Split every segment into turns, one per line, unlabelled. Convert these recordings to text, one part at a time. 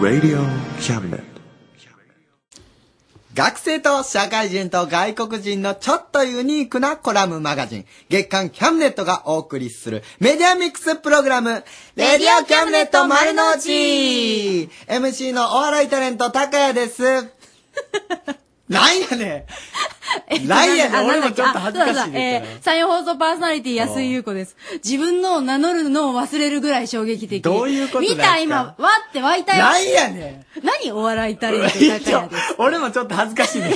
Radio Cabinet.
学生と社会人と外国人のちょっとユニークなコラムマガジン、月刊キャムネットがお送りするメディアミックスプログラム、レディオキャムネット丸の内 !MC のお笑いタレント、高谷 です。なんやね んなんやねん俺もちょっと恥ずかしいね
え
んけど
ー、山陽放送パーソナリティ安井優子です。自分のを名乗るのを忘れるぐらい衝撃的。
どういうことなんす
見
か
た今、わって湧いたよ。
なんやね
ん何お笑いタレント高
いや
谷です。
俺もちょっと恥ずかしい ねん。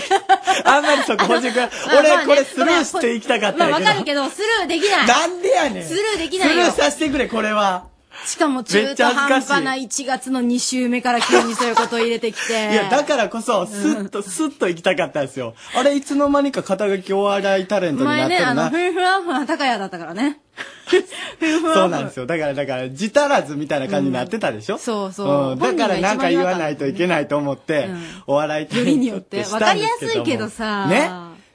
あんまりそこほじく。
まあまあ
俺
ね
これスルーしていきたかったん
ま
や
あわ
け
かる
ど。
けど、スルーできない。
なんでやねん。
スルーできない
スル
よ
ーさせてくれ、これは。
しかも
めっ
中
ち
途
ゃ
半
恥ずかしい
端な1月の2週目から急にそういうことを入れてき て。
いや、だからこそ、スッと、スッと行きたかったんですよ。あれ、いつの間にか肩書きお笑いタレントにな
前
って
ね、
る
あの、
な。
ふんふわふわ高谷だったか らね。
そうなんですよ。だから、だから、自足らずみたいな感じになってたでしょ、
そうそう
だから、なんか言わないといけないと思って、お笑いタレント
よりによって
したんですども
わかりやすいけどさ
ね。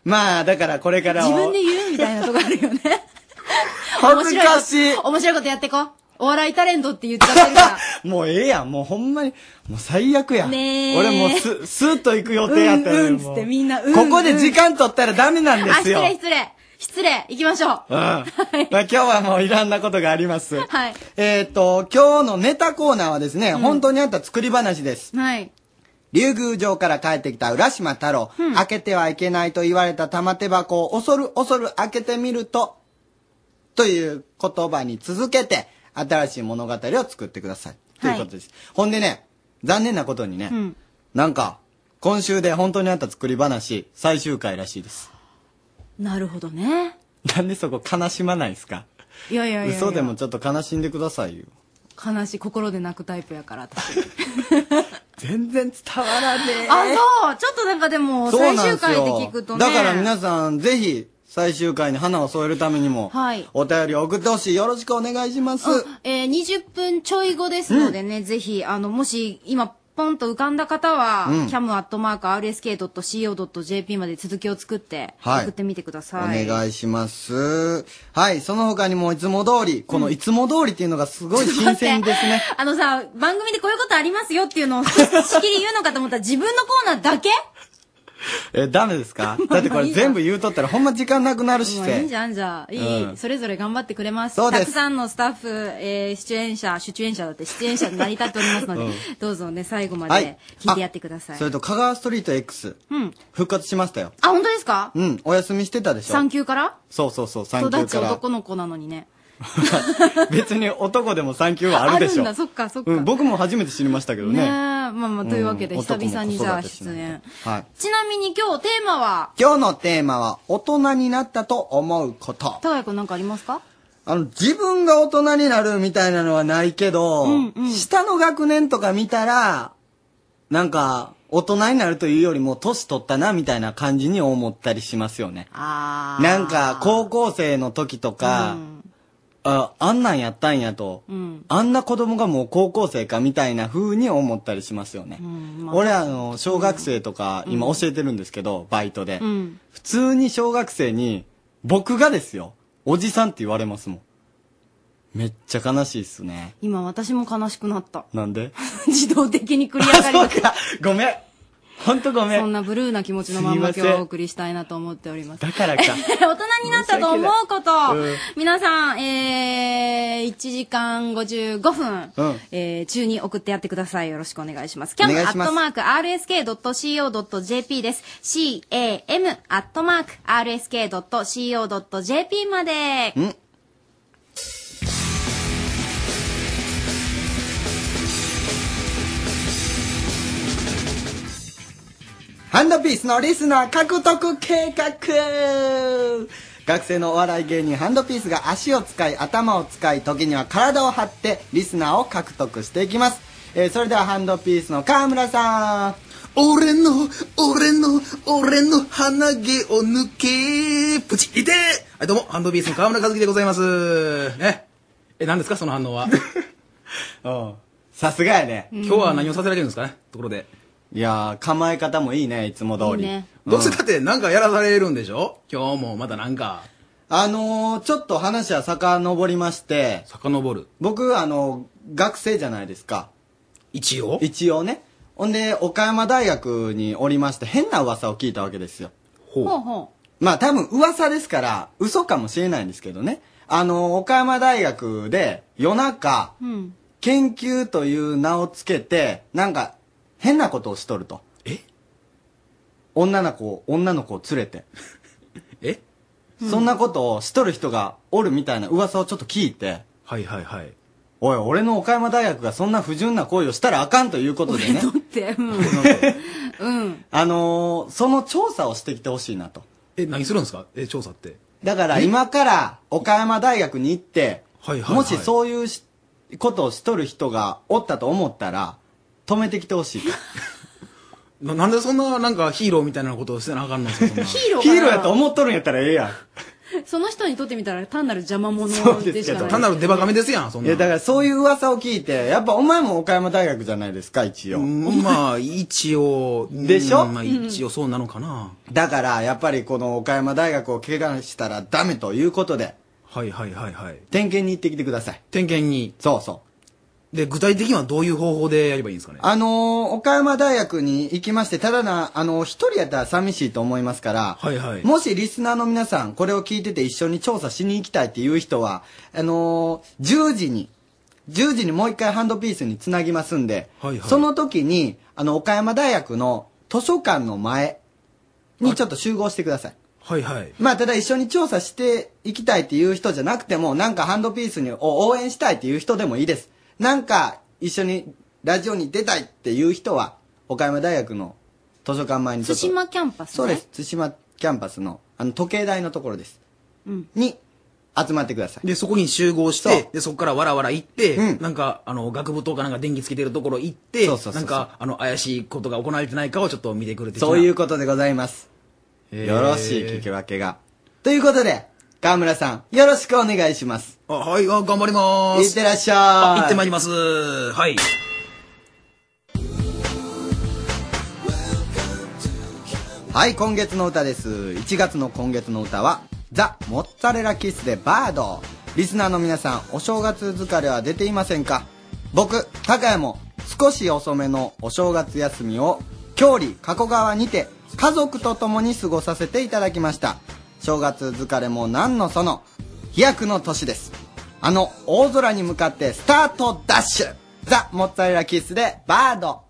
まあ、だから、これから
自分
は
で、言うみたいなとこあるよね。
恥ずかし
面白いこと面白いことやってこう。お笑いタレントって言っちゃってるか
い。もうええやん。もうほんまに、もう最悪や。
ねえ
俺もうス、スッと行く予定やった
ら。う
の
ん、
に
つ
も
っ
う
てみんな、うん。
ここで
うん
時間取ったらダメなんで
あ、
す
失
よ。
礼、失礼。失礼、行きましょう。
うん。まあ今日はもういろんなことがあります。
はい。
えっ、と、今日のネタコーナーはですね、本当にあった作り話です。
はい。
竜宮城から帰ってきた浦島太郎、開けてはいけないと言われた玉手箱を恐る恐る開けてみると、という言葉に続けて、新しい物語を作ってください。ということです。ほんでね、残念なことにね、
うん。
なんか、今週で本当にあった作り話、最終回らしいです。
なるほどね。
なんでそこ悲しまないですか
いやいやいやいや。
嘘でもちょっと悲しんでくださいよ。
悲しい心で泣くタイプやから私
全然伝わらねえ
あそうちょっとなんかでも
そう
最
なん
終
です
回
よ
で聞くとね
だから皆さん、ぜひ、最終回に花を添えるためにも、
はい
お便りを送ってほしい。よろしくお願いします。
えー、20分ちょい後ですのでね、ぜひあのもし今ポンと浮かんだ方は、
うん
cam.rsk.co.jp まで続きを作って
はい
送ってみてくださ
お
い、
願いします。はい、その他にもいつも通り、このいつも通りっていうのがすごい新鮮です ね。
あのさ番組でこういうことありますよっていうのをししきり言うのかと思ったら自分のコーナーだけ
え、ダメですかだってこれ全部言うとったらほんま時間なくなるし
まあいいんじ
て。
ゃんじゃいい、
うん
それぞれ頑張ってくれます
そうです
たくさんのスタッフ、えー、出演者出演者だって出演者に成り立っておりますので、
うん
どうぞね最後ま
はい
で聞いてやってください、
それと、香川ストリート X、
うん
復活しましたよ。
あ本当ですか
うん、お休みしてたでしょ
産休から
そうそうそう、産
育
休
ち
から。
男の子なのにね
別に男でも産休はあるでしょ。
あるんだそっかそっか
うん、僕も初めて知りましたけど
ねえ
ね。
まあまあというわけで、
うん
久々にじゃあ
男も子育てし
出
ないと
演
はい。
ちなみに今日テーマは
今日のテーマは、大人になったと思うこと。
高谷君なんかありますか
あの、自分が大人になるみたいなのはないけど、
うんうん
下の学年とか見たら、なんか、大人になるというよりも、年取ったな、みたいな感じに思ったりしますよね。
ああ
なんか、高校生の時とか、あ、あんなんやったんやと、
うん
あんな子供がもう高校生かみたいな風に思ったりしますよね。
んまあ
俺あの、小学生とか、今教えてるんですけど、バイトで、
うん
普通に小学生に、僕がですよ、おじさんって言われますもん。めっちゃ悲しいっすね。
今私も悲しくなった
なんで
自動的に繰り
あ、
上が
そ
りま
う
し
かごめんほんとごめ
そん
ん
なブルーな気持ちのまんま今日はお送りしたいなと思っております。
だからか。
大人になったと思うこと、
うん
皆さん、えー、1時間55分、
うん
えー、中に送ってやってください。よろしくお願いします。
お
cam
願い
ア
し
ッ
ます
トマーク rsk.co.jp です。cam アットマーク rsk.co.jp まで。
んハンドピースのリスナー獲得計画学生のお笑い芸人ハンドピースが足を使い頭を使い時には体を張ってリスナーを獲得していきます、えーそれではハンドピースの川村さん
俺の、俺の、俺の鼻毛を抜け、プチ、いてはい、どうも、ハンドビースの河村和樹でございます。ね。え、何ですか、その反応 は。
うんさすがやね、
今日は何をさせられるんですかね、ところで。
いやー構え方もいいねいつも通り
いいね
どうせだって、なんかやらされるんでしょ今日もまたなんか、
あのー、ちょっと話は遡りまして
遡る。
僕あの学生じゃないですか
一応
一応ね。ほんで、岡山大学におりまして、変な噂を聞いたわけですよ。
ほうほ
まあ多分噂ですから、嘘かもしれないんですけどね。あの、岡山大学で夜中、
う。うん。
研究という名をつけて、なんか、変なことをしとると。
え
女の子を、女の子を連れて。
え
そんなことをしとる人がおるみたいな噂をちょっと聞いて、
はいはいはい。
おい、俺の岡山大学がそんな不純な行為をしたらあかんということで ね。
って、 うん。うん。
あのーその調査をしてきてほしいなと。
え、何するんですかえ、調査って。
だから今から岡山大学に行って、
はいはい、はい。
もしそういうしことをしとる人がおったと思ったら、止めてきてほしい。
ななんでそんな、なんかヒーローみたいなことをしてなあかんのですかそ んな
ヒーロー
ヒ
かな
ーローやと思っとるんやったらええや
その人にとってみたら単なる邪魔者
そうですけど
でしかない。
単なるデバカめですやん、そん
ん。
ない
や、だからそういう噂を聞いて、やっぱお前も岡山大学じゃないですか、一応。
うんまあ、一応。
でしょ
うんまあ、一応そうなのかな。
だから、やっぱりこの岡山大学を怪我したらダメということで、
はいはいはいはい。
点検に行ってきてください。
点検に。
そうそう。
で、具体的にはどういう方法でやればいいんですかね。
あのー岡山大学に行きまして、ただな、あのー一人やったら寂しいと思いますから、
はいはい
もしリスナーの皆さん、これを聞いてて一緒に調査しに行きたいっていう人は、あのー10時に、10時にもう一回ハンドピースにつなぎますんで、
はいはい
その時に、あの、岡山大学の図書館の前にちょっと集合してください。
はいはい。
まあ、ただ一緒に調査していきたいっていう人じゃなくても、なんかハンドピースにを応援したいっていう人でもいいです。なんか一緒にラジオに出たいっていう人は、岡山大学の図書館前にちょ
津
っと。
島キャンパス、ね、
そうです。。津島キャンパスの、あの、時計台のところです。
うん。
に、集まってください。
で、そこに集合し
そ
て、で、そこからわらわら行って、
うん
なんか、あの、学部とかなんか電気つけてるところ行って、
そうそうそうそう
なんか、あの、怪しいことが行われてないかをちょっと見てくる的な
そういうことでございます。
へー
よろしい聞き分けが。ということで、河村さん、よろしくお願いします。
あ、はい、あ、頑張りまー
いっ
す。
てらっしゃい。
行ってまいります。はい。
はい、今月の歌です。1月の今月の歌は、ザ・モッツァレラキスでバード。リスナーの皆さん、お正月疲れは出ていませんか僕、高谷も少し遅めのお正月休みを、郷里、加古川にて、家族と共に過ごさせていただきました。正月疲れも何のその、飛躍の年です。あの、大空に向かってスタートダッシュザ・モッツァレラキスでバード。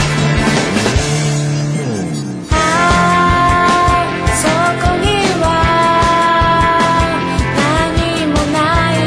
「そこには何もない」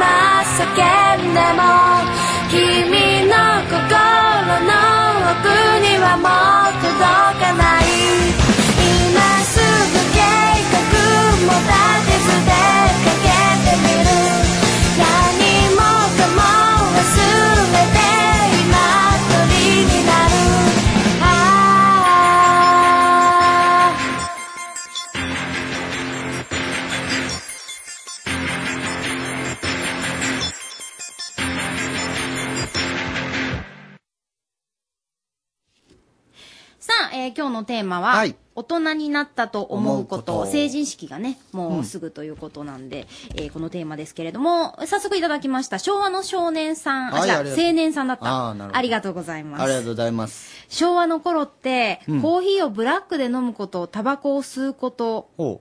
んでも君の心の奥にはもう届かない今すぐ計画も立てず出かけてみる何もかも忘れて今鳥になるああ
さあ、えー今日のテーマは、大人になったと思うこと
思うこと
成人式がね、もうすぐということなんで、えーこのテーマですけれども、早速いただきました。昭和の少年さん、あ、
はい
違
あり
う、
がと
青
う
年さんだった。
あーなるほど
ありがとうございます。
ありがとうございます。
昭和の頃って、
うん
コーヒーをブラックで飲むこと、タバコを吸うこと、
ほ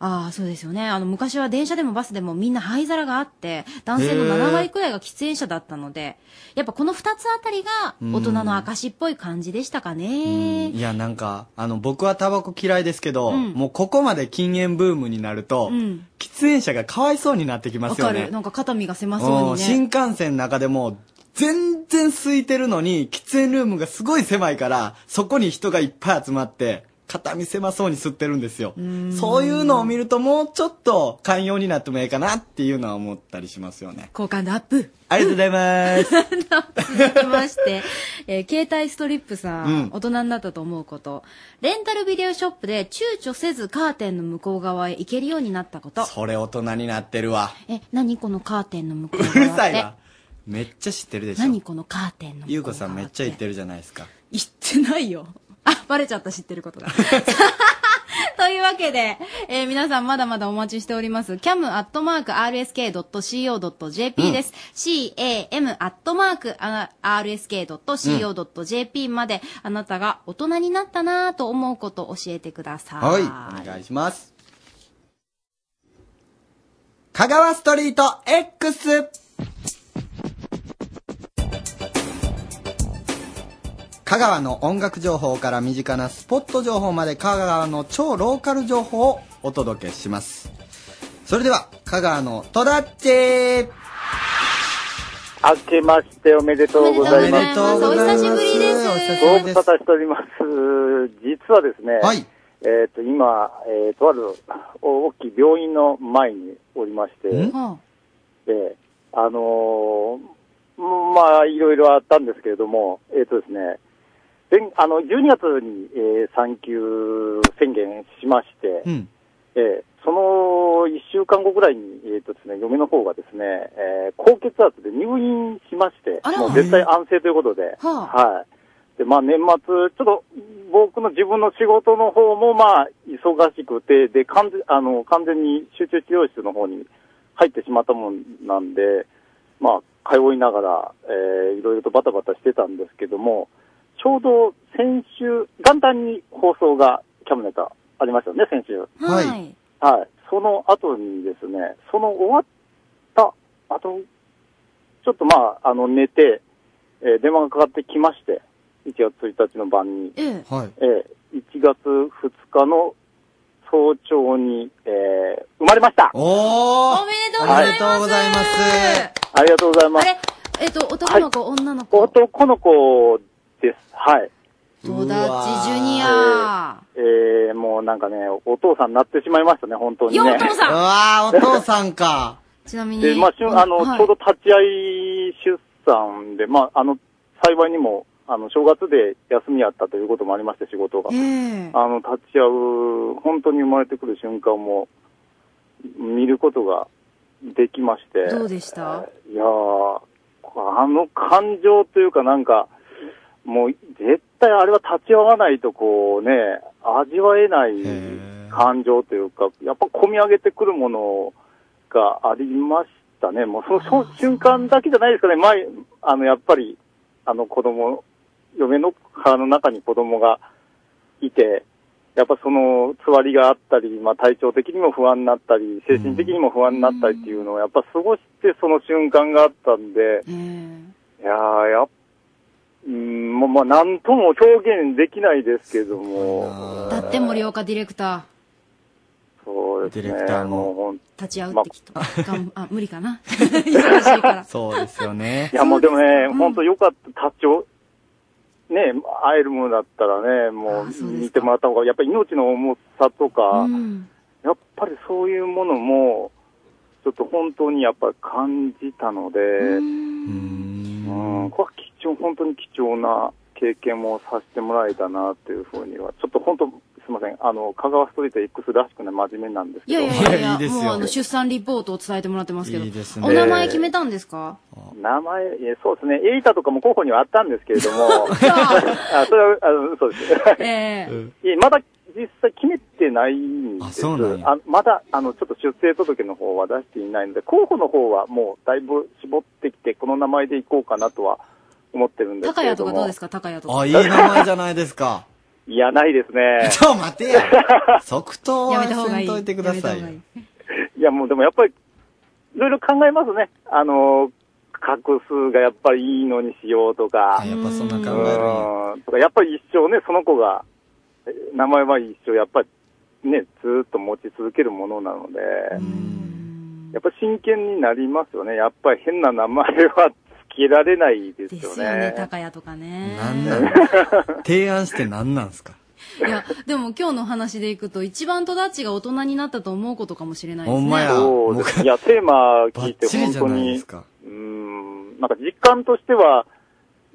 ああ、そうですよね。あの、昔は電車でもバスでもみんな灰皿があって、男性の
へー
7割くらいが喫煙者だったので、やっぱこの2つあたりが大人の証っぽい感じでしたかね。
いや、なんか、あの、僕はタバコ嫌いですけど、
うん
もうここまで禁煙ブームになると、
うん。
喫煙者がかわいそうになってきま
わ
す
か
よ
る。
ね。
なんか肩身が狭そううんに
新
ね。
幹線の中でも、全然空いてるのに、喫煙ルームがすごい狭いから、そこに人がいっぱい集まって、片身狭そうに吸ってるんですよ。そういうのを見ると、もうちょっと寛容になってもいいかなっていうのは思ったりしますよね。
好感度アップ。
ありがとうございます。
続きまして、 えー携帯ストリップさん、
うん
大人になったと思うこと。レンタルビデオショップで躊躇せずカーテンの向こう側へ行けるようになったこと。
それ大人になってる わ。
え、何このカーテンの向こう側
う
って
るさいな。めっちゃ知ってるでしょ。
何このカーテンの
ゆうこさんめっちゃ言ってるじゃないですか。
言ってないよ。あ、バレちゃった、知って ることが。というわけで、えー皆さんまだまだお待ちしております。cam.rsk.co.jp です。cam.rsk.co.jp まで、あなたが大人になったなぁと思うことを教えてください。
はい。お願いします。香川ストリート X! 香川の音楽情報から身近なスポット情報まで香川の超ローカル情報をお届けします。それでは、香川のトラッチェ
明けましておめでとうござい
お
ます。
めでとうございますお久しぶりですお久しぶ
ご
り
無
です
沙汰しております。実はですね、えっ、と、今、えーとある大きい病院の前におりまして、で、あのーんまあ、いろいろあったんですけれども、えっ、とですね、先あの、12月に、えー産休宣言しまして、
うん。
えーその1週間後ぐらいに、えーとですね、嫁の方がですね、えー高血圧で入院しまして、もう絶対安静ということで、はい。で、まあ年末、ちょっと僕の自分の仕事の方もまあ忙しくて、で、完全あの完全に集中治療室の方に入ってしまったもんなんで、まあ、通いながら、えーいろいろとバタバタしてたんですけども、ちょうど先週、元旦に放送が、キャムネタありましたよね、先週。
はい。
はい。その後にですね、その終わった後、ちょっとまあ、あの、寝て、えー電話がかかってきまして、1月1日の晩に、
え
はい。
えー1月2日の早朝に、えー生まれました
お
ーお
め
でとうございます、ありがとうございます。
えっ、と、男の子、女の子、
男の子です。はい。
友達ジュニア。
えー、もうなんかね、お父さんになってしまいましたね、本当にね。
よお父さんう
わーお父さんか。
ちなみに。
で、まあ、しゅあの、
はい
ちょうど立ち会い出産で、まあ、あの、幸いにも、あの、正月で休みやったということもありまして、仕事が。
ええ
あの、立ち会う、本当に生まれてくる瞬間も、見ることができまして。
どうでした
いやー、あの感情というかなんか、もう絶対あれは立ち会わないとこうね、味わえない感情というか、やっぱ込み上げてくるものがありましたね。もうそのその瞬間だけじゃないですかね。前、あの、やっぱり、あの子供、嫁の腹の中に子供がいて、やっぱその、つわりがあったり、まあ体調的にも不安になったり、精神的にも不安になったりっていうのを、やっぱ過ごしてその瞬間があったんで、いやー、やっうん、もう、まあ、なんとも表現できないですけども、
だって森岡ディレクター。
そうそうですね。
ディレクターも
もうほん
立ち会うってきっと。がんあ、無理かな。忙しいから。
そうですよね
い。や、もうでもね、本当よかった、立ちを、ね、会えるものだったらね、もう見てもらった方が、やっぱり命の重さとか、
うん。
やっぱりそういうものも、ちょっと本当にやっぱり感じたので、うん、これは貴重、本当に貴重な経験もさせてもらえたなっていうふうには、ちょっと本当、すみません、あの、香川ストリート X らしくね、真面目なんです
い
け
や
ど、
い
い
やい
やいい
やい
で
や、
すよ
もうあの、出産リポートを伝えてもらってますけど。
いいですね
お名前決めたんですか
名前、えそうですね、エイタとかも候補にはあったんですけれど も、 あそれは、あのそうです。
ええ。
いえまだ実際決めてないんです。
あそうなんや
あまだ、あの、ちょっと出生届の方は出していないので、候補の方はもうだいぶ絞ってきて、この名前でいこうかなとは思ってるんです
高
けれ
谷
ど
と
も。
かどうですか高谷とか。
あ、いい名前じゃないですか。
いや、ないですね。
ちょ、待てや。即答
や
は
めた方が
せ
い
ん
い。
といてくださいよ
やめた方がい。
いや、もうでもやっぱり、いろいろ考えますね。あの、画数がやっぱりいいのにしようとか
あ、、やっぱそんな考えるんや。
うんとか、やっぱり一生ね、その子が、え名前は一生やっぱりね、ずーっと持ち続けるものなので、やっぱ真剣になりますよね。やっぱり変な名前はつけられないです
で
よ
すよね
ね、。
高谷とかね。
なん なん提案してなんなんすか
いや、でも今日の話でいくと、一番戸田っちが大人になったと思うことかもしれないですね。
ほんまや
そうです。いや、テーマ聞いて
バッチリ
本
じゃ
当
ないで
に
すか、
うん、なんか実感としては、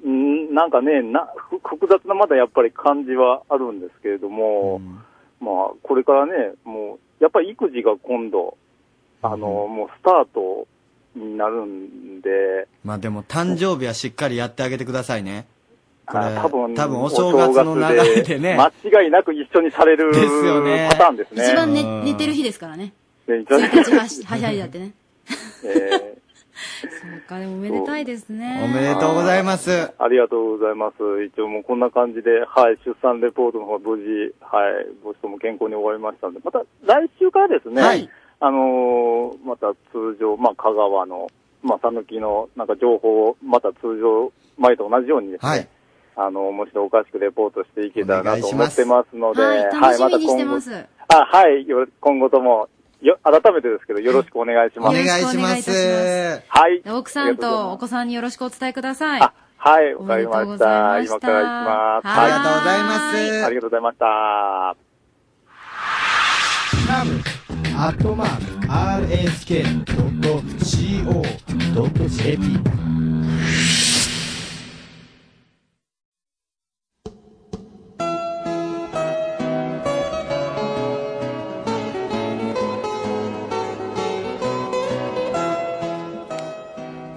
うんなんかねな、ふ複雑なまだやっぱり感じはあるんですけれども、まあ、これからね、もう、やっぱり育児が今度、あの、もうスタートになるんで、
まあでも誕生日はしっかりやってあげてくださいね。これ
あ多分、
多分お正月の流れでね
お正月で間違いなく一緒にされる
ですよね
パターンですね。
一番寝
うん
寝てる日ですからね。
ね一番
1日はしはしゃいだってね。
え
そうか、でもおめでたいですね。
おめでとうございます。
ーありがとうございます。一応もうこんな感じで、はい、出産レポートの方は無事、はい、母子とも健康に終わりましたので、また来週からですね、
はい
あのーまた通常、まあ、香川の、まあ、さぬきのなんか情報を、また通常、前と同じようにですね、
はい。
あの、面白おかしくレポートしていけたらなと
お
思
願いしま
っ
す
てますので、
はい、楽しみにしてま
はい、
す。
また今後、あ、はい、よろ今後とも、よ、改めてですけど、よろしくお願いし
お
ま
願
す。
いしま
よろしくお願
す。
はい。
奥さんとお子
さ
さんによろしくお伝えください。
あ、はい、
お
わか
めで
り
と
ま
う
した。
ございまし
今か
た
ら行きます。
あ
は
りが
い
とうござい
はい
ます。
ありがとうございました。
カムアットマーク RSK.CO.JP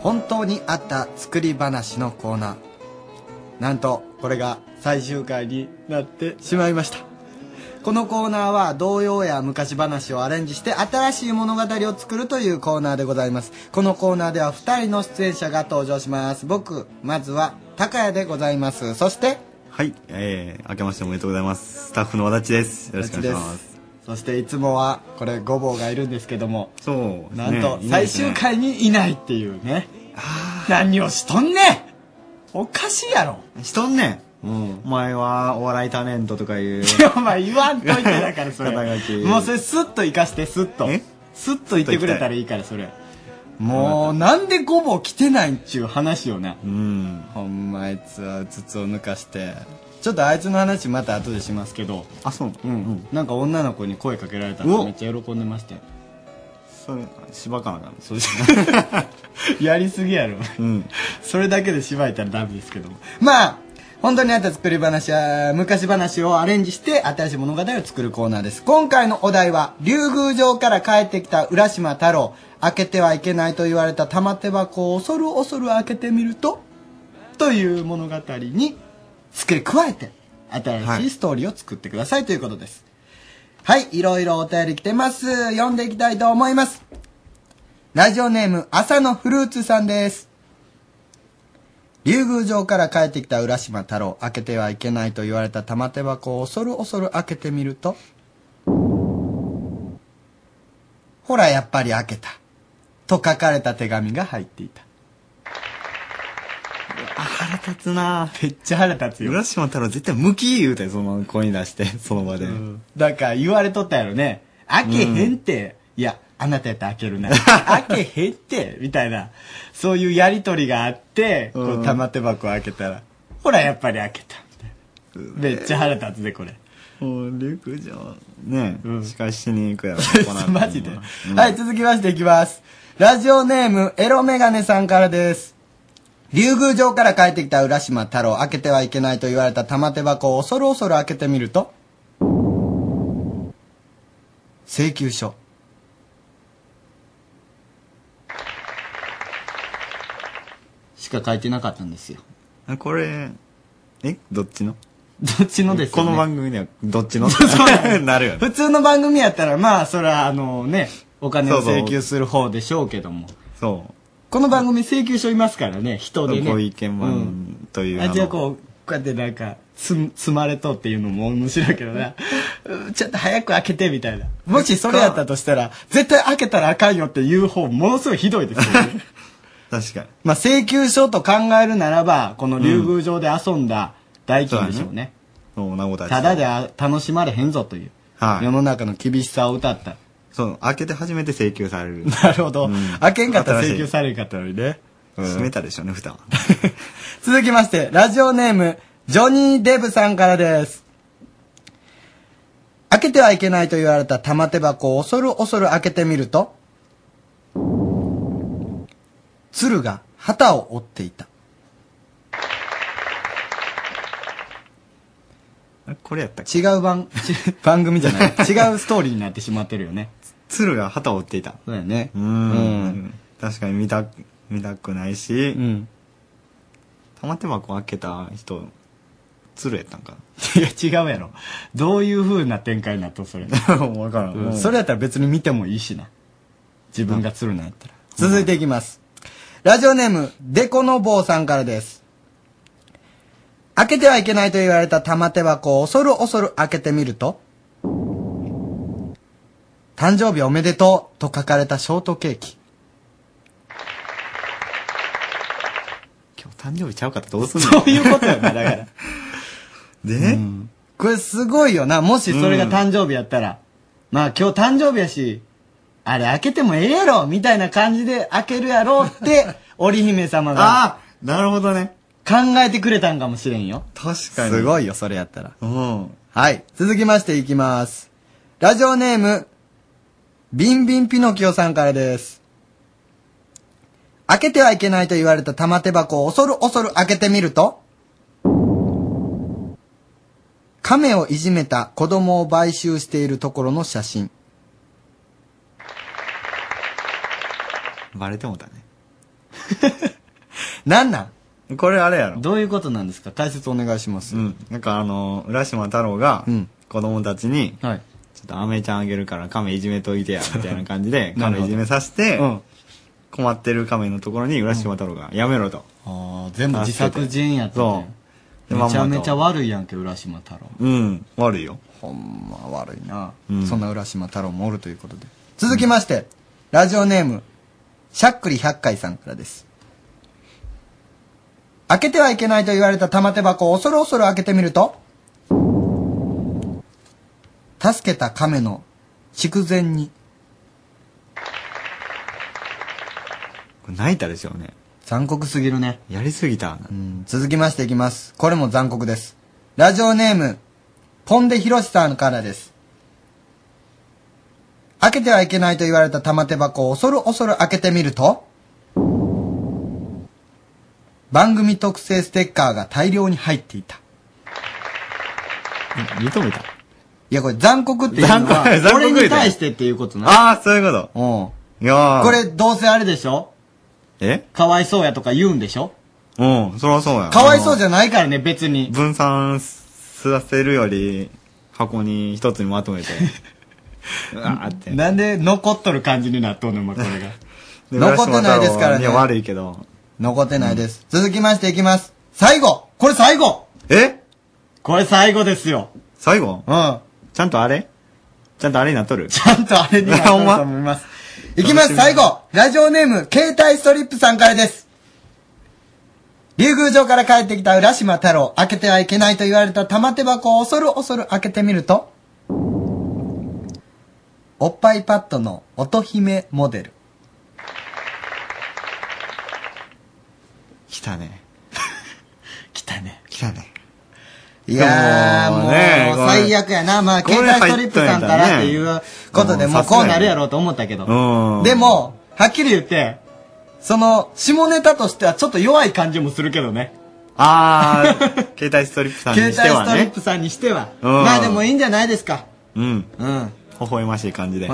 本当にあった作り話のコーナーなんとこれが最終回になってしまいましたこのコーナーは童謡や昔話をアレンジして新しい物語を作るというコーナーでございますこのコーナーでは2人の出演者が登場します僕まずは高谷でございますそして
はい、えー、明けましておめでとうございます。スタッフの和田ちです。よろしくお願いします。
そしていつもはこれごぼうがいるんですけども
そうです
な
ね、
んと
いない
最
ですね
終。回にいないっていうね何をしとんねんおかしいやろ
しとんねん。お前はお笑いタレントとかい
い
う。
やお前言わんといてだからそれ
肩書き
もうそれスッと生かしてスッと
え
スッと言ってくれたらいいからそれもうなんでごぼう来てないんちゅう話よな
うん。
ほんまあいつはうつつを抜かしてちょっとあいつの話また後でしますけど
あ、そう。う
うん、
ん。
なんか女の子に声かけられたの
お
めっちゃ喜んでましたよ
それ、芝川なんです。
やりすぎやろ
うん。
それだけで芝居たらダメですけどもまあ本当にあった作り話や昔話をアレンジして新しい物語を作るコーナーです今回のお題は竜宮城から帰ってきた浦島太郎開けてはいけないと言われた玉手箱を恐る恐る開けてみるとという物語に付け加えて新しいストーリーを作ってくださいということですはい、いろいろお便り来てます読んでいきたいと思いますラジオネーム朝のフルーツさんです竜宮城から帰ってきた浦島太郎開けてはいけないと言われた玉手箱を恐る恐る開けてみるとほらやっぱり開けたと書かれた手紙が入っていた
あ、腹立つな
めっちゃ腹立つ
浦島太郎絶対ムキー言うたよ、その子に出して、その場で。
だから言われとったやろね開けへんって、いや、あなたやったら開けるな。 開けへんって、みたいな、そういうやりとりがあって、こ
う
うん玉手箱開けたら、ほら、やっぱり開けた。みたいなめっちゃ腹立つで、これ。。
もう、リクじゃん。ねえ、司会しに行くやろ
マジで。はい、続きましていきます。ラジオネーム、エロメガネさんからです。竜宮城から帰ってきた浦島太郎、開けてはいけないと言われた玉手箱を恐る恐る開けてみると、請求書。しか書いてなかったんですよ。
あ、これ、えどっちの
どっちのですよね
この番組では、どっ ちのなるよね。
普通の番組やったら、まあ、それはあのね、お金を請求する方でしょうけども。
そう。
この番組請求書いますからね、人でね。
ご意見
う
番という、
あ、じゃあ
う。
こう、こうやってなんか、つ、積まれとっていうのも面白いけどな。 うんちょっと早く開けてみたいな。もしそれやったとしたら、絶対開けたらあかんよっていう方、ものすごいひどいですよ ね。
確かに。
まあ、請求書と考えるならば、この竜宮城で遊んだ代金でしょうね。
そう、名古屋
ただであ楽しまれへんぞという。世の中の厳しさを歌った。
そう、開けて初めて請求される。
なるほど。開けんかったら請求され
る
かったのにね。
閉めたでしょうね、蓋は。
続きまして、ラジオネーム、ジョニー・デブさんからです。開けてはいけないと言われた玉手箱を恐る恐る開けてみると、鶴が旗を折っていた。
これやったっ
違う 番、ち番組じゃない。違うストーリーになってしまってるよね。
鶴が旗を折っていた。
そうだよね。
うん。確かに見た、見たくないし、玉手箱開けた人、鶴やったんか
いや、違うやろ。どういう風な展開になったそれ。
わからん
うん
うん
それやったら別に見てもいいしな。自分が釣るなんやったら。続いていきます。ラジオネーム、デコの坊さんからです。開けてはいけないと言われた玉手箱を恐る恐る開けてみると、誕生日おめでとうと書かれたショートケーキ。
今日誕生日ちゃうかったらどうすんの
そういうことよな、だから。
で、
これすごいよな。もしそれが誕生日やったら。まあ今日誕生日やし、あれ開けてもええやろみたいな感じで開けるやろって、 織姫様が。
ああなるほどね。
考えてくれたんかもしれんよ。
確かに。
すご
い。
いよ、それやったら。
うん。
はい。続きましていきます。ラジオネーム、ビンビンピノキオさんからです。開けてはいけないと言われた玉手箱を恐る恐る開けてみると、亀をいじめた子供を買収しているところの写真。
バレてもたね。
なんなん
これあれやろ。
どういうことなんですか解説お願いします。
うん。なんかあの、浦島太郎が、子供たちに、
はい。
ちょっとアメちゃんあげるから亀いじめとい
、
てや、みたいな感じで
なるほ
亀
ど
いじめさせて、
うん
困ってる亀のところに浦島太郎が、やめろと。
ああ、全部自作人やったね。
そう。で
めちゃめちゃ
まんま
悪いやんけ、浦島太郎。
とうん、悪いよ。
ほんま悪いな、
うん
そんな浦島太郎もおるということで続きまして、ラジオネームしゃっくり100回さんからです開けてはいけないと言われた玉手箱を恐る恐る開けてみると助けた亀の筑前煮
これ泣いたでしょうね。
残酷すぎるね
やりすぎた。
うん続きましていきますこれも残酷ですラジオネームポンデヒロシさんからです開けてはいけないと言われた玉手箱を恐る恐る開けてみると番組特製ステッカーが大量に入っていた
認めた。
いやこれ残酷っていうのは
残酷残酷
俺
言うて
に対してっていうことな
ああ、そういうこと。
うん
いやー
こ、れどうせあれでしょ
え
かわいそうやとか言うんでしょ
うん、そらそうや。
かわいそうじ
ゃ
ゃないからね別に
分散させるより、箱に一つにまと めて。うわーって。
なんで残っとる感じになっとんのお前これが
で
残ってないですからね
浦島太郎には悪いけど。
残ってないです。続きましていきます。最後これ最後
え
これ最後ですよ。
最後
うん。
ちゃんとあれちゃんとあれになっとる
ちゃんとあれになったと思います。いきます、最後ラジオネーム、携帯ストリップさんからです。竜宮城から帰ってきた浦島太郎、開けてはいけないと言われた玉手箱を恐る恐る開けてみると、おっぱいパッドの乙姫モデル。
来たね。
来たね。
来たね。
いやー、もう
ねこれ
最悪やな。まあ、
これ
携帯ストリップさんからっていうこと
入っとんやったらね
で、もうこうなるやろうと思ったけど
う。ん
でも、はっきり言って、その、下ネタとしてはちょっと弱い感じもするけどね。
あー、携帯ストリップさんに
携帯
して
ス
は
トリッ
ね。
プさんにしては。
うん
まあでもいいんじゃないですか。
うん。
うん。
微笑ましい感じで。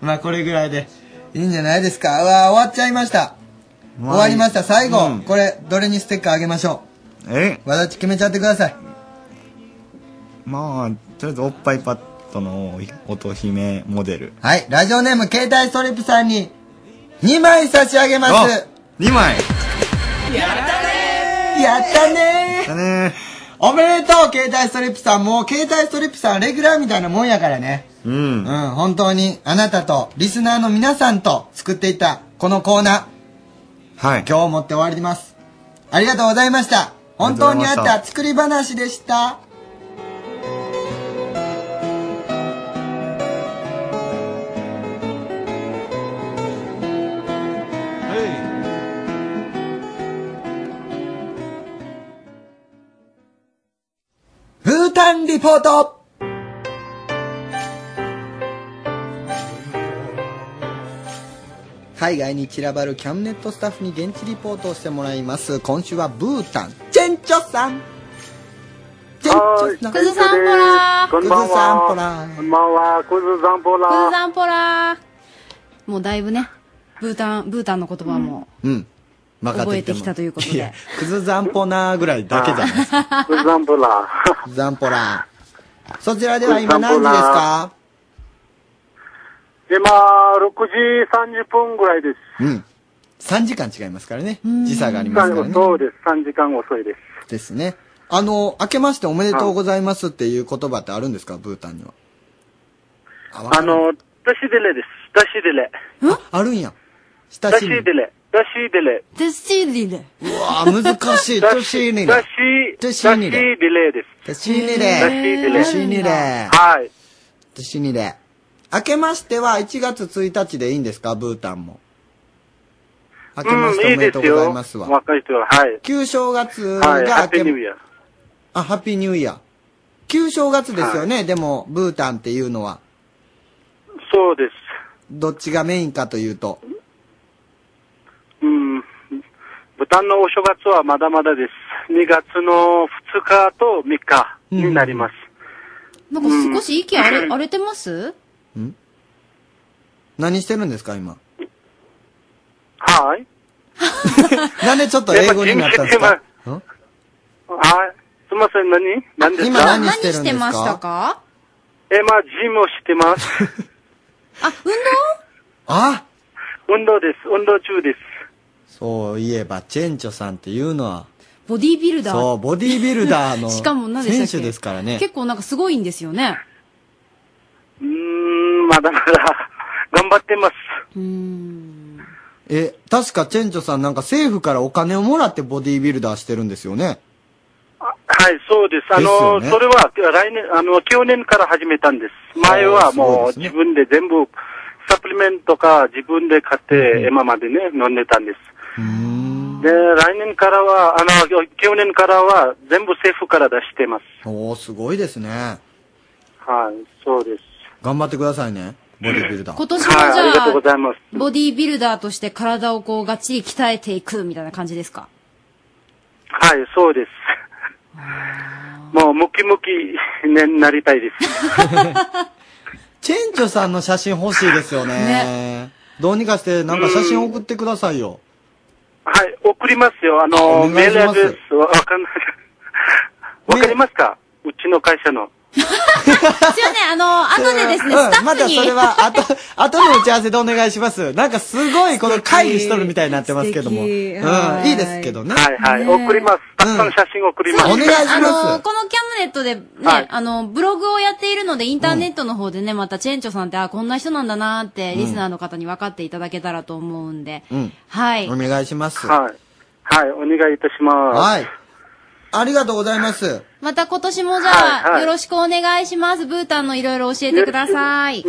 まあこれぐらいで。いいんじゃないですか。うわー終わっちゃいました。終わりました。最後、
うん
これ、どれにステッカーあげましょ
え
う。わだち決めちゃってください。
まあ、とりあえずおっぱいパッドの乙姫モデル。
はい。ラジオネーム、携帯ストリップさんに、2枚差し上げます。
2枚
やったね
だね
ーおめでとう、携帯ストリップさん。もう、携帯ストリップさん、レギュラーみたいなもんやからね。
う
うん、
ん。
本当に、あなたと、リスナーの皆さんと、作っていた、このコーナー、
はい。
今日をもって終わります。ありがとうございました。本当にあった作り話でした。フータンリポート海外に散らばるキャンネットスタッフに現地リポートをしてもらいます。今週はブータン、チェンチョさん。チェンチョさん。
くずさんぽらー
こんばん
くずさんぽ
は
ら。ー
こんばんは。くずさんぽら。
ブーザンポラーもうだいぶね、ブータン、ブータンの言葉も
うん。分
覚えてきたということで。
クズザンポナーぐらいだけじゃないですか。
くずさんぽら。
ザンポラー。そちらでは今何時ですか
今、6時30分ぐらいで
う
す。
ん。3時間違いますからね。時差がありますからね。
そうです。3時間遅いです。
ですね。あの、明けましておめでとうございますっていう言葉ってあるんですかブータンには。あ
あ、の、ダシデレです。ダシデレ。
あるんや。親
ダ
し
シ
み。
デレ。ダシデレ。
テスチーリで。
うわぁ、難しい。
ダ
年しいね。
ダシ、
ダ
ダ
シ
シ
デレ
デレです。
年にで。
ダシデレ。
年にで。
はい。
年にで。明けましては1月1日でいいんですかブータンも。明けましてお
うん、い
めで
いで
とう
す
ござい
よ。
ますわ。
若い人は、はい。
旧正月
はい。ハ
が
ッピ
明
ーニ
け、
ューイヤー。
あ、ハッピーニューイヤー。旧正月ですよね、でも、ブータンっていうのは、
そうです。
どっちがメインかというと。
うん。豚のお正月はまだまだです。2月の2日と3日になります。
なんか少し息荒れ荒れてます
何してるんですか、今。
はい。
なんでちょっと英語になったんです
やっ
か
ぱはい。すみません、何何です
今
か
何してるんですか
ましたか
え、まあ、ジムをし てます。
あ、運動
あ
運動です。運動中です。
そういえば、チェンチョさんっていうのは、
ボディービルダー。
そう、ボディービルダーの
しかも何でしたっけ
選手ですからね。
結構なんかすごいんですよね。
うーん、まだまだ頑張ってます。
うーん。
え、確かチェンチョさんなんか政府からお金をもらってボディービルダーしてるんですよね。
はい、そうです。あの、
ですよね
それは来年、あの、去年から始めたんです。前はも
そう
う
ですね
自分で全部、サプリメントか自分で買って、今までね、飲んでたんです。で、来年からは、あの、去年からは全部政府から出してます。
おおすごいですね。
はい、そうです。
頑張ってくださいね、ボディービルダー。
今年もじ
はい、ありがとうご
ゃ
ざ
あ、
います。
ボディービルダーとして体をこうがっちり鍛えていくみたいな感じですか
はい、そうです。もう、ムキムキになりたいです。
チェンチョさんの写真欲しいですよね。どうにかして、なんか写真送ってくださいよ。
はい、送りますよ。あ
お
の、
願
メ
い
ー
し
ル
ま
ア
す
ドレスわわかんない。わかりますかうちの会社の。
すいません、あの、後でですね、
うん
スタ
ま
ッフ
だ
に。
それは、 後、後の打ち合わせでお願いします。なんかすごい、この会議しとるみたいになってますけども。うん、
素
い
敵はい
いですけどね。
はいはい。送ります。たくさん写真送ります。
お願いします
あの、このキャムネットでね、
はい
あの、ブログをやっているので、インターネットの方でね、またチェンチョさんって、あ、こんな人なんだなーって、リスナーの方に分かっていただけたらと思うんで。
うん
はい
お。願いします。
はい。はい、お願いいたします。
はい。ありがとうございます。
また今年もじゃあ、
はいはい
よろしくお願いします。ブータンのいろいろ教えてください。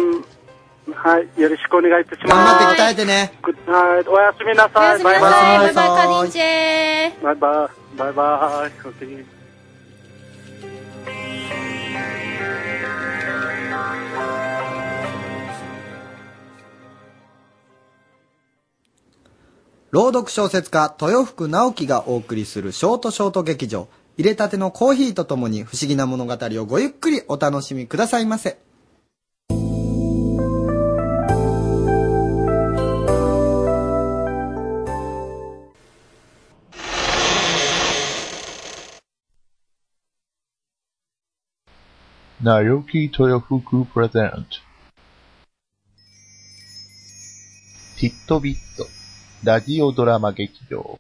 はい、よろしくお願いいたします。
頑張って鍛えてね。
はい、おやすみな
お
さ
や
い。
すみなさい。バイバイ、カリンチェー。
バイバイ。バイバイ。本当に
朗読小説家、豊福直樹がお送りするショートショート劇場。入れたてのコーヒーとともに不思議な物語をごゆっくりお楽しみくださいませ。
Naoki Toyofuku Present ティットビットラジオドラマ劇場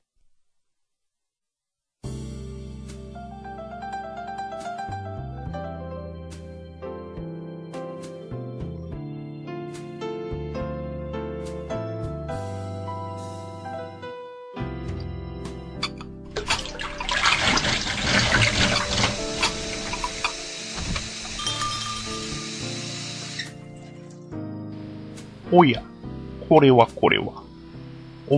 おや、これはこれは。お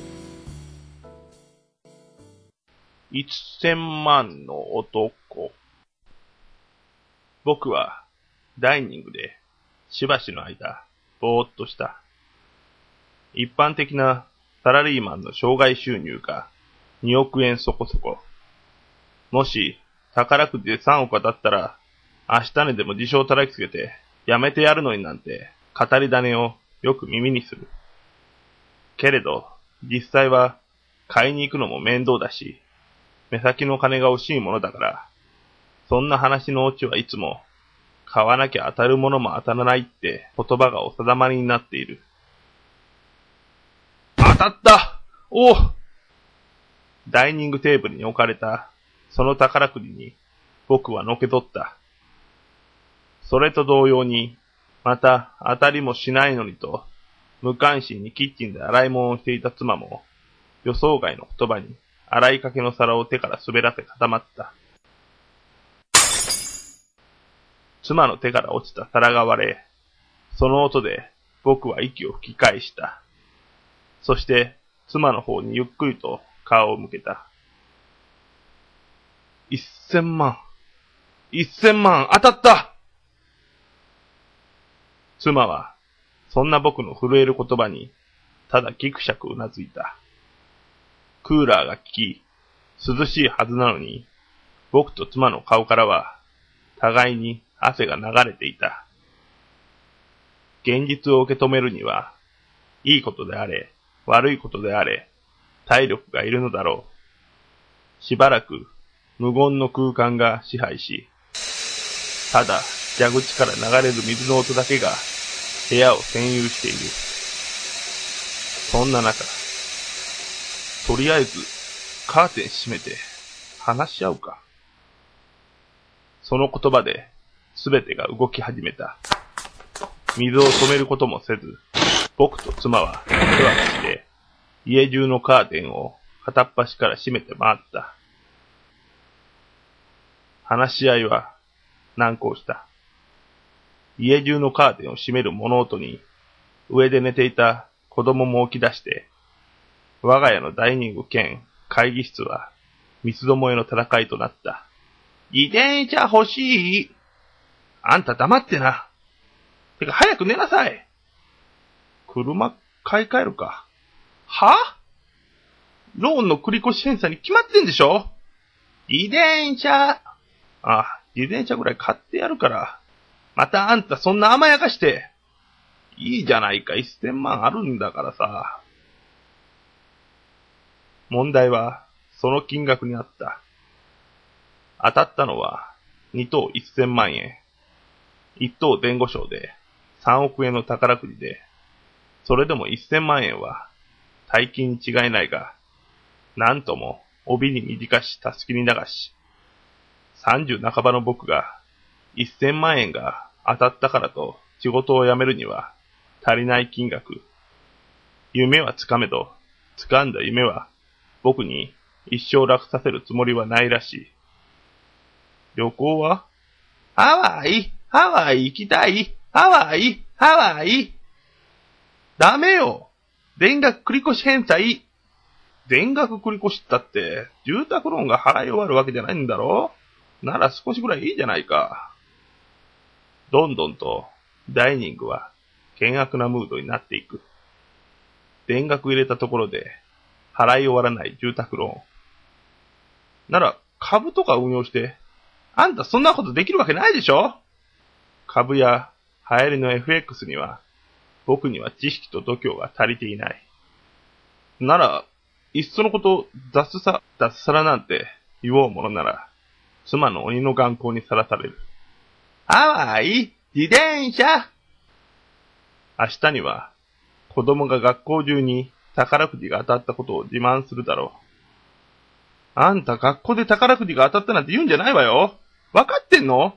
1000万の男。僕は、ダイニングで、しばしの間、ぼーっとした。一般的なサラリーマンの障害収入が2億円そこそこ。もし、宝くじで3億当たったら、明日にでも自称叩きつけて、やめてやるのになんて、語り種をよく耳にする。けれど、実際は、買いに行くのも面倒だし、目先の金が欲しいものだから、そんな話のオチはいつも、買わなきゃ当たるものも当たらないって言葉がお定まりになっている。当たったおうダイニングテーブルに置かれた、その宝くじに、僕はのけ取った。それと同様に、また当たりもしないのにと、無関心にキッチンで洗い物をしていた妻も、予想外の言葉に、洗いかけの皿を手から滑らせ固まった。妻の手から落ちた皿が割れ、その音で僕は息を吹き返した。そして妻の方にゆっくりと顔を向けた。一千万。一千万当たった妻は、そんな僕の震える言葉に、ただギクシャクうなずいた。クーラーが効き、涼しいはずなのに、僕と妻の顔からは、互いに汗が流れていた。現実を受け止めるには、いいことであれ、悪いことであれ、体力がいるのだろう。しばらく、無言の空間が支配し、ただ、蛇口から流れる水の音だけが、部屋を占有している。そんな中、とりあえず、カーテン閉めて、話し合うか。その言葉で、すべてが動き始めた。水を止めることもせず、僕と妻は、手分けして、家中のカーテンを片っ端から閉めて回った。話し合いは、難航した。家中のカーテンを閉める物音に、上で寝ていた子供も起き出して、我が家のダイニング兼会議室は、三つどもえの戦いとなった。自転車欲しいあんた黙ってな。てか早く寝なさい。車買い替えるか。はローンの繰越し返済に決まってんでしょ自転車。あ、自転車ぐらい買ってやるから。またあんたそんな甘やかして。いいじゃないか、一千万あるんだからさ。問題は、その金額にあった。当たったのは、 2等1000万円、1等弁護賞で3億円の宝くじで、それでも1000万円は大金に違いないが、なんとも帯に短したすきに流し、30半ばの僕が1000万円が当たったからと仕事を辞めるには足りない金額。夢はつかめど、掴んだ夢は僕に一生楽させるつもりはないらしい。旅行はハワイハワイ行きたいハワイハワイダメよ全額繰越返済全額繰越ったって、住宅ローンが払い終わるわけじゃないんだろなら少しぐらいいいじゃないか。どんどんと、ダイニングは、険悪なムードになっていく。全額入れたところで、払い終わらない住宅ローン。なら、株とか運用して、あんたそんなことできるわけないでしょ株や流行りの FX には、僕には知識と度胸が足りていない。なら、いっそのこと、雑さ、脱サラなんて言おうものなら、妻の鬼の眼光にさらされる。ハワイ自転車明日には、子供が学校中に宝くじが当たったことを自慢するだろう。あんた学校で宝くじが当たったなんて言うんじゃないわよわかってんの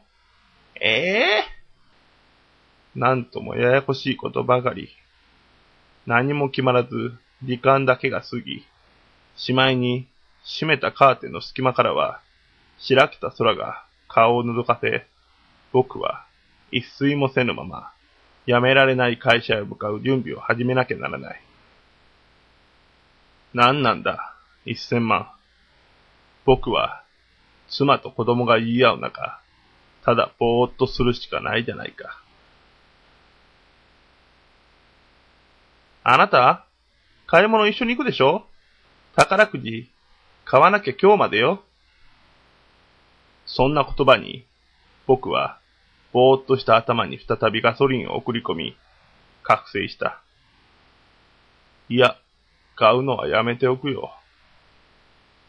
ええなんともややこしいことばかり。何も決まらず、時間だけが過ぎ、しまいに閉めたカーテンの隙間からは、白けた空が顔を覗かせ、僕は一睡もせぬまま、辞められない会社へ向かう準備を始めなきゃならない。なんなんだ、一千万。僕は、妻と子供が言い合う中、ただぼーっとするしかないじゃないか。あなた買い物一緒に行くでしょ宝くじ、買わなきゃ今日までよ。そんな言葉に、僕は、ぼーっとした頭に再びガソリンを送り込み、覚醒した。いや、買うのはやめておくよ。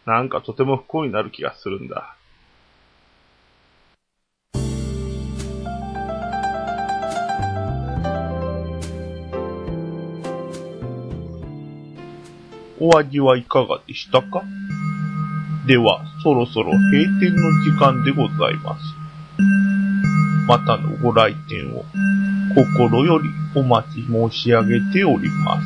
なんかとても不幸になる気がするんだ。お味はいかがでしたかでは、そろそろ閉店の時間でございます。またのご来店を心よりお待ち申し上げております。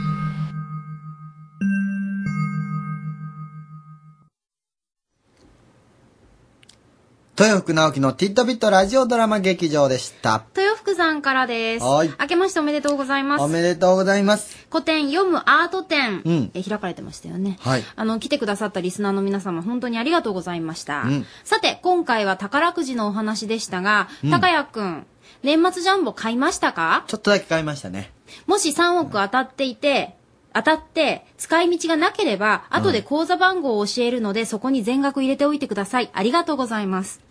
豊福直樹のティットビットラジオドラマ劇場でした。
豊福さんからです。
はい
明けましておめでとうございます。
おめでとうございます。
古典読むアート展、
うん
え開かれてましたよね。
はい。
あの、来てくださったリスナーの皆様、本当にありがとうございました。
うん
さて、今回は宝くじのお話でしたが、
うん
高谷くん、年末ジャンボ買いましたか
ちょっとだけ買いましたね。
もし3億当たっていて、当たって、使い道がなければ、後で口座番号を教えるので、そこに全額入れておいてください。ありがとうございます。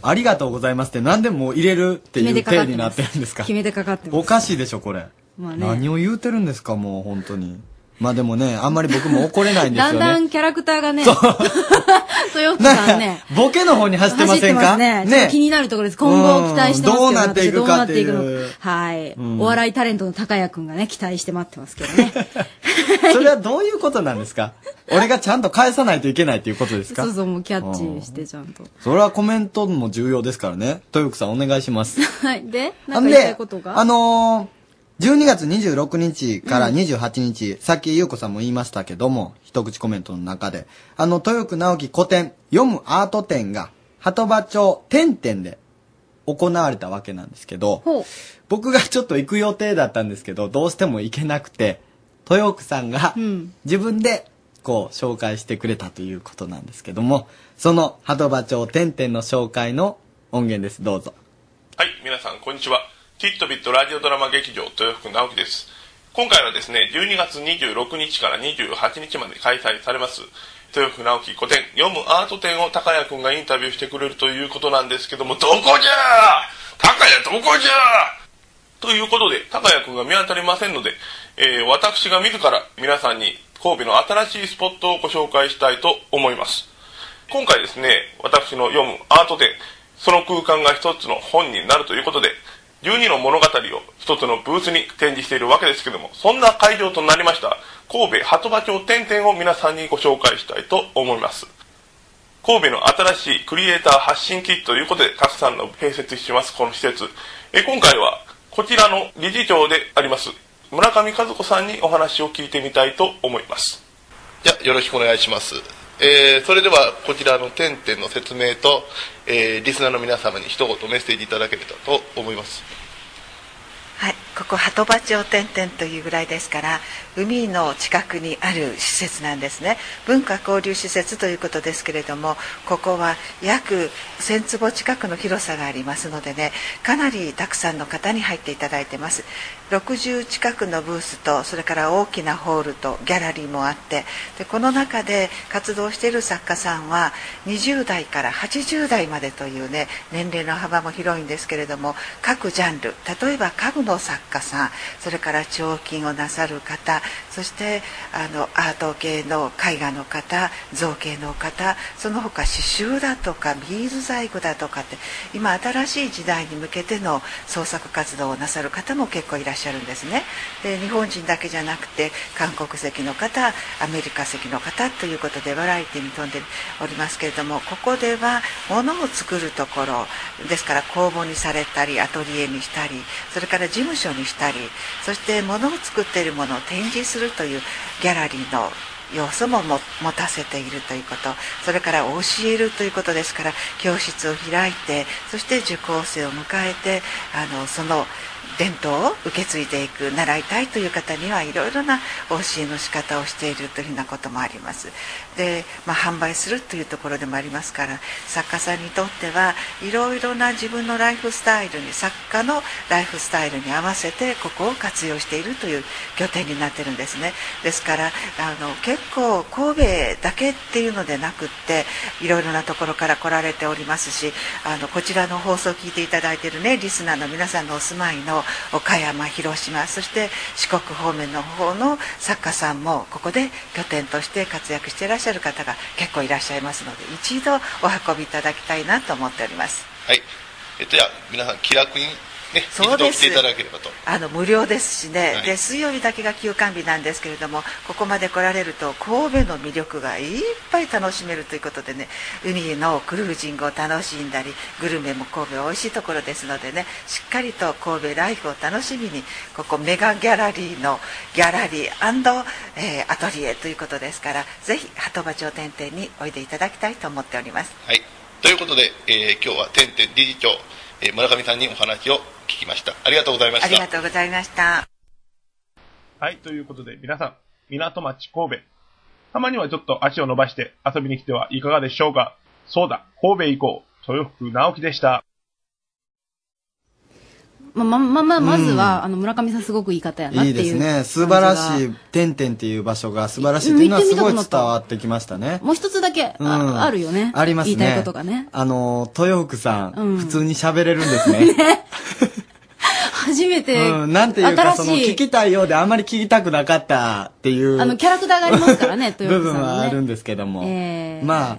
ありがとうございますって何でもう入れるって
決め
い
て
う
かか
体
ってます
になってるんですか
決めてかかってます。
おかしいでしょ、これ。
まあね
何を言うてるんですか、もう本当に。まあでもね、あんまり僕も怒れないんですよ
だ
ね。
んだんキャラクターがね、 豊福さんね、
ボケの方に走ってませんか
走ってますねちょっと気になるところです。今後期待してますけど、
うんどうなっていくかっていう
私どうなっていくのかはい、
うん
お笑いタレントの高谷くんがね、期待して待ってますけどね。
それはどういうことなんですか俺がちゃんと返さないといけないっていうことですか
そうそう、もうキャッチしてちゃんと。
それはコメントも重要ですからね。豊福さんお願いします。
はい。で、な
あ
ん
のね
か言いたいことが
あのー、12月26日から
うん
28日、さっき優子さんも言いましたけども、一口コメントの中で、あの、豊福直樹古典、読むアート展が、鳩場町点々で行われたわけなんですけど、僕がちょっと行く予定だったんですけど、どうしても行けなくて、豊福さんが、自分で、こう、紹介してくれたということなんですけども、その、鳩場町点々の紹介の音源です。どうぞ。
はい、皆さん、こんにちは。ティットビットラジオドラマ劇場、豊福直樹です。今回はですね、12月26日から28日まで開催されます、豊福直樹古典、読むアート展を高谷くんがインタビューしてくれるということなんですけども、どこじゃー高谷どこじゃーということで、高谷くんが見当たりませんので、えー私が自ら皆さんに神戸の新しいスポットをご紹介したいと思います。今回ですね、私の読むアート展、
その空間が一つの本になるということで、12の物語を一つのブースに展示しているわけですけども、そんな会場となりました、神戸鳩場町点々を皆さんにご紹介したいと思います。神戸の新しいクリエイター発信キットということで、たくさんの併設します、この施設。え今回は、こちらの理事長であります、村上和子さんにお話を聞いてみたいと思います。じゃあ、よろしくお願いします。えーそれでは、こちらの点々の説明と、えーリスナーの皆様に一言メッセージいただければと思います。
はい、ここ鳩場町点々というぐらいですから海の近くにある施設なんですね文化交流施設ということですけれどもここは約1000坪近くの広さがありますのでねかなりたくさんの方に入っていただいてます60近くのブースとそれから大きなホールとギャラリーもあってでこの中で活動している作家さんは20代から80代までというね年齢の幅も広いんですけれども各ジャンル例えば家具の作家さんそれから彫金をなさる方そしてあのアート系の絵画の方造形の方その他刺繍だとかビーズ細工だとかって今新しい時代に向けての創作活動をなさる方も結構いらっしゃるんですねで日本人だけじゃなくて韓国籍の方アメリカ籍の方ということでバラエティに富んでおりますけれどもここでは物を作るところですから工房にされたりアトリエにしたりそれから事務所にしたりそして物を作っているものを展示するというギャラリーの要素もも持たせているということそれから教えるということですから教室を開いてそして受講生を迎えてあのその伝統を受け継いでいく習いたいという方にはいろいろなお教えの仕方をしているというふうなこともありますで、まあ、販売するというところでもありますから作家さんにとってはいろいろな自分のライフスタイルに作家のライフスタイルに合わせてここを活用しているという拠点になってるんですねですからあの結構神戸だけっていうのでなくっていろいろなところから来られておりますしあのこちらの放送を聞いていただいているねリスナーの皆さんのお住まいの岡山広島そして四国方面の方の作家さんもここで拠点として活躍していらっしゃる方が結構いらっしゃいますので一度お運びいただきたいなと思っております
はい。えっと、じゃあ、皆さん気楽にね、一
そう
度
で
来
す
ていただければと。
あの無料ですしね、
はい
で水曜日だけが休館日なんですけれどもここまで来られると神戸の魅力がいっぱい楽しめるということでね海のクルージングを楽しんだりグルメも神戸は美味しいところですのでねしっかりと神戸ライフを楽しみにここメガギャラリーのギャラリー、えーアトリエということですからぜひ鳩場町店々においでいただきたいと思っております。
はい。ということで、えー今日は点々理事長、えー村上さんにお話を聞きました。ありがとうございま
あ
し
り
た
が。とうございました。
はい、ということで皆さん、港町神戸、たまにはちょっと足を伸ばして遊びに来てはいかがでしょうかそうだ、神戸行こう、豊福直樹でした。
まままままずは、
うん
あの村上さんすごくいい方やなって
い
い
いうですね。素晴ら
感じ
し
が
い、てんてんっていう場所が素晴らしいっていうのは
うん
すごい
行ってみたくな
伝
った
わってきましたね。
もう一つだけあ,、
うん
あるよね
ありますね
言いたいことがね
あの、豊福さん、
うん
普通に喋れるんです ね。
初めて、
うん、なんていうか、その、
新し
聞
い
きたいようであんまり聞きたくなかったっていう
あのキャラクターがありますからね豊
部
福さ
分
ん
は
の
あ
ね
るんですけども。
えー
まあ、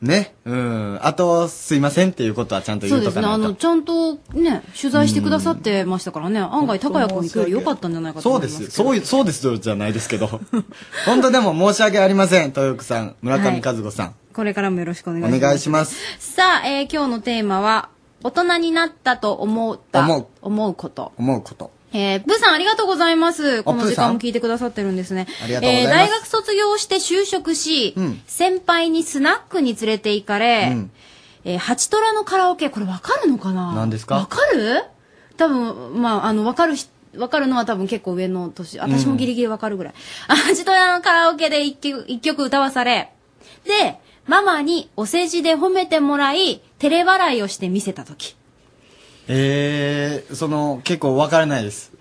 ね、うん。あと、すいませんっていうことはちゃんと
そ
言う
うで
と
す
か
ね、
な
あ
いと
の、ちゃんとね、取材してくださってましたからね、案外、高谷君行くより良かったんじゃないかと
そう
思い
で
ます
す。そういう、そうですよじゃないですけど。 本当でも申し訳ありません。豊福さん、村上和子さん。
これからもよろしくお願いします。
お願いします。
さあ、えー今日のテーマは、大人になったと思った、
思う。
思うこと。
思うこと。
えー、プーさんありがとうございます。この
プー
時
さん
間も聞いてくださってるんですね。
ありがとうございます
えー大学卒業して就職し、
うん
先輩にスナックに連れて行かれ、
うん
えー、ハチトラのカラオケ、これわかるのかな
何ですか
わかる多分、まあ、あの、わかるし、わかるのは多分結構上の年、私もギリギリわかるぐらい。ハチトラのカラオケで一曲、一曲歌わされ、で、ママにお世辞で褒めてもらい、照れ笑いをして見せたとき。
えー、その、結構わからない です。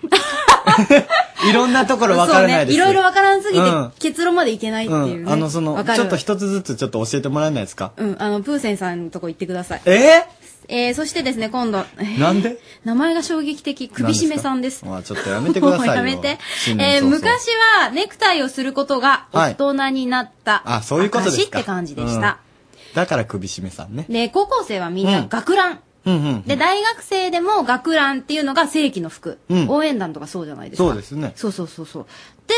いろんなところわからないです。
そうね。いろいろわからんすぎて、
うん
結論までいけないっていうね。
うん、あの、その
わ、かる
ちょっと一つずつちょっと教えてもらえないですか
うん、あの、プーセンさんのとこ行ってください。
え
えー、そしてですね、今度、えー
ー、なんで
名前が衝撃的、首絞めさんです。
まあ、ちょっとやめてくださいよ。
もうやめて。
新年
えー、
早々
昔はネクタイをすることが大人になった。
あ、そういうことです
証
か。
って感じでした。
だから首絞めさんね。
で、高校生はみんな学ラン。
うんうん。
で、大学生でも学ランっていうのが正規の服。
うん
応援団とかそうじゃないですか。
そうですね。
そうそうそうそう。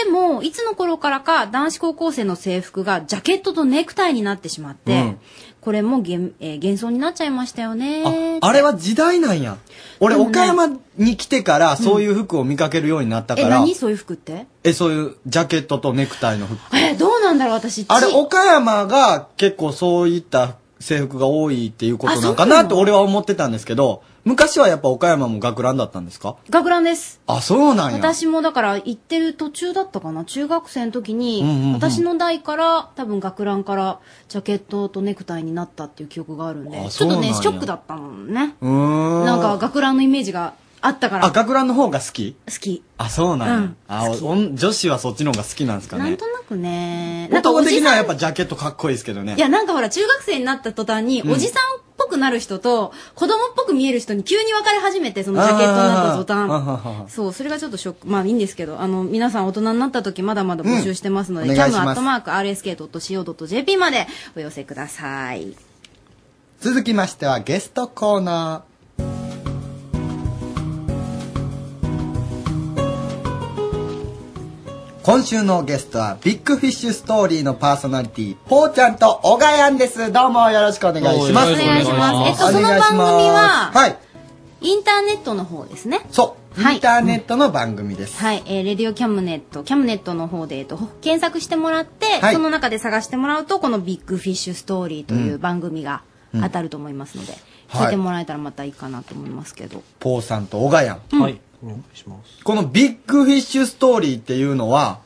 でも、いつの頃からか男子高校生の制服がジャケットとネクタイになってしまって、
うん
これもげん、えー幻想になっちゃいましたよね。
あれは時代なんや。俺、
でもね
岡山に来てから、そういう服を見かけるようになったか
え、
ら、
何そういう服って
え、そういうジャケットとネクタイの服。
え、どうなんだろう私、
あれ、
ち
岡山が結構そういった制服が多いっていうことなんか
あそうな
なっ
の
て俺は思ってたんですけど、昔はやっぱ岡山も学ランだったんですか
学ランです。
あ、そうなんや。
私もだから行ってる途中だったかな中学生の時に、
うんうんうん
私の代から多分学ランからジャケットとネクタイになったっていう記憶があるんで
あ
ちょっ
そうな
とね
んや
ショックだったもんね
うーん。
なんか、学ランのイメージがあったから
あ、
好
学ランの方が好き
き
あ、そうなんや。
うん
あお女子はそっちの方が好きなんですか
なん
ね
と。なくねなんかお
男的
じ
には
さ
や
ん
っぱジャケットかっこいいですけどね。
いやなんかほら中学生になった途端に
うん
おじさんっぽくなる人と子供っぽく見える人に急に分かれ始めてそのジャケットになった途端
端
そう、それがちょっとショック。まあいいんですけど、あの、皆さん大人になった時まだまだ募集してますので、
うんお
キャ
願い
ム
します
アットマーク rsk.co.jp までお寄せください。
続きましてはゲストコーナー。今週のゲストはビッグフィッシュストーリーのパーソナリティ、ぽーちゃんとおがやんです。どうもよろしくお願いします。
お願いします。えっと、そ
お
の
願い
番
し
組
ます
は、
はい。
インターネットの方ですね。
そう。インターネットの番組です。
はい、えーレディオキャムネット、キャムネットの方で、えっと、ほ検索してもらって、
はい
その中で探してもらうと、このビッグフィッシュストーリーという番組が
うん
当たると思いますので、
はい
聞いてもらえたらまたいいかなと思いますけど。
ぽーさんとおがやん。
はい。
お願いします。
このビッグフィッシュストーリーっていうのは、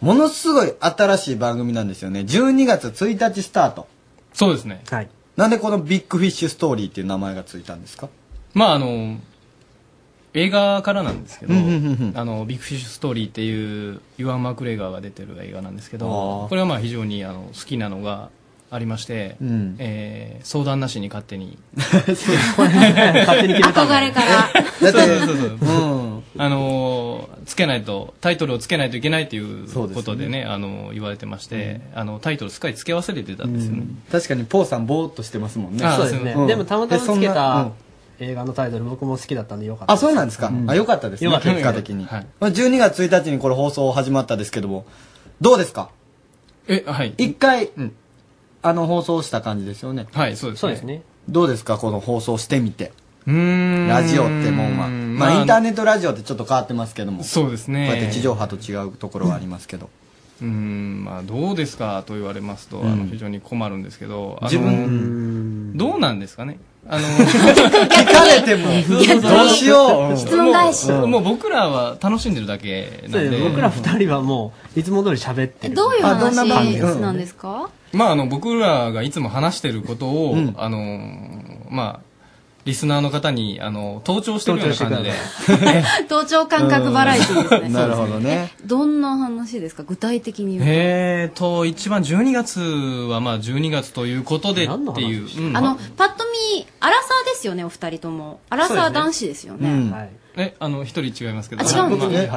ものすごい新しい番組なんですよね。12月1日スタート。
そうですね。
はい。なんでこのビッグフィッシュストーリーっていう名前がついたんですか
まああの、映画からなんですけど、
うんうんうんうん
あの、ビッグフィッシュストーリーっていう、ユアン・マクレガーが出てる映画なんですけ
あ
ど
ー、
これはまあ非常にあの好きなのがありまして、
うん
えー相談なしに勝手に。
勝手に決めたんだね憧れ から
そうそうそうそう
うん
あのーつけないと、タイトルをつけないといけないという
そうです
こ
ね
とでね、あの言われてまして、あの、タイトルすっかりつけ忘れてたんですよね。
確かにポーさんぼーっとしてますもんね。
あ
そ
そううです
で
す
ね
ね。
で
で
も
も
た
た
ま
ま
た
た
ま
ま
つ
つ
け
け
た
た。映画のタイトル僕も好きだったんでよかった
あ、そうなんですか。あ、よかったですね。
よかったです
結果的に。12月1日にこれ放送始まったですけども、どうですか
え、はい。
一回、あの、放送した感じですよね。
はい、そうですねそうですね。
どうですかこの放送してみて。
うーん
ラジオってもんは。
ま
まあ、
あ
インターネットラジオってちょっと変わってますけども。
そうですね
こうやって地上波と違うところはありますけど。
うーんまあ、どうですかと言われますと、
うん
あの非常に困るんですけど、あの
自分う
どうなんですかねあの
聞かれても逆にどうしよう質問返し
もうもう僕らは楽しんでるだけなんで
そう僕ら
二人はもういつも通り喋って
どういう
あどんな番組
話
うん
なんですか、
まあ、あの僕らがいつも話してることを、あのまあリスナーの方にあの盗聴してるような感じで
盗聴感覚バラエティ ですね。
なるほどね
どんな話ですか具体的に言う
えーと一番12月はまあ12月ということでっていう、うん
と。あの、パッと見、アラサーですよね、お二人とも。アラサー男子ですよね。
え、あの、一人違いますけど。
あ違うんだ
まあ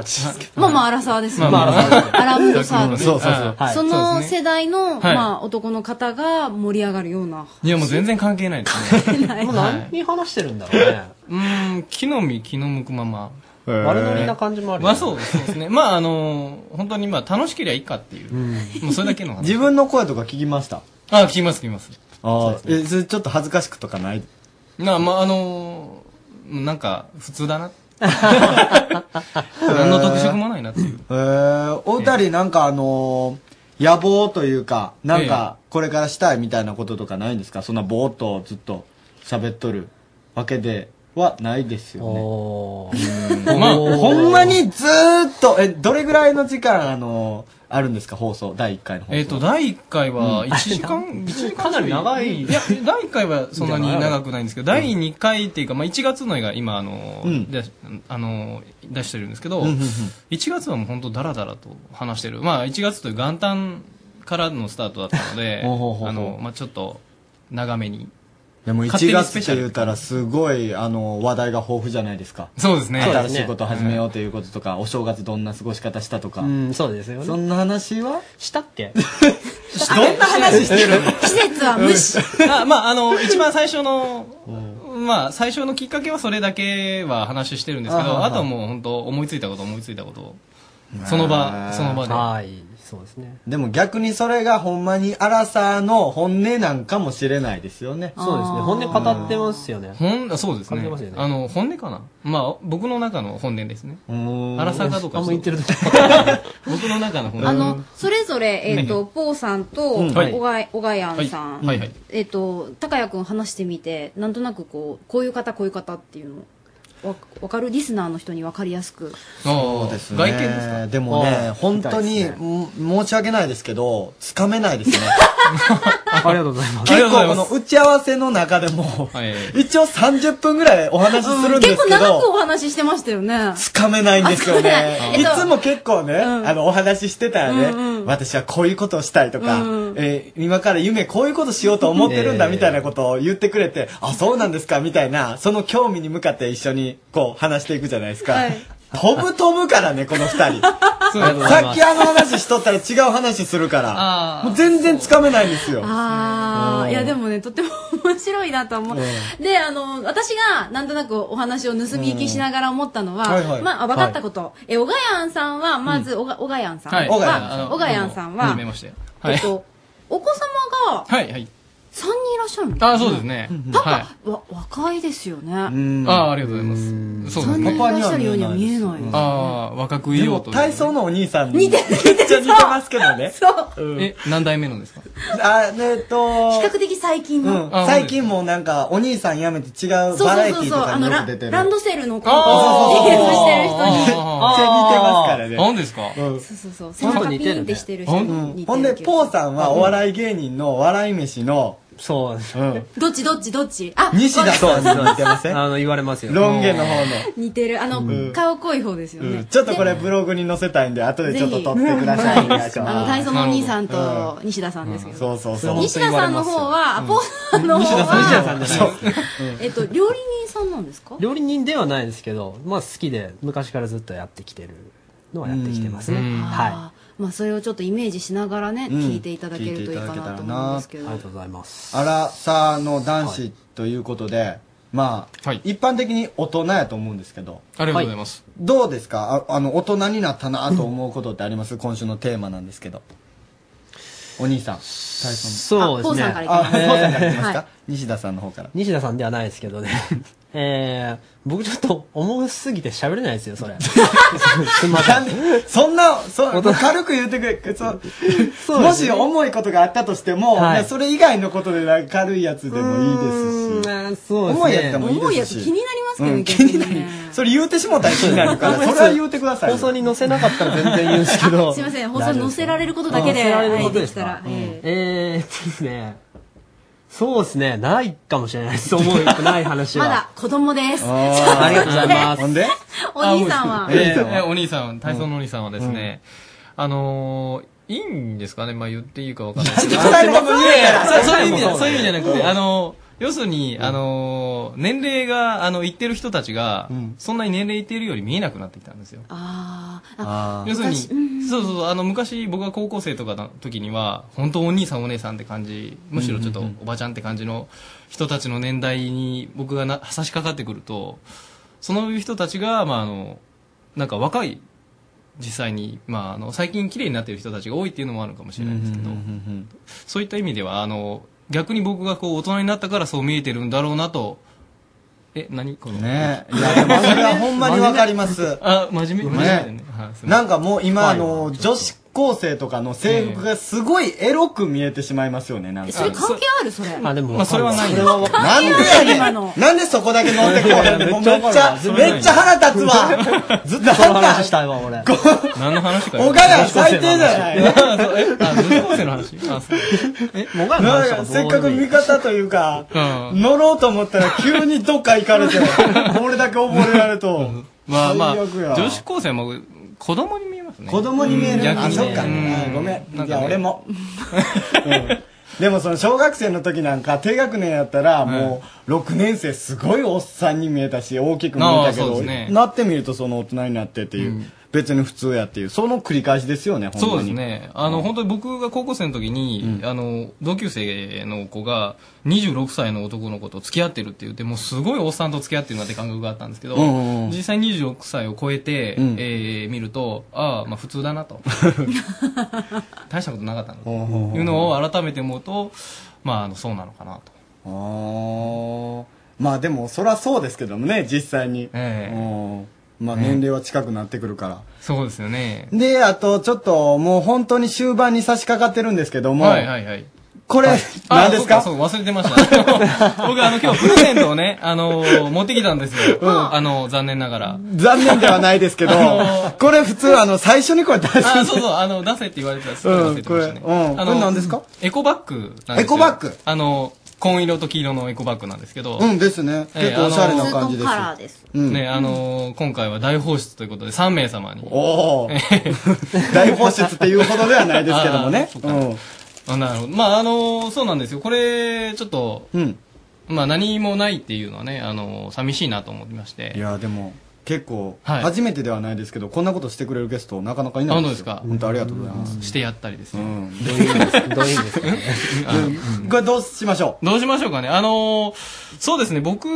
まあまあ、アラサーですよね。
まあまあアラサー
アラウンドサーです
そうそうそうはい
そ
そう
の
ですね
世代の、
はい
まあ、男の方が盛り上がるような。
いや、もう全然関係ないですね。
もう
何
に話してるんだろう
ね。うーん、木の実、木の向くまま。
ー
悪
丸乗りな感じもあるよ
ま
ね
あそうそうですね。まああの、本当にまあ楽しければいいかっていう。もうそれだけの話。
自分の声とか聞きました
あ、聞きます聞きます。
ああ、え、それちょっと恥ずかしくとかない
なあ、まああの、なんか、普通だな。何の特色もないなっていう。
えー、お二人なんかあのー野望というか、なんかこれからしたいみたいなこととかないんですかそんなぼーっとずっと喋っとるわけではないですよね。うん
まあ
ほんまにずーっと、え、どれぐらいの時間あのーあるんですか放送、第1回の放送。
えっと、第1回は
うん
1時間、 一時間
かなり長い
や、第1回はそんなに長くないんですけど、第2回っていうか、まあ、1月の絵が今、あの、
うん
出しあの出してるんですけど、
うんうんうん
1月はもう本当ダラダラと話してる。まあ、1月という元旦からのスタートだったので、
ほうほうほうほう
あの、まあ、ちょっと長めに。
でも
勝
1
手にス
月
ペ
っ
シ
て
ャル
言ったらすごいあの話題が豊富じゃないですか
そうですね
新しいこと始めようということとか、お正月どんな過ごし方したとか、
うん、そうですよね。
そんな話は
したっ け
どんな話してるの
季節は
無視。あまあ、あの、一番最初の、まあ、最初のきっかけはそれだけは話してるんですけ
あは
ど、
は
あとはもう本当思いついたこと思いついたことを、その場、その場で。
はい、そうですね。
でも逆にそれがほんまにアラサーの本音なんかもしれないですよね
そうですね。本音語ってますよね。
本あそうですね
語ってますよね
あの本音かなまあ僕の中の本音ですね
ん
荒さかどうか
あんま言ってる
僕の中の本音
あの、それぞれ、えっ、と、
うん
ポーさんと、
うんはい
おがい、おがやんさん。
はいはいはい
えっ、と、高谷くん話してみて、なんとなくこう、こういう方、こういう方っていうの、わ、わかるリスナーの人にわかりやすく。
そうですね
外見ですか
でもね
あー
本当
見
に、
たいです
ん申し訳ないですけどつかめないですね
ありがとうございます。
結構この打ち合わせの中でも
はい
一応30分ぐらいお話しするんです
うん
け
結構長く
ど
お話ししてましたよね。
つかめないんですよね
あ。えっ
い
と
つも結構ね、あの、お話ししてたらね、
うんう
私はこういうことをしたいとか、
うん
えー今から夢こういうことしようと思ってるんだ
ええ
みたいなことを言ってくれて、あ、そうなんですかみたいな、その興味に向かって一緒にこう話していくじゃないですか。
はい
飛ぶ飛ぶからね、この 二人。
そうありがとうござい
さっ
ます
きあの話しとったら違う話するから、もう全然つかめないんですよ。
あ
う
あ、
ん
いやでもね、とっても面白いなと思う。
う
で、あの、私がなんとなくお話を盗み聞きしながら思ったの
うん
は、
はいはい
まああ、分かったこと。え、おがやんさんは、まず、おが、おがやんさんは、
はいあの
おがやんさん
は
は
じめ、ましては
え
い
っと、お子様が
はいはい
3人いらっしゃるの
あそうですね
パパ、
は
わ若いですよね。
ああありがとうございますそうです
3人
ね
いらっしゃるようには見えない。
ああ若くいようと
体操のお兄さんにめっちゃ似てますけどね。
え何代目のですか
あえっと
比較的最近
う
の。
ん、最近もうなんかお兄さん辞めて違う
そう
バラエテ
そう
ィー
そ
と
う、あ
かに
の、
よ
ラ
く出てる
ランドセルの子を
あ
リ
ー
ケースしてる人に。
めっちゃ似てますからね
何ですか
うん
そうそうそう、背中ピーンってしてる人に似て
ほん
る
で
けど。
ポーさんはお笑い芸人の笑い飯の
そう、
うん、
どっちどっちどっちあ
西田
そう
さ
で
ん
す
に似てま
そ
せ
うんあの、言われますよ。
ロン毛の方の
似てる。あ
う
の、
ん
顔濃い方ですよ
う
ね。
んちょっとこれブログに載せたいんで後でちょっと撮ってくださいお願いし
あ
ます
の、体操のお兄さんと西田さんですけど。
そうそうそう
西田さんの方は、あポーさんの方
西田さん、西田さ
は、
んじゃない
えっと、料理人さんなんですか
料理人ではないですけど、まあ好きで、昔からずっとやってきてるのはやってきてますね。
うん
は
まあ、それをちょっとイメージしながらね、
うん
聞いていただけるといいかなと思うんですけど。
い。ありがとうございます。
アラサーの男子ということで、まあ、一般的に大人やと思うんですけど
ありがとうございます
はどうですかああの大人になったなと思うことってあります、 今週のテーマなんですけどお兄さん体操の
そうですねあポーさんから
あ
行きます
ポーさんから行きますか、
は
西田さんの方から
西田さんではないですけ どね。えー、僕ちょっと重すぎて喋れないですよ、そ れ。すんません。
そんなそ軽く言ってくれそう
う
も
です
し
ね
重いことがあったとしても、
はい
ねそれ以外のことでなんか軽いやつでもいいですし
そうですね
重いやつでもいいですし
重いやつ気になり
ますけどね
うん気になりそれ言うてしもたら気になるからそれは言うてくださいよ
放送に載せなかったら全然言うんですけど。
すいません、放送に載せられることだけ
あ
で、
載せられる
は
こと
いで
で
き
す
たら
か。。
え
え
え
ーっとですね。そうですね。ないかもしれないです。思うよくない話は。
まだ子供です。
あーありがとうございますほんで
お兄さんは。
ええお兄さん、体操のお兄さんはですね、あのー、いいんですかねまあ言っていいかわかんないですけど。
二人とも
い
言
や
え
い
た
や
ら
そうそういう意味じゃ、そういう意味じゃなく
うん
て、あのー、要するに、あのー、年齢が、あの、いってる人たちが、そんなに年齢いってるより見えなくなってきたんですよ。
あ
あ要するに、そうそうそう、あの、昔僕が高校生とかの時には、本当お兄さんお姉さんって感じ、むしろちょっとおばちゃんって感じの人たちの年代に僕がな差し掛かってくると、その人たちが、まあ、あの、なんか若い、実際に、まあ、あの、最近綺麗になってる人たちが多いっていうのもあるかもしれないですけど、そういった意味では、あの、逆に僕がこう、大人になったからそう見えてるんだろうなと、え、何この。
ねいやでもそれはほんまにわかります。
あ、真面目、真面目だよね
ね。
はいすいません
なんかもう今あの女子高生とかの制服がすごいエロく見えてしまいますよねなんか
それ関係あるそれ。
あでも
まあそれはない
それはわかん
関係
な
あ
ん
る
で
今
や
の
ねんなんでそこだけ乗ってこうへんねんもうめっちゃめっちゃ腹立つわずっと
その話したいわ、俺。
何の話か
おがや最低じゃない
あそうえあ女子高生の 話あそうえもが
なんかせっかく味方というか
うん
乗ろうと思ったら急にどっか行か れて俺だけ溺れられると
まあまあ
最悪や
女子高生も子供に見えますね
子供に見える
うん逆
あ
に
そっか
ね
ごめん
なん
いや
かね
俺もでもその小学生の時なんか低学年やったらもう6年生すごいおっさんに見えたし大きく見えたけ
ああそうです
ど、
ね
なってみるとその大人になってっていう、別に普通やっていうその繰り返しですよね本当に
そうですね。あの、本当に僕が高校生の時に、あの、同級生の子が、26歳の男の子と付き合ってるって言って、もうすごいおっさんと付き合ってるなって感覚があったんですけど、
うんうんうん
実際26歳を超えて、
うん
えー見ると、ああ、まあ普通だなと。大したことなかったなと
ほう
いうのを改めて思うと、まあ、あの、そうなのかなと。
あーまあでもそりゃそうですけどもね実際に、うんまあ年齢は近くなってくるから、
そうですよね。
であとちょっともう本当に終盤に差し掛かってるんですけども、
はいはいはい。
これ、
あ
何ですか
そうかそう忘れてました。 僕、あの、今日プレゼントをね、あの持ってきたんですよ。あの残念ながら。
残念ではないですけど、
あの
これ普通あの最初にこれ 出すんで
あ、そうそう、あの、出せって言われてたすごい忘れてましたね。
うんこれうん
あ
これ
の、
何ですか
エコバッグなんですよ
エコバッグ
あの、紺色と黄色のエコバッグなんですけど。
うんですね
ええ
結構おしゃれな感じです
あの
ツートンカラーですうん
ね、あの、今回は大放出ということで3名様に。
おお 大放出っていうほどではないですけどもね
あーそうかあなるほど。まあ、あの、そうなんですよ。これ、ちょっと、まあ、何もないっていうのはね、あの、寂しいなと思ってまして。
いやでも結構、
はい
初めてではないですけどこんなことしてくれるゲストなかなかいない
あ
ん
どう
で
ですす
よ
か
本当ありがとうございます
してやったりですね。
どういう意味ですかどういう意味ですか
うん
これどうしましょ
うどうしましょうかね。あのーそうですね、僕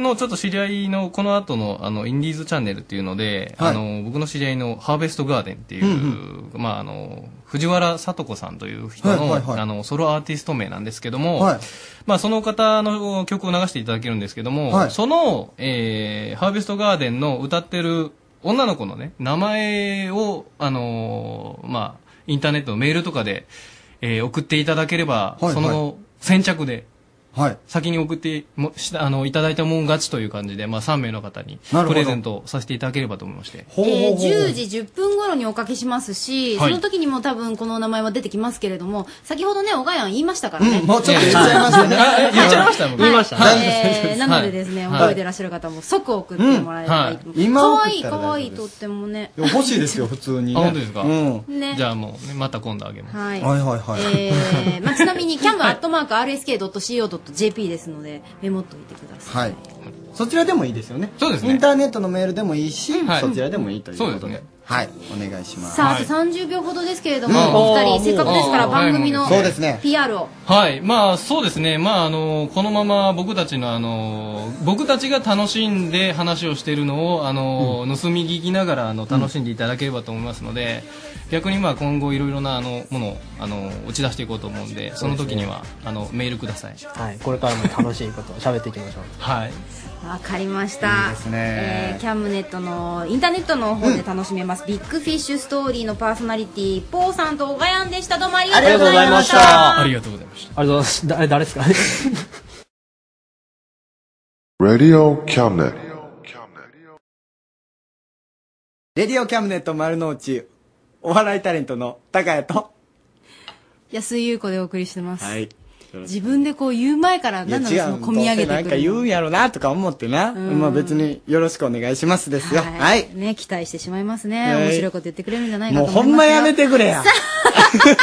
のちょっと知り合いの、この後の、あの、インディーズチャンネルっていうので、
はい
あのー僕の知り合いのハーベストガーデンっていう、
うん
まあ、あのー藤原さと子さんという人の、
はいはいはい
あの、ソロアーティスト名なんですけども、
はい
まあ、その方の曲を流していただけるんですけども、
はい
その、えーハーベストガーデンの歌ってる女の子のね、名前を、あのーまあ、インターネットのメールとかで、えー送っていただければ、
はい
その先着で、
はい、
先に送ってもしあのいただいたもん勝ちという感じで、まあ、3名の方に
なるほ
プ
ど
レゼントさせていただければと思いまして。
えー10時10分頃におかけしますし、
はい
その時にも多分この名前は出てきますけれども、先ほどね、小川やん言いましたからね。
うんもうちょっと言っちゃいましたね
あえ言っちゃいました
は
僕言いました
はい
はい
えーなのでですね、
はい
覚えてらっしゃる方も即送ってもらえればいいと思
うんはい
か
今
わ
送
い
っ
い、
た
か
大
ら
丈夫です
わいい、とってもね。
う欲しいですよ普通に、ね、
あ本当ですか、
うん
ね
じゃあもう、ね、また今度あげます。
はい
はいはいはい
えーまあ、ちなみに、キャンバーアットマーク RSK.CO.JP ですので、メモっといてくださ
は
い。
いそちらでもいいですよね
そうですね
インターネットのメールでもいいし、
はい
そちらでもいいということで
そうですね
はいお願いします
さあ、あ
はい
と30秒ほどですけれども、
うん
お二人、せっかくですから
うん
番組の
そうですね
PR を。
はい、まあそうですね、まああのこのまま僕たちのあの僕たちが楽しんで話をしているのをあの、盗み聞きながらあの楽しんでいただければと思いますので、逆にまあ今後いろいろなあのものをあの打ち出していこうと思うんで、その時には、あのメールください。
はい、これからも楽しいことを喋っていきましょう。
はい。
わかりました。
いいですね
えーキャムネットのインターネットの方で楽しめます。ビッグフィッシュストーリーのパーソナリティ、ポーさんと小賀やんでした。どうもありがとうございました。
あ
りがとうございました。
ありがとうございます。誰、誰ですか
Radio Cabinet.
レディオキャムネット丸の内お笑いタレントの高谷と
安井優子でお送りしてます。
い
自分でこう言う前から、
いや
なんだろ
違
う、そうの込み上げ
どうせな
て
ん
く
か言
る。
うんやろなとか思ってな、
うん
まあ別によろしくお願いしますですよはい、
ね、期待してしまいますね。
はい
面白いこと言ってくれるんじゃないか
も
と
う
思い
ほ
ますよ
んまやめてくれや
岡山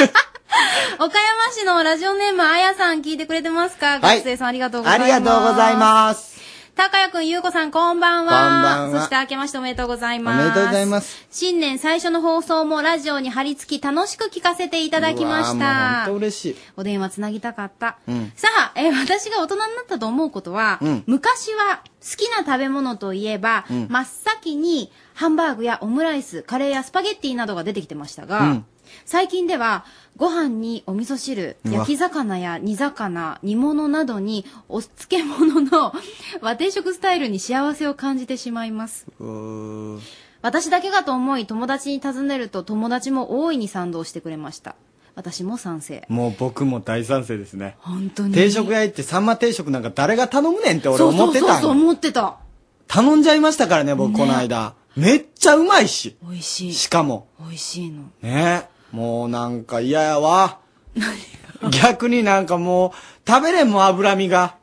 市のラジオネームあやさん聞いてくれてますか、
はい
学生さんありがとうござ
あ
いま
り
す。
がとうございます
高谷くん、ゆうこさん、こんばんは。
こんばんは
そして、明けましておめでとうございます。
おめでとうございます。
新年最初の放送もラジオに貼り付き、楽しく聞かせていただきまし
うわーもう本
た
当。嬉しい
お電話つなぎたかった。
うん
さあ、えー私が大人になったと思うことは、
うん
昔は好きな食べ物といえば、
うん
真っ先にハンバーグやオムライス、カレーやスパゲッティなどが出てきてましたが、
うん
最近ではご飯にお味噌汁、
うわ
焼き魚や煮魚、煮物などにお漬物の 和定食スタイルに幸せを感じてしまいます。
うーん
私だけがと思い友達に尋ねると友達も大いに賛同してくれました。私も賛成。
もう僕も大賛成ですね
本当に。
定食屋行ってさんま定食なんか誰が頼むねんって俺思って
そうそう
た
そうそうん
よ
思ってた
頼んじゃいましたからね僕この間めっちゃうまいし
美味しい
しかも
美味しいの
ねもうなんか嫌やわ逆になんかもう食べれんもん脂身が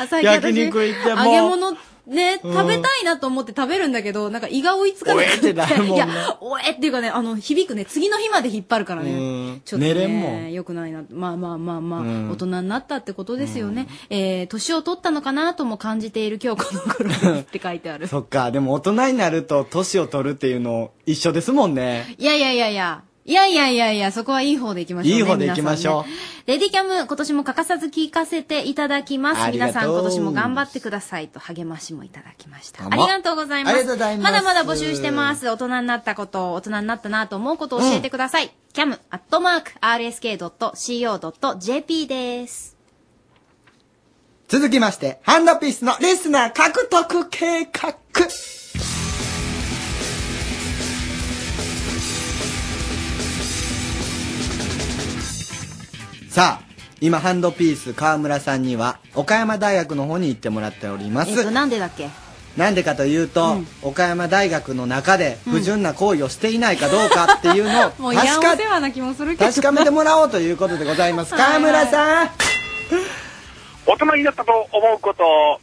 あ最近私
焼肉行ってもう
揚げ物ね、食べたいなと思って食べるんだけど、なんか胃が追いつかなくて。
おえってなるもん
い
な
や、おえっていうかね、あの、響くね、次の日まで引っ張るからね。ちょっと、ね、
寝れんもん
よくないな。まあまあまあまあ、
うん
大人になったってことですよね。えー、年を取ったのかなとも感じている今日この頃ですって書いてある。
そっか、でも大人になると年を取るっていうの一緒ですもんね。
いやいやいやいや。いやいやいやいや、そこはいい方でいきましょう、ね。
いい方でいきましょう
皆さんねレディキャム、今年も欠かさず聞かせていただきます。
ありがとう
皆さん、今年も頑張ってくださいと励ましもいただきました。
どう
あ
も
りがとうございます。
ありがとうございます
だまだ募集してます。大人になったこと、大人になったなと思うことを教えてください。キャム、アットマーク、rsk.co.jp です。
続きまして、ハンドピースのリスナー獲得計画。さあ、今ハンドピース川村さんには岡山大学の方に行ってもらっております。
えっと、なんでだっけ
なんでかというと、岡山大学の中で不純な行為をしていないかどうかっていうのを
もう、
確
いや
か
お世話な気もするけど。
確かめてもらおうということでございます。
はい
川村さん
大人になったと思うこと、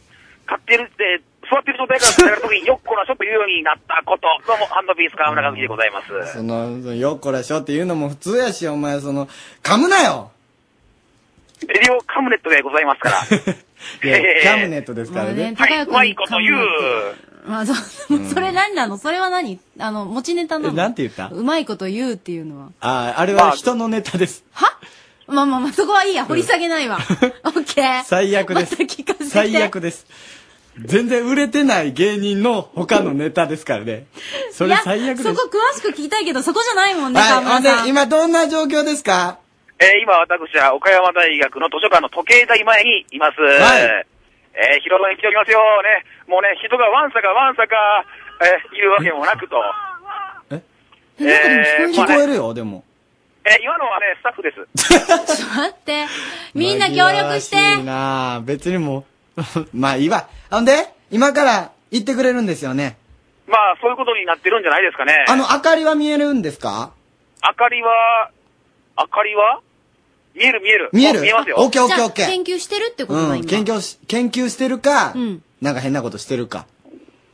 買ってるって、座ってる状態から繋がるときに、よっこらしょと言うようになったこと、どうも、ハンドピース川村和樹でございます。
その、そのよっこらしょっていうのも普通やし、お前、その、噛むなよ
レディオカムネットでございます から。
い や、キ
えー
ャムネットですから
もうね
ね。
高谷君
うまいこと言う。
まあ、そうそれ何なのそれは何あの、持ちネタな
え
の
なんて言った
うまいこと言うっていうのは。
あ、あれは人のネタです。
まあまあまあ、そこはいいや。掘り下げないわ。オッケー。
最悪です。最悪です。全然売れてない芸人の他のネタですからね。 それ最悪です。
いやそこ詳しく聞きたいけど、そこじゃないもんね、
は
川
い、ほ
村
んで
さん。、
今どんな状況ですか
えー今私は岡山大学の図書館の時計台前にいます。
はい
えー広場に来ておりますよ。ね。もうね、人がわんさかわんさか、えーいるわけもなくと。ええ
聞こえるよ、でも。
えー今のはね、スタッフです。
ちょっと待って。みんな協力して。
紛らわしいなあ別にもう、 まあいいわ。ほんで、今から行ってくれるんですよね。
まあ、そういうことになってるんじゃないですかね。
あの、明かりは見えるんですか
明かりは、明かりは見える見える。
見える
あ見えますよ。
オッケーオッケーオッケー。
究してるって
うん、研究し、研究してるか、
ん
なんか変なことしてるか、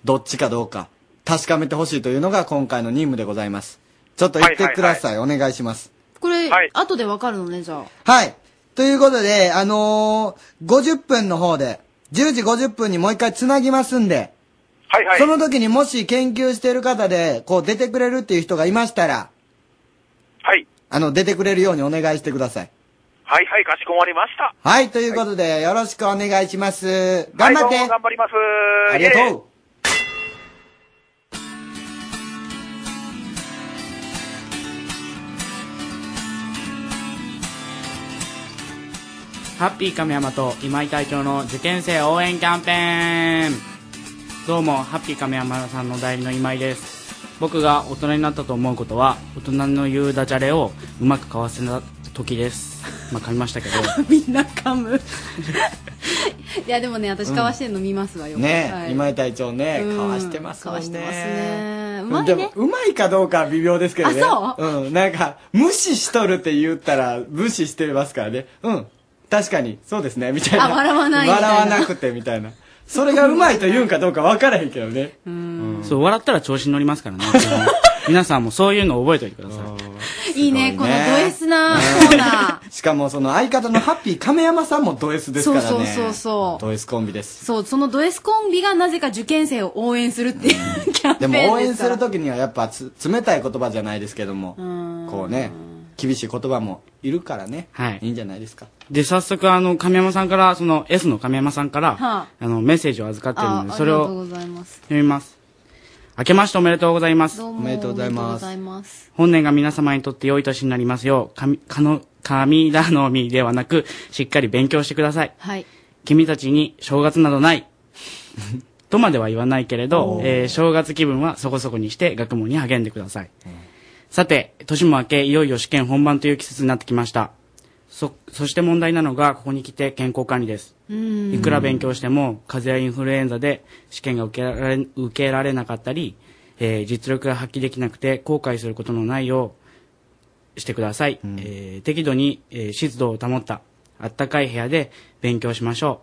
どっちかどうか、確かめてほしいというのが今回の任務でございます。ちょっと言ってください。お願いします。
これ、後でわかるのね、じゃあ。
はい。ということで、あのー、50分の方で、10時50分にもう一回つなぎますんで、
はいはい。
その時にもし研究してる方で、こう出てくれるっていう人がいましたら、
はい。
あの、出てくれるようにお願いしてください。
はいはい、かしこまりました。
はい、ということで、よろしくお願いします。頑張って、
はいどうも頑張ります。
ありが
イエ
とう
ーイ
ハッピー亀山と今井隊長の受験生応援キャンペーンどうも、ハッピー亀山さんの代理の今井です。僕が大人になったと思うことは、大人の言うダジャレをうまくかわせた時です。まあ、噛みましたけど。
いや、でもね、私、かわしてんの見ますわよ。
ねえ、
はい
今井隊長ね、
うん
かわしてますもんね。
かわしてますねうまいね
でも、うまいかどうかは微妙ですけどね。
あ
そううん、なんか、無視しとるって言ったら、無視してますからね。うん、確かに、そうですね、みたいな。
あ笑わないみたいな
笑わなくて、みたいな。それがうまいと言うんかどうか分からへんけどね。
そう、笑ったら調子に乗ります からね。皆さんもそういうのを覚えておいてくださ
いいね、このド S なコーナ
しかも、その相方のハッピー亀山さんもド S
ー。
ですからね。
そうそうそうそう。
ド S コンビです。
そう、そのド S コンビがなぜか受験生を応援するっていう キャンペ
で
ーン
も、応
で
援
す
す
から
るときには、やっぱつ、冷たい言葉じゃないですけども、
うん
こうね、厳しい言葉もいるからね。
はい。
いいんじゃないですか。
い。で、早速、あの、亀山さんから、その S の亀山さんから、
は
あの、メッセージを預かってる
あ、
の
あり
で、
が
それ
とう
を
ございます。
読みます。明けましておめでとうございます。
どうもおめでとうございます。
本年が皆様にとって良い年になりますよう、かみ、かの、神頼みではなく、しっかり勉強してください。
はい。
君たちに正月などない。 とまでは言わないけれど、えー正月気分はそこそこにして学問に励んでください。さて、年も明け、いよいよ試験本番という季節になってきました。そ、そして問題なのが、ここに来て健康管理です。
うん
いくら勉強しても、風邪やインフルエンザで試験が受けられ受けられなかったり、えー実力が発揮できなくて後悔することのないようしてください。えー適度に、えー湿度を保ったあったかい部屋で勉強しましょ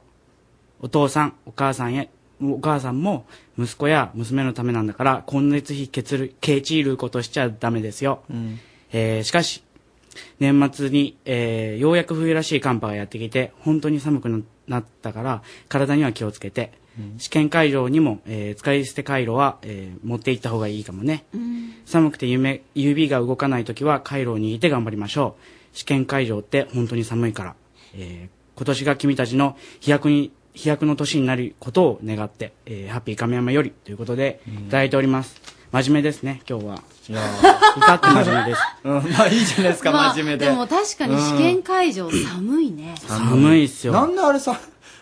う。お父さん、お母さんへお母さんも息子や娘のためなんだから、今月費けつる、けちることしちゃダメですよ。
うん。
えーしかし、年末に、えーようやく冬らしい寒波がやってきて、本当に寒くななったから、体には気をつけて、試験会場にも、えー使い捨て回路は、えー持って行った方がいいかもね。寒くて夢指が動かない時は回路を握って頑張りましょう。試験会場って本当に寒いから。えー今年が君たちの飛躍に、飛躍の年になることを願って、えーハッピー亀山よりということで、いただいております。真面目ですね、今日は。いや至って真面目です。
まあいいじゃないですか、
まあ
真面目で。
でも確かに試験会場寒いね。
寒いっすよ。
なんであれさ、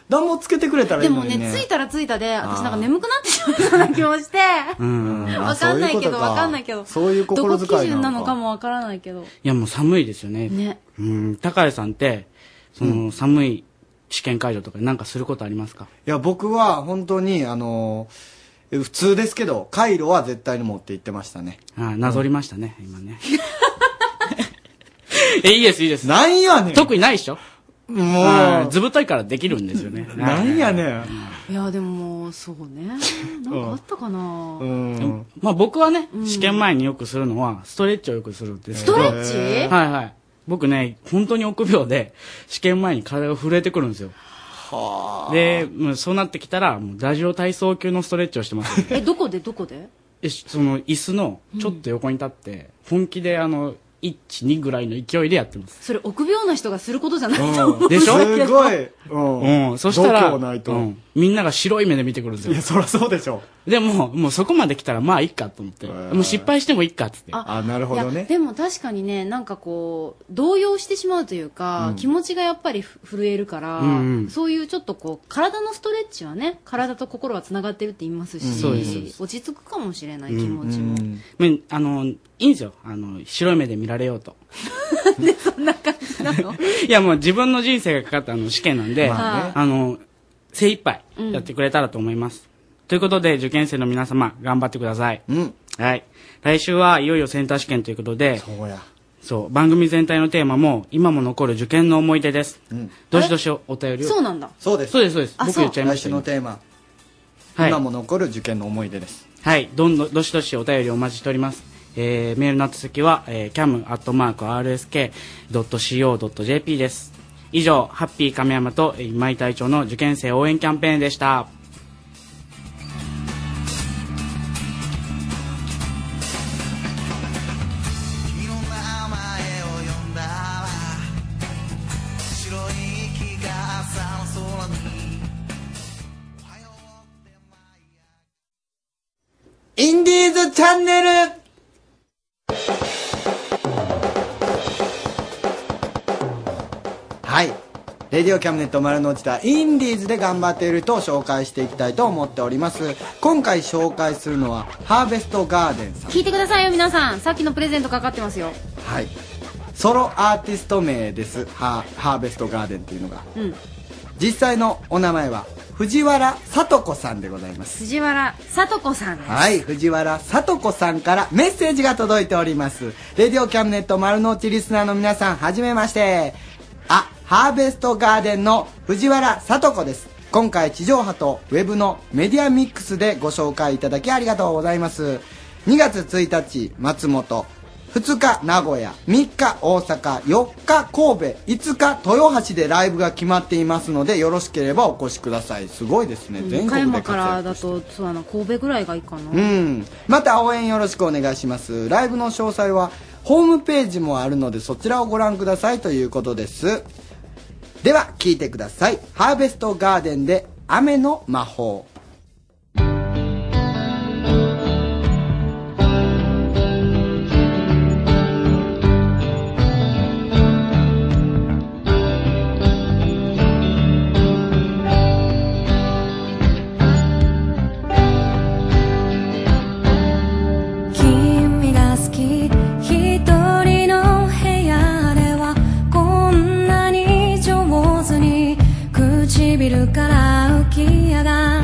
暖房つけてくれたらい
で
いの
も
に
ね
ね。、
着いたら着いたで、私なん
あ
か
ー
眠くなってしまったような気もして。
うん。
わかんないけど、わかんないけど。
そういう心遣いなのか
どこ基準なのかもわからないけど。
いや、もう寒いですよね。
ね。
うん。高谷さんって、その、寒い試験会場とかでなんかすることありますか
いや、僕は本当に、あのー普通ですけど、カイロは絶対に持って行ってましたね。
ああなぞりましたね、今ね。 え、いいです、いいです。
なんやねん。
特にないでしょ
もう
はいずぶといからできるんですよね。
なんやねん。
いや、でも、そう ね。なんかあったかな
うんまあ僕はね、試験前によくするのは、ストレッチをよくするんですけど
ストレッチへー
はいはい。僕ね、本当に臆病で、試験前に体が震えてくるんですよ。で、もうそうなってきたら、もうラジオ体操級のストレッチをしてます、
え、どこでどこで
えその椅子のちょっと横に立って、本気であの、1、2ぐらいの勢いでやってます。
それ、臆病な人がすることじゃないと思う。
でしょ
すごい。
うん。そしたら、
度胸ないと
うんみんなが白い目で見てくるんですよ。いや、
そりゃそうでしょ。
でも、もうそこまで来たら、まあいいかと思って。もう失敗してもいいかっつって。
あ、なる
いや。でも確かにねなんかこう動揺してしまうというか、
うん
気持ちがやっぱりふ震えるから、
うんうん
そういうちょっとこう体のストレッチはね体と心はつながってるって言いますし、
うんそうですそうです
落ち着くかもしれない気持ち
う
も、
んまああの、いいんですよ。あの、白い目で見られよう と。なんでそんな感じなの いや、もう自分の人生がかかったあの試験なんで、
まあ
あ
ね
の、精一杯やってくれたらと思います。ということで、受験生の皆様、頑張ってください。はい。来週はいよいよセンター試験ということで、そうや。番組全体のテーマも、今も残る受験の思い出です。どしどしお便りを。
そうなんだ
そうです。
そうです、そうです。
あ
僕
そう
言っちゃいま
来
した
週
よ
のテーマ、
はい
今も残る受験の思い出です。
はい、どんどんどしどしお便りお待ちしております。えー、メールの宛先は、えー、cam.rsk.co.jp です。以上、ハッピー亀山とえー今井隊長の受験生応援キャンペーンでした。
君の名前を呼んだわ白い息が朝の空に
インディーズチャンネルはい。レディオキャムネット丸の内田インディーズで頑張っている人を紹介していきたいと思っております。今回紹介するのは、ハーベストガーデンさん。
聞いてくださいよ皆さんさっきのプレゼントかかってますよ
はい。ソロアーティスト名です。ハーハーベストガーデンっていうのが。
うん
実際のお名前は、藤原さと子さんでございます。
辻原さと子さんです
はい、藤原さと子さんからメッセージが届いております。レディオキャムネット丸の内リスナーの皆さん、はじめまして。あ、ハーベストガーデンの藤原さと子です。今回地上波とウェブのメディアミックスでご紹介いただきありがとうございます。2月1日、松本。2日名古屋3日大阪4日神戸5日豊橋でライブが決まっていますのでよろしければお越しくださいすごいですね全
岡
国
山
で
か
活躍
らだとそうだな神戸ぐらいがいいかな、
うん、また応援よろしくお願いしますライブの詳細はホームページもあるのでそちらをご覧くださいということですでは聞いてください「ハーベストガーデン」で「雨の魔法」
君が好き一人の部屋ではこんなに上手に唇から浮き上が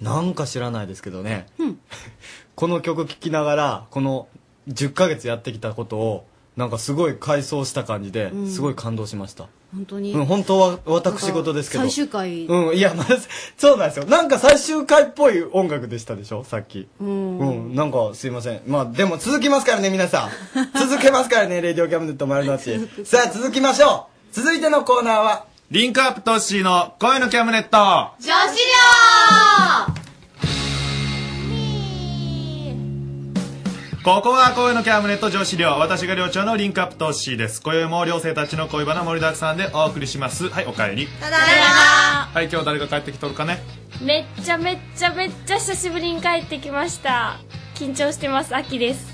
なんか知らないですけどね、 この曲聴きながらこの10ヶ月やってきたことをなんかすごい回想した感じで
うん
すごい感動しました、
本当
うん
に、
本当は私事ですけど
最終回、
うんいやまず そうなんですよなんか最終回っぽい音楽でしたでしょさっき
うん
うん、なんかすいません。まあでも続きますからね、皆 さん。続けますからね、レディオキャムネット丸の内。さあ続きましょう。続いてのコーナーは、
リンクアップトッシーの声のキャムネット
女子寮
ここは声のキャムネット女子寮私が寮長のリンクアップトッシーです今宵も寮生たちの恋バナ盛りだくさんでお送りしますはいおかえり
ただいま
はい今日誰が帰ってきとるかね
めっちゃめっちゃめっちゃ久しぶりに帰ってきました緊張してます秋です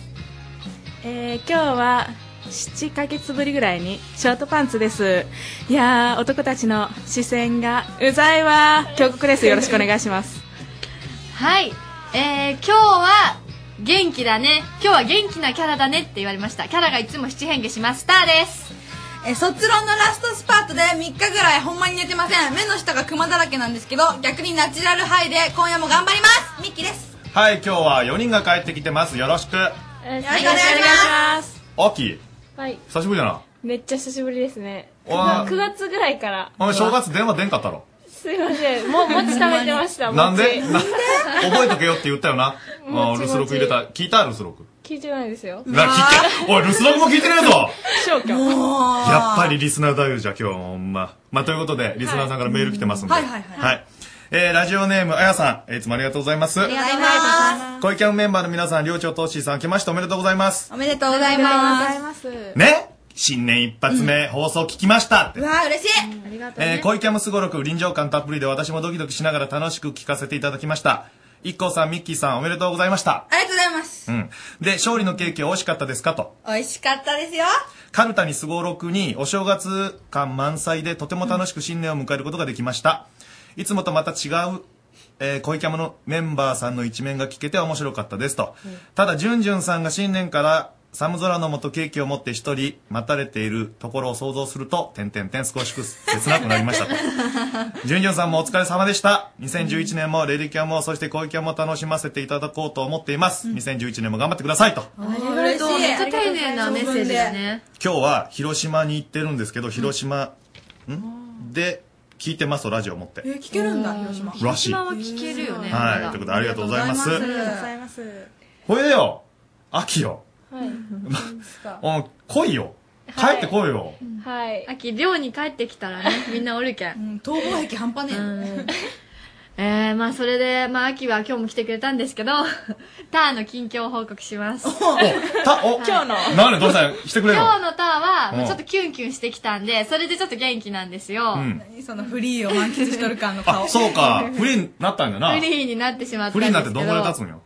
えー今日は7ヶ月ぶりぐらいにショートパンツですいやー男たちの視線がうざいわー峡谷ですよろしくお願いします
はい。えー、今日は元気だね。今日は元気なキャラだねって言われました。キャラがいつも七変化します。スターです。
えー卒論のラストスパートで3日ぐらいほんまに寝てません目の下がクマだらけなんですけど逆にナチュラルハイで今夜も頑張りますミッキーです
はい今日は4人が帰ってきてますよろしく
よろし
くお願いし
ます
秋
はい
久しぶりだな
めっちゃ久しぶりですね
わー
9月ぐらいから
お前正月電話出んかったろ
すいませんも餅食べてました
なんで
餅
な覚えとけよって言ったよなあー
もち
留守録入れた聞いた留守録
聞いてないですよ
な聞いておい留守録も聞いてねえぞ
消去
やっぱりリスナー大夫じゃ今日ほんま。まあ、ということで、リスナーさんからメール来てますんで。
はいはいはい
はい。えー、ラジオネーム、あやさん、えーいつもありがとうございます。
ありがとうございます
小池のメンバーの皆さん、寮長とーしーさん、明けましておめでとうございます。
おめでとうございます
ね新年一発目、放送聞きましたって
う。わー嬉しい、
ありが
えー、小池もすごろく、臨場感たっぷりで私もドキドキしながら楽しく聞かせていただきました。一 k さん、ミッキーさん、おめでとうございました。
ありがとうございます
うん。で、勝利のケーキ美味しかったですかと。
美味しかったですよ
カルタにすごろくにお正月感満載でとても楽しく新年を迎えることができました。いつもとまた違う、えー、恋キャムのメンバーさんの一面が聞けて面白かったですと。ただ、じゅんじゅんさんが新年から寒空の下ケーキを持って一人待たれているところを想像すると、てんてんてん少しく切なくなりましたと。じゅんじゅんさんもお疲れ様でした。2011年もレリキャもそして恋キャも楽しませていただこうと思っています。2011年も頑張ってくださいと。
嬉しい。めっちゃ丁寧なメッセージだね。
今日は広島に行ってるんですけど広島、ん、で聞いてますとラジオ持って
え聞けるんだ広島
らしい
は聞けるよね。
はい
まだ
ということでありがとうございます
ありがとうございます
ほいでよ秋よ
は
う
い。
ん来いよ帰ってこいよ、
はい。秋、寮に帰ってき たらね、みんなおるけん。逃亡壁半端ねえ。えー、まあそれで、まあ秋は今日も来てくれたんですけど、 ターの近況を報告します。
たお
今日の
なんでどうしたんしてくれよ
今日のターは、ま
う
あ
ん
ちょっとキュンキュンしてきたんで、それでちょっと元気なんですよ。
うん
何そのフリーを満喫しとる感の
あそうかフリーになったんだよな
フリーになってしまった
フ
ん
リー
です
に
け
なってど
ど。
んぐらい経つんよ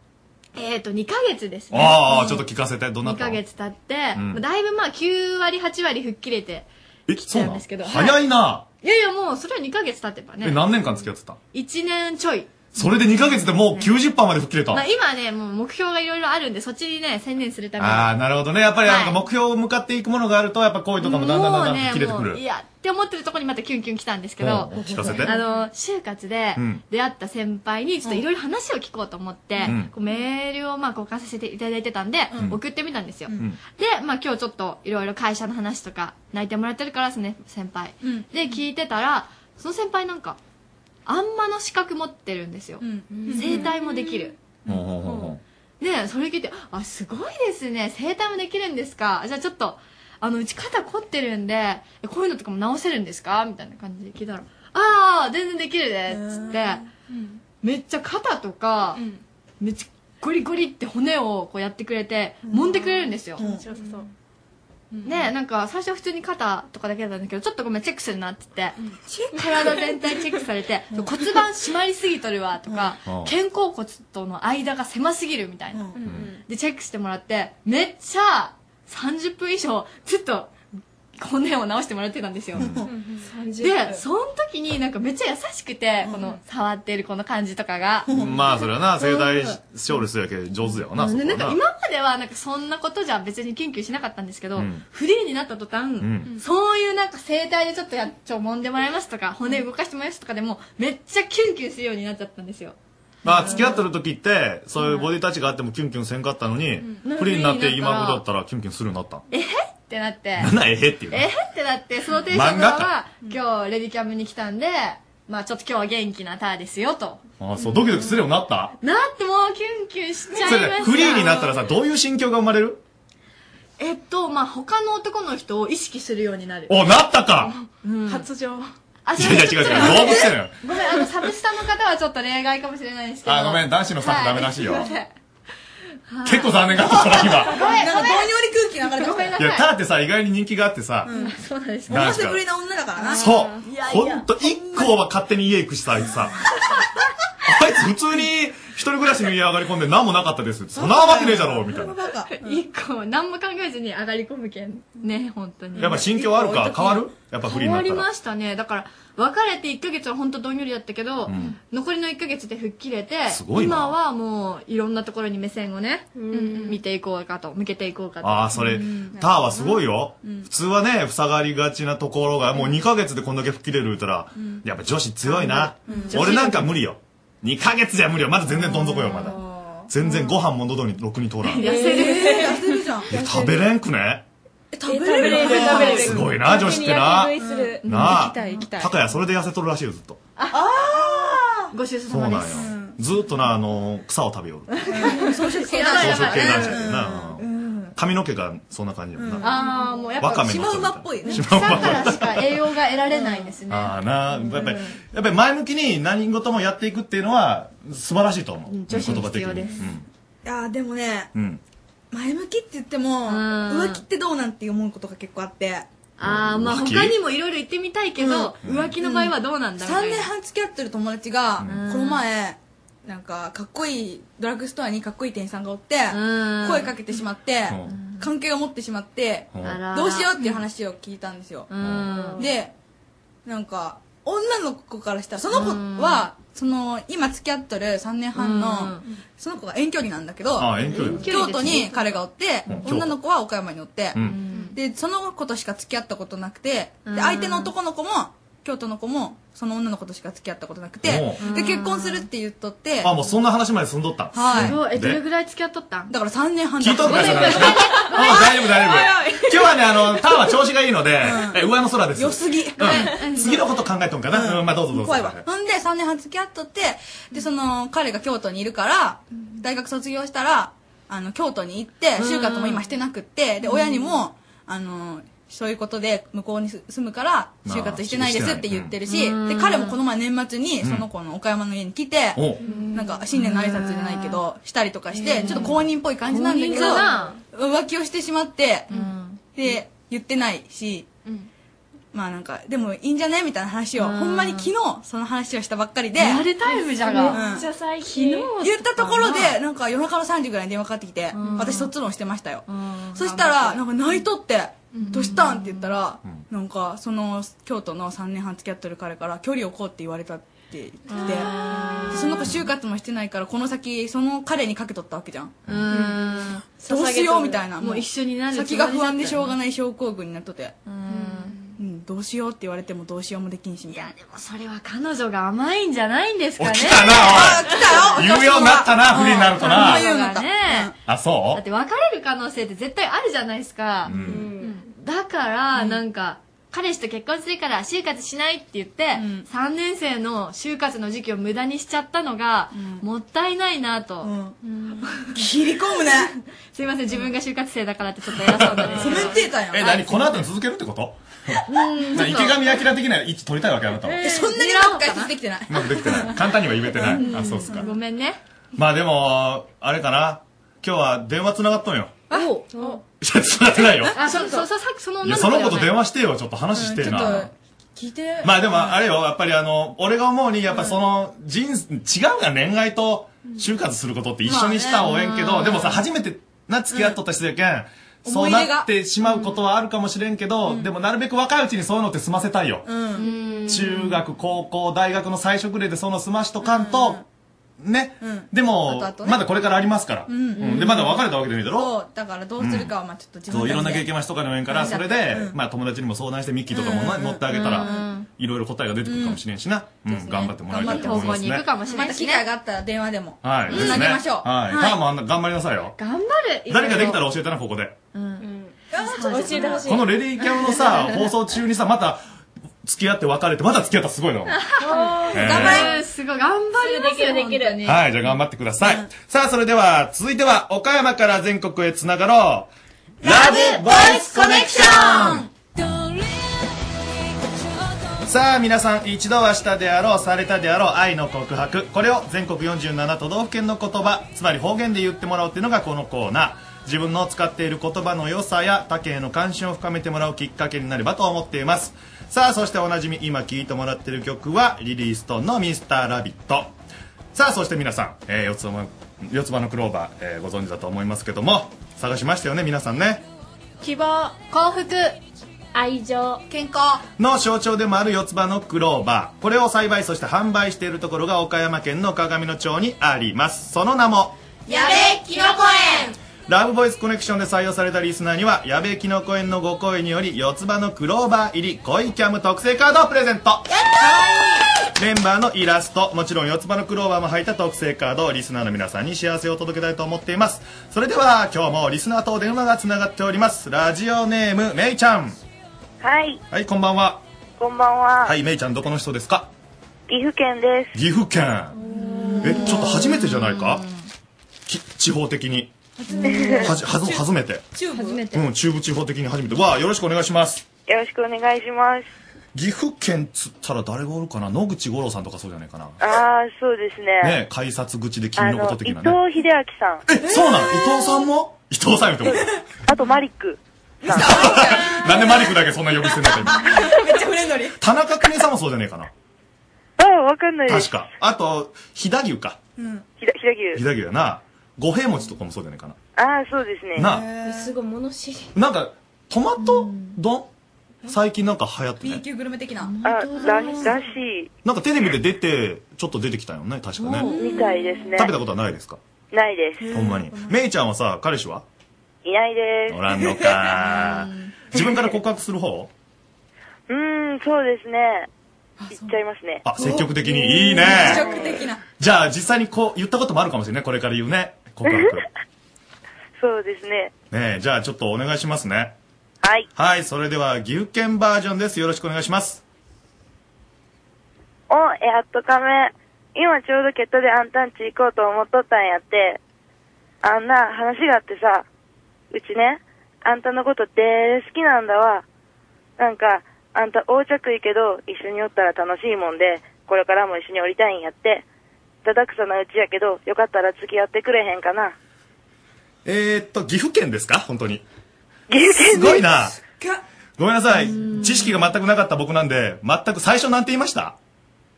えっ、と、2ヶ月ですね。
ああちょっと聞かせてどんな
2
った
ヶ
の
月経って、
うん
だいぶまあ9割、8割吹っ切れて
え
き
そう
た
なんの
ですけど。
早いな、
いやいや、もうそれは2ヶ月経ってばね。
え何年間付き合ってた
?1 年ちょい。
それで2ヶ月でもう90%まで吹っ切れた、
まあ今ね、もう目標がいろいろあるんで、そっちにね、専念するために。
ああなるほどねやっぱりなんか目標を向かっていくものがあるとやっぱ恋とかもだんだんだんだん吹っ切れて
も
く
うね、
る、
もう、いや、って思ってるところにまたキュンキュン来たんですけど、
うん聞かせて
あの、就活で
うん
出会った先輩に、ちょっといろいろ話を聞こうと思って、
うん
こうメールをまあ交換させていただいてたんで、送ってみたんですよ。
うん
で、まあ今日ちょっといろいろ会社の話とか、泣いてもらってるからですね、先輩。で、聞いてたら、その先輩なんか、あんまの資格持ってるんですよ。整体もできる。
ほうほうほうほう
でそれ聞いて「あすごいですね整体もできるんですかじゃあちょっとあのうち肩凝ってるんでえこういうのとかも直せるんですか?」みたいな感じで聞いたら「ああ全然できるで」っつってめっちゃ肩とか、めっちゃゴリゴリって骨をこうやってくれて揉んでくれるんですよ、
白そう
ねなんか最初は普通に肩とかだけだったんだけどちょっとごめんチェックするなって言って、 体全体チェックされて骨盤締まりすぎとるわとか、
うん
肩甲骨との間が狭すぎるみたいな、でチェックしてもらってめっちゃ30分以上ずっと骨を直してもらってたんですよ、でその時になんかめっちゃ優しくて、この触ってるこの感じとかが、
まあそれはな盛大勝利するやけ上手やわな,、
う
そ
ん
こ
で
は
なんか今まではなんかそんなことじゃ別に研究しなかったんですけど、
うん
フリーになった途端、
ん
そういうなんか整体でちょっとやっちょ揉んでもらいますとか骨動かしてもらいますとかでもめっちゃキュンキュンするようになっちゃったんですよ
まあ、付き合ってる時って、そういうボディタッチがあってもキュンキュンせんかったのに、
うん
フリーになっ
う
て
ん
今頃だったらキュンキュンするようになった。
えへってなって。
なんなんえへっていうの
えへってなって、そのテンションのま
漫画
ま、今日レディキャムに来たんで、まあちょっと今日は元気なターですよと。
ああ、そう、ドキドキするようになった。
なってもうキュンキュンしちゃいま
そ
した
れ。フリーになったらさ、どういう心境が生まれる
えっと、まあ他の男の人を意識するようになる。
お、なったか
発情。あ、
いやいや違う違う、どうもしてるよ。
ごめん、あの、サブスタの方はちょっと例外かもしれないんですけど。
あごめん男子のスタッフダメらしい よ
はいすません
結構残念かったから
ご
今。
めん、
なんかどうに
り空気流れてごめんない
や、
さ
タ
い。
ーってさ、意外に人気があってさ、
うん、そうなんです
男子から
ぶりの女だからな
そう。
いやい
ほ
や
んと、一個は勝手に家行くしさ、あいつさ。あいつ普通に一人暮らしの家上がり込んで何もなかったです。そんなわけねえだろ、みたいな。
一個、何も考えずに上がり込むけん。ね、本当に。
やっぱ心境あるか変わるやっぱフリーに
変
な
わ
っ
り
たら。
ましたね。だから、別れて1ヶ月は本当どんよりだったけど、
うん
残りの1ヶ月で吹っ切れて
すごいな
今はもういろんなところに目線をね、うん見ていこうかと向けていこうかと
ああ、それ、ターはすごいよ。普通はね、塞がりがちなところが、もう2ヶ月でこんだけ吹っ切れる言うたら
うん、
やっぱ女子強いな
うん。
俺なんか無理よ。2ヶ月じゃ無理よ。まだ全然どん底よ、まだ。全然ご飯も喉にろくに通らん。
痩せる、痩せるじゃん
いや食べれんくね
食べれる
食べれるすごいな女子ってな
焼き食いする
なあ
行きたい行きたい
高谷それで痩せとるらしいよずっと
あご愁傷
そうな
様
んよ
です
ずっとなあの草を食べよる
草食系
草
男
食系男子やけどなうん髪の毛がそんな感じやもんな
ああもうやっ
わか
ぱ
めの
馬っぽいね
シ
草
マウ
か
マ
らしか栄養が得られないんですね
ああなあやっぱりやっぱり前向きに何事もやっていくっていうのは素晴らしいと思う
女子に必要
言
で
葉
す
的に
いやーでもね
うんうん
前向きって言っても浮気ってどうなんて思うことが結構あって
ああまあ
浮気
他にもいろいろ言ってみたいけど、
うん
浮気の場合はどうなんだろう、
3年半付き合ってる友達が
ん
この前なんかかっこいいドラッグストアにかっこいい店員さんがおって
ん
声かけてしまって関係を持ってしまって
うんあら
どうしようっていう話を聞いたんですよ
うん
でなんか女の子からしたらその子はその今付き合ってる3年半
うん
のその子が遠距離なんだけど
あ遠距離遠距
京
離ですね
都に彼がおって
うん
女の子は岡山におって
うん
でその子としか付き合ったことなくて
うん
で相手の男の子も京都の子もその女の子としか付き合ったことなくて
うん
で結婚するって言っとって
あもうそんな話まで済んどった
はい
で
ぐらい付き合っとったんだから3年半
聞いとるかその話あ大丈夫大丈夫今日はねあのターは調子がいいのでえ上の空です
良すぎ
次のこと考えとんかな、うん、まあどうぞどうぞ
怖いわほんで3年半付き合っとってでその彼が京都にいるから大学卒業したらあの京都に行って
うん
就活も今してなくってで
うん
親にもあのそういうことで向こうに住むから
まあ
就活してないですって言ってるし、
してないうん
で彼もこの前年末に
うん
その子の岡山の家に来て、
お
なんか新年の挨拶じゃないけどしたりとかして、
うん
ちょっと公認っぽい感じなんだけ
公認だ
ど浮気をしてしまって、で言ってないし、まあなんかでもいいんじゃねみたいな話を、
うん
ほんまに昨日その話をしたばっかりで
リアルタイムじゃが
うん
めっちゃ最近
昨日言ったところでなんか夜中の3時ぐらいに電話かかってきて、私卒論してましたよ、そしたらなんか泣いとって「どうしたん?」って言ったら、なんかその京都の3年半付き合ってる彼から「距離を置こう」って言われたって言ってきてでその子就活もしてないからこの先その彼にかけとったわけじゃん
うん
どうしようみたいな
もう一緒になる
先が不安でしょうがない症候群になっとって
うん
うん、どうしようって言われてもどうしようもできんしみたいないやでも
それは彼女が甘いんじゃないんですかね
起きたなおい
来た
言うようになったな、フリーになるとな。
彼女がね
あ、
だ
そ
って別れる可能性って絶対あるじゃないですか、うんだからなんか、彼氏と結婚するから就活しないって言って、3年生の就活の時期を無駄にしちゃったのが、もったいないなと、
切り込むね
すいません自分が就活生だからってちょっと偉そう なんですけど
うえ、何この後に続けるってこと
うんちょっと
池上彰的な位置取りたいわけあなたは。
えそんなになんか解できてないう
まくできてない。簡単には言えてない。あ、そうっすか。
ごめんね
まあでも、あれかな。今日は電話繋がっとんよ。
おお
いや、繋がってないよ。
あそうそうそうささその
いや、
女の
そ
子
の子と
で
電
は
話
ない
してよ。ちょっと話してえ
ちょ
な
っ。聞いて
まあでも、あれよ、やっぱりあの、俺が思うに、やっぱその、人、違うが恋愛と就活することって一緒にしたら応援け
まあ
ど、
ね
でもさ、初めてな、付き合っとった人やけん、
うん
そう
思い出が
なってしまうことはあるかもしれんけど、でもなるべく若いうちにそういうのって済ませたいよ。
うん
中学、高校、大学の最初ぐらいでその済ましとかんと、ね、
うん
でも
後々ね
まだこれからありますから、
うんうん
でまだ別れたわけじゃないだろ
そうだからどうするかはまあちょっと自分
そういろんな
た
経
ちで
験はしとかでもいいからそれで、
う
まあ、友達にも相談してミッキーとかも
うんうん
乗ってあげた
うんう
ら
ん
いろいろ答えが出てくるかもしれんしな、うん頑張ってもらいたいと思いますね
もしれないまた機会があったら電話でも
はい、
つなげましょう
はい、
はい
ただもうあんな頑張りなさいよ
頑張る
誰かできた
ら
ら教えてなここで
教えてほし
このレディーキャムの さ放送中にさまた付き合って別れてまた付き合ったらすごいの
頑
えー
張るすごい頑張りますよ
できるできる
本当に
はい、じゃあ頑張ってください。さあ、それでは、続いては、岡山から全国へつながろう。ラブボイスコネクションさあ皆さん一度はしたであろうされたであろう愛の告白これを全国47都道府県の言葉つまり方言で言ってもらおうっていうのがこのコーナー自分の使っている言葉の良さや他県への関心を深めてもらうきっかけになればと思っていますさあそしておなじみ今聴いてもらってる曲はリリーストーンの「ミスターラビットさあそして皆さん、えー四つ葉の四つ葉のクローバー、えーご存知だと思いますけども探しましたよね皆さんね
希望幸福愛情
健康
の象徴でもある四つ葉のクローバーこれを栽培そして販売しているところが岡山県の鏡野町にありますその名も
やべえキノコ園
ラブボイスコネクションで採用されたリスナーには矢部きのこ園のご声により四つ葉のクローバー入り恋キャム特製カードをプレゼントメンバーのイラストもちろん四つ葉のクローバーも入った特製カードをリスナーの皆さんに幸せを届けたいと思っていますそれでは今日もリスナーとお電話がつながっておりますラジオネームめいちゃん
はい、
はいこんばんは
こんばんは。
はいめいちゃんどこの人ですか
岐阜県です。
岐阜県えちょっと初めてじゃないかき地方的にはじはず初めて
初めて。
うん中部地方的に初めてわあよろしくお願いします
よろしくお願いします。
岐阜県つったら誰がおるかな野口五郎さんとかそうじゃないかな
ああ、そうですね。
ね改札口で
あ
君のこ
の
と、的
伊
なね
藤秀明さん。
え、そうなの伊藤さんも伊藤さんよってこと
あと、マリック。
なんでマリックだけそんな呼び捨てになってる
めっちゃフレンドリー
田中邦衛さんもそうじゃねえかな
ああ、わかんないで
確
す。
かあと飛騨牛か
うん。ひだ、ひだ
飛
牛。
騨牛やな五平餅とかもそうじゃねえかな
ああ、そうですね。
な
すごい物知り。
なんかトマト丼最近なんか流行ってね
B 級グルメ的な
あ、ら、らしい。
なんかテレビで出てちょっと出てきたよね確かね
みたいですね。
食べたことはないですか
ないです。
ほんまにめいちゃんはさ彼氏はい
ないです。
おらんのか自分から告白する方
うーん、そうですね。行っちゃいますね。
あ積極的にいいね
極的な。
じゃあ実際にこう言ったこともあるかもしれないこれから言うね告白
そうですね。
ねえじゃあちょっとお願いしますね
はい。
はいそれでは岐阜県バージョンですよろしくお願いします
お、やっとかめ。今ちょうどケットであんたんち行こうと思っとったんやって。あんな話があってさ、うちね、あんたのことで好きなんだわ。なんか、あんた横着いいけど、一緒におったら楽しいもんで、これからも一緒におりたいんやって。だだくさなうちやけど、よかったら付き合ってくれへんかな。
えー、っと岐阜県ですか本当に
岐阜県です
すごいなごめんなさい知識が全くなかった僕なんで全く最初なんて言いました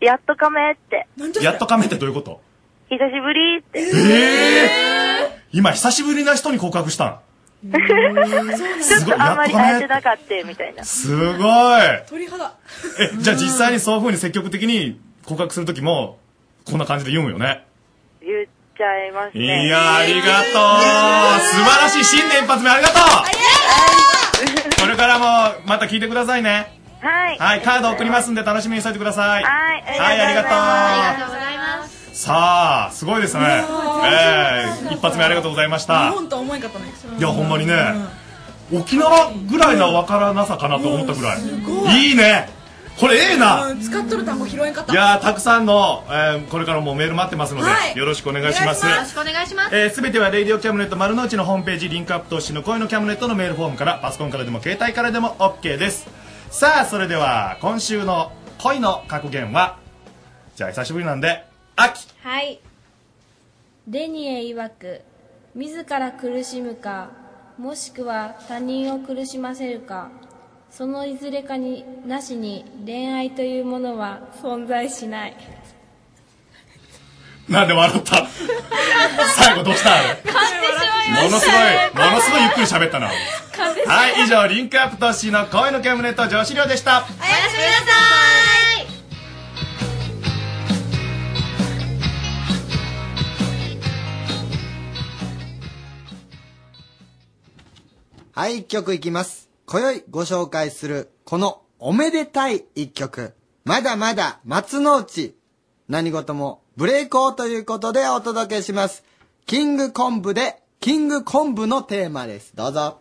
やっとかめって。
やっとかめってどういうこと
久しぶりって。
今久しぶりな人に告白したん
ちょっとあんまり会えてなかったみたいな。
すごい
鳥肌。
え じゃあ実際にそういう風に積極的に告白する時もこんな感じで読むよね
言っちゃいます
い
ね。
やありがとう素晴らしい新年一発目ありがとうこれからもまた聞いてくださいね
はい。
はいカード送りますんで楽しみにしといてください
はい、
はいありがとう
ありがとうございます。
さあすごいですね
いや
ええ一発目ありがとうございまし
日
た
本とは思えんかったね
いやほんまにね沖縄ぐらいの分からなさかなと思ったぐらいいいねこれええな
うん使っとる単語拾えんかった
いやーたくさんの、えーこれからもメール待ってますので、
はい
よろしくお願いします
お願
よろしくお願いします。
えーすべてはレイディオキャムネット丸の内のホームページリンクアップ投資の声のキャムネットのメールフォームからパソコンからでも携帯からでも OK ですさあそれでは今週の恋の格言はじゃあ久しぶりなんで秋
はいレニエ曰く自ら苦しむかもしくは他人を苦しませるかそのいずれかになしに恋愛というものは存在しない
なんで笑った最後どうしたものすごいものすごいゆっくり喋ったなはい以上リンクアップ投資の恋のキャムネット上司寮でした
おやすみなさい
はい、一曲いきます。今宵ご紹介する、このおめでたい一曲。まだまだ松の内。何事もブレイクをということでお届けします。キングコンブで、キングコンブのテーマです。どうぞ。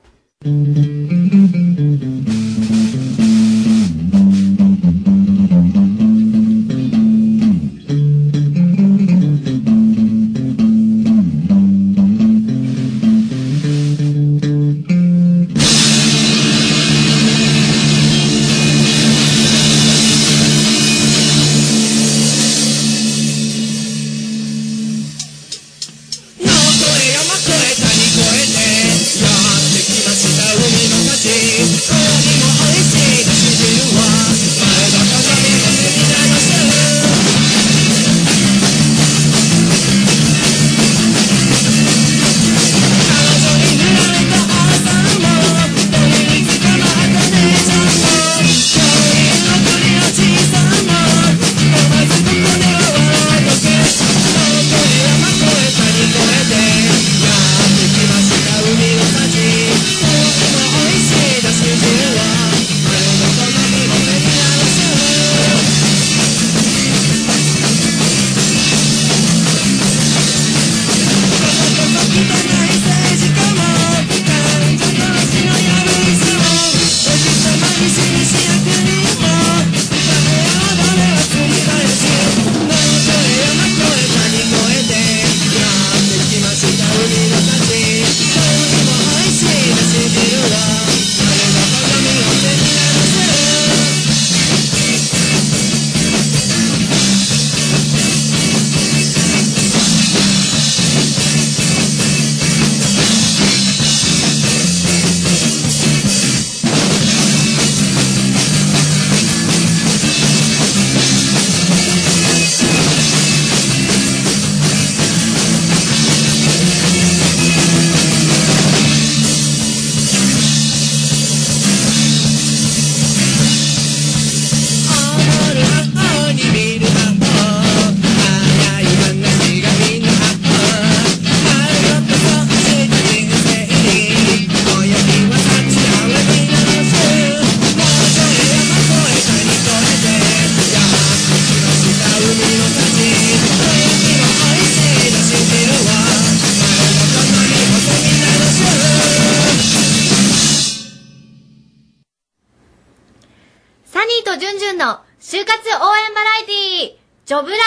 サニーとジュンジュンの就活応援バラエティー、ジョブラ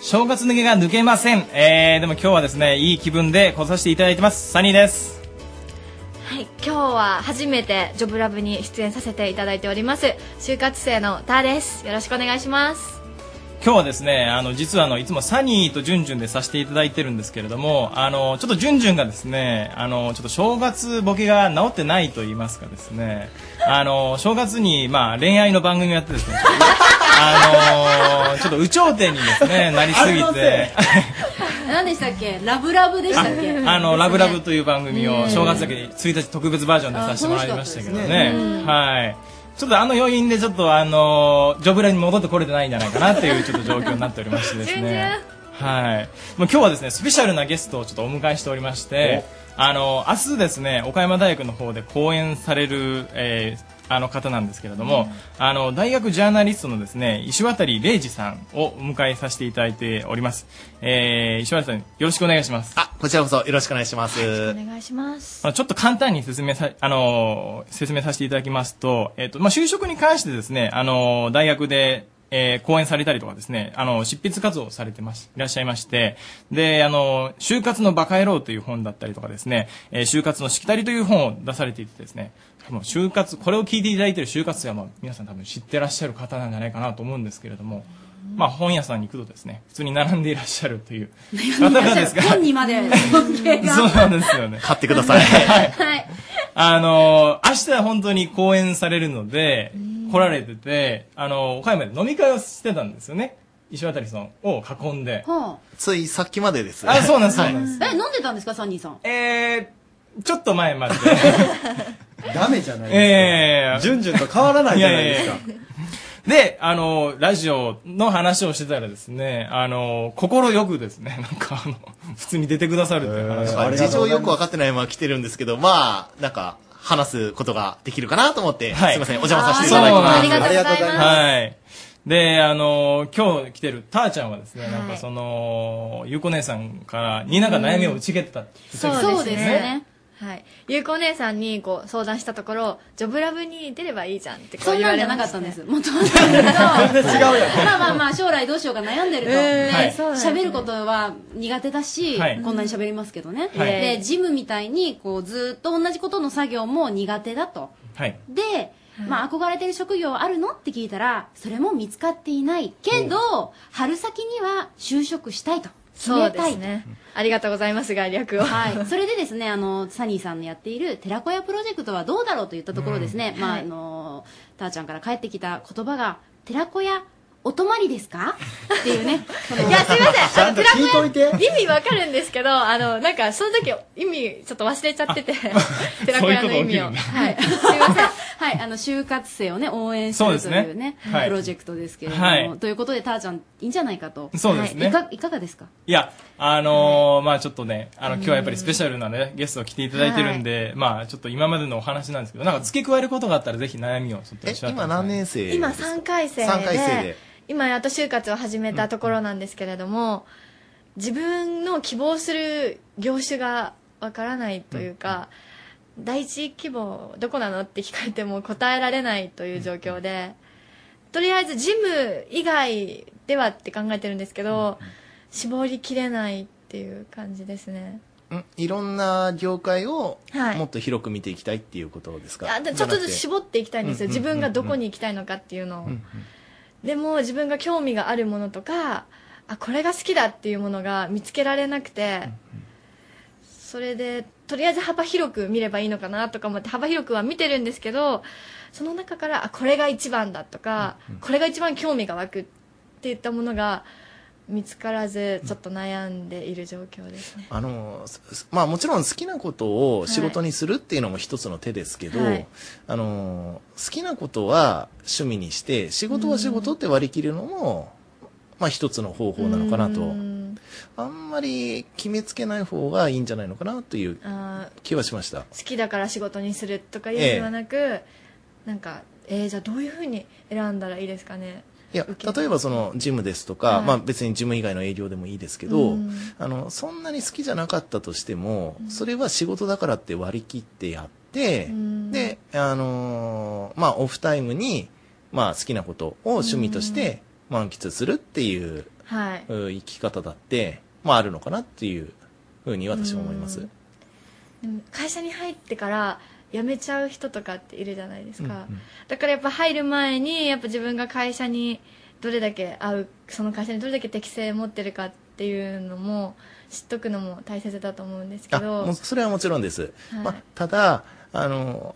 正月抜けが抜けません。えー、でも今日はですね、いい気分で来させていただいてます。サニーです。
ブはい、今日は初めてジョブラブに出演させていただいております、就活生のターです。よろしくお願いします。
今日はですね、あの、実はあの、いつもサニーとジュンジュンでさせていただいてるんですけれども、あの、ちょっとジュンジュンがですね、あの、ちょっと正月ボケが治ってないと言いますかですね、あの、正月に、まあ、恋愛の番組をやってですね、ちょっとあの、ちょっと有頂天にですね、なりすぎて、
何でしたっけラブラブでしたっけ
あの、ラブラブという番組
ね
を
え
正月だけ1日特別バージョンでさせてもらいましたけど
あ楽しかった
ね
ですね。
はい。ちょっとあの余韻でちょっとあの、ジョブラに戻ってこれてないんじゃないかなっていうちょっと状況になっておりましてですね。はい。もう今日はですね、スペシャルなゲストをちょっとお迎えしておりまして、あの、明日ですね、岡山大学の方で講演される、えーあの方なんですけれども、あの、大学ジャーナリストのですね、石渡玲二さんをお迎えさせていただいております。えー、石渡さん、よろしくお願いします。あ、こちらこそよろしくお願いします。
お願いします。
まあ、ちょっと簡単に説明さ、あのー説明させていただきますと、えっ、と、まあ、就職に関してですね、あのー大学で、えー講演されたりとかですね、あのー執筆活動をされてます、いらっしゃいまして、で、あのー就活のバカ野郎という本だったりとかですね、えー就活のしきたりという本を出されていてですね、もう就活、これを聞いていただいている就活生は、まあ、皆さん多分知ってらっしゃる方なんじゃないかなと思うんですけれども、まあ、本屋さんに行くとですね、普通に並んでいらっしゃると いう方々ですが、
本にまで尊敬 が
そうなんですよね。買ってください。
はい
あのー、明日本当に講演されるので、来られてて、あのー、岡山で飲み会をしてたんですよね。石渡さんを囲んで。
は
ついさっきまでですあ、そうなんです、そうなんです。
あえ飲んでたんですかサニーさん
えちょっと前まで。
ダメじゃないですか。
ええ
ジュンジュンと変わらないじゃないですか。
やややで、あの、ラジオの話をしてたらですね、あの、心よくですね、なんかあの、普通に出てくださるっていう話
なんか事情よく分かってないまま来てるんですけど、まあ、なんか、話すことができるかなと思って、すいません、お邪魔させていただきます。
はい。で、あの、今日来てるたーちゃんはですね、なんかその、ゆうこ姉さんから、になんか悩みを打ち解けてたって言ってたんよ
そうですね。はい。ゆうこお姉さんにこう相談したところ、ジョブラブに出ればいいじゃんってこ
そ
うん言わ
なん
れ
じゃ
ま
なかっ
したた
んで
ね。
す。もともと。 まあまあまあ、将来どうしようか悩んでると。
えー
で、
そうなんですね
喋ることは苦手だし
はい、
こんなに喋りますけどね。
はい
で、ジムみたいに、こう、ずっと同じことの作業も苦手だと。
はい。
で、まあ、憧れてる職業あるのって聞いたら、それも見つかっていない。けど、春先には就職したいと。決
そう
め
で
たい
す
と。
ね。ありがとうございますが、略を。
はい、それでですねあのサニーさんのやっている寺子屋プロジェクトはどうだろうと言ったところですね、
うん
まあ
はい
あのたーちゃんから返ってきた言葉が「寺子屋お泊まりですか?」っていうね いやすいま
せんあのちゃんと聞いとい
て
意味わかるんですけど、あの、なんか、その時、意味、ちょっと忘れちゃって て、寺子屋の意味を。はい。すいません。
はい、あの就活生をね応援すると
そう
い
で
う
す
ね
ねはい
プロジェクトですけれども、
はい
ということでたーちゃんいいんじゃないかと
そうですね
はい、いかいかがですか
いや、あのーまあちょっとね、あの、今日はやっぱりスペシャルなね、ゲストを来ていただいてるんで、まあちょっと今までのお話なんですけど、なんか付け加えることがあったらぜひ悩みをちょっとおっしゃってください。今何
年生
今3回生で
三回生で
今やっと就活を始めたところなんですけれども、自分の希望する業種がわからないというか、第一希望どこなのって聞かれても答えられないという状況で、とりあえずジム以外ではって考えてるんですけど、絞りきれないっていう感じですね。
うんいろんな業界を
はい
もっと広く見ていきたいっていうことですか
あでちょっとずつ絞っていきたいんですよ、
うんうん
自分がどこに行きたいのかっていうのを、でも自分が興味があるものとかあこれが好きだっていうものが見つけられなくて、それでとりあえず幅広く見ればいいのかなとか思って幅広くは見てるんですけどその中からあこれが一番だとか、これが一番興味が湧くっていったものが見つからずちょっと悩んでいる状況ですね、
あのすすまあもちろん好きなことを仕事にするっていうのも一つの手ですけど、
はい
あの好きなことは趣味にして仕事は仕事って割り切るのも、まあ一つの方法なのかなとあんまり決めつけない方がいいんじゃないのかなという
あー
気はしました
好きだから仕事にするとかいうのではなく、なんかえー、じゃあどういうふうに選んだらいいですかね
いや例えばそのジムですとか、
はい
まあ別にジム以外の営業でもいいですけど、
うん
あのそんなに好きじゃなかったとしても、それは仕事だからって割り切ってやって、であのーまあオフタイムにまあ好きなことを趣味として満喫するっていう、
はいう
生き方だってまああるのかなっていうふうに私は思います。
でも会社に入ってから辞めちゃう人とかっているじゃないですか、
うんうん
だからやっぱ入る前にやっぱ自分が会社にどれだけ合うその会社にどれだけ適性持ってるかっていうのも知っとくのも大切だと思うんですけ
あ
ど
もうそれはもちろんです、
はい
まあ、ただあの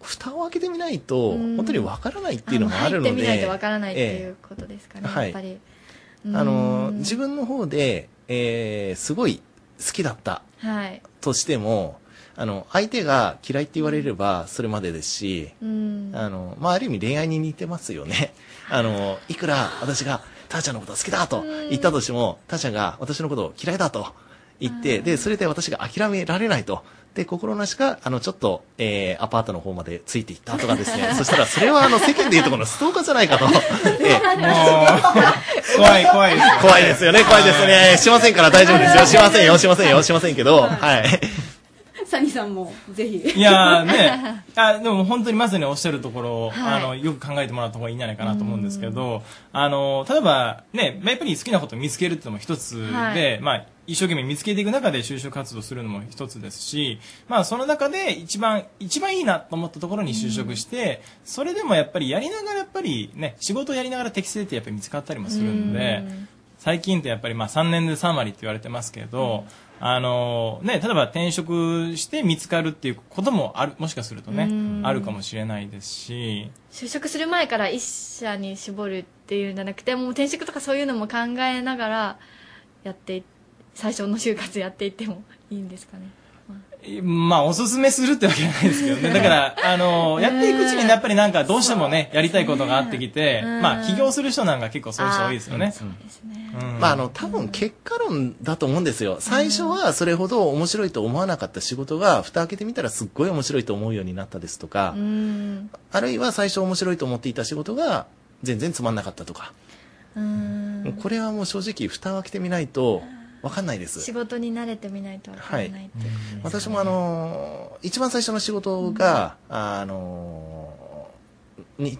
蓋を開けてみないと
うん
本当にわからないっていうのもあるので
入ってみないとわからないって
え
い
え
うことですかね、
ええはい
やっぱり
あの自分の方で、えーすごい好きだった
はい
としてもあの相手が嫌いって言われればそれまでですし、
うん
あのまあ、ある意味恋愛に似てますよ ねあのいくら私がターちゃんのこと好きだと言ったとしてもターちゃんが私のことを嫌いだと言ってでそれで私が諦められないと。で心なしかあのちょっと、えーアパートの方までついていったとかです ねそしたらそれはあの世間でいうところのストーカーじゃないか と、ええ
怖い怖いですね
怖いですよね、怖いですね。しませんから大丈夫ですよ。しませんよ、しませんよ、しませんけど。はい。
サニーさんもぜひ
いやーねあ、でも本当にまさにおっしゃるところ、
はい
あの、よく考えてもらった方がいいんじゃないかなと思うんですけど、あの、例えばね、まあやっぱり好きなことを見つけるっていうのも一つで、
はい
まあ、一生懸命見つけていく中で就職活動するのも一つですし、まあ、その中で一番、一番いいなと思ったところに就職して、それでもやっぱりやりながらやっぱりね、仕事をやりながら適性ってやっぱり見つかったりもするんで、最近ってやっぱりまあ3年で3割って言われてますけど、あのね、例えば転職して見つかるっていうこともあるもしかするとね
うん
あるかもしれないですし
就職する前から一社に絞るっていうんじゃなくてもう転職とかそういうのも考えながらやってい最初の就活やっていってもいいんですかね
まあ、おすすめするってわけじゃないですけどね。だから、あの、やっていくうちにやっぱりなんかどうしてもね、やりたいことがあってきて、
うん
まあ、起業する人なんか結構そういう人多いですよね。
まあ、あの、多分結果論だと思うんですよ。最初はそれほど面白いと思わなかった仕事が、蓋開けてみたらすっごい面白いと思うようになったですとか、
ん
あるいは最初面白いと思っていた仕事が全然つまんなかったとか。もうこれはもう正直、蓋を開けてみないと分かんないです。
仕事に慣れてみないとわからない、
はい、私もあのー一番最初の仕事が、あのーに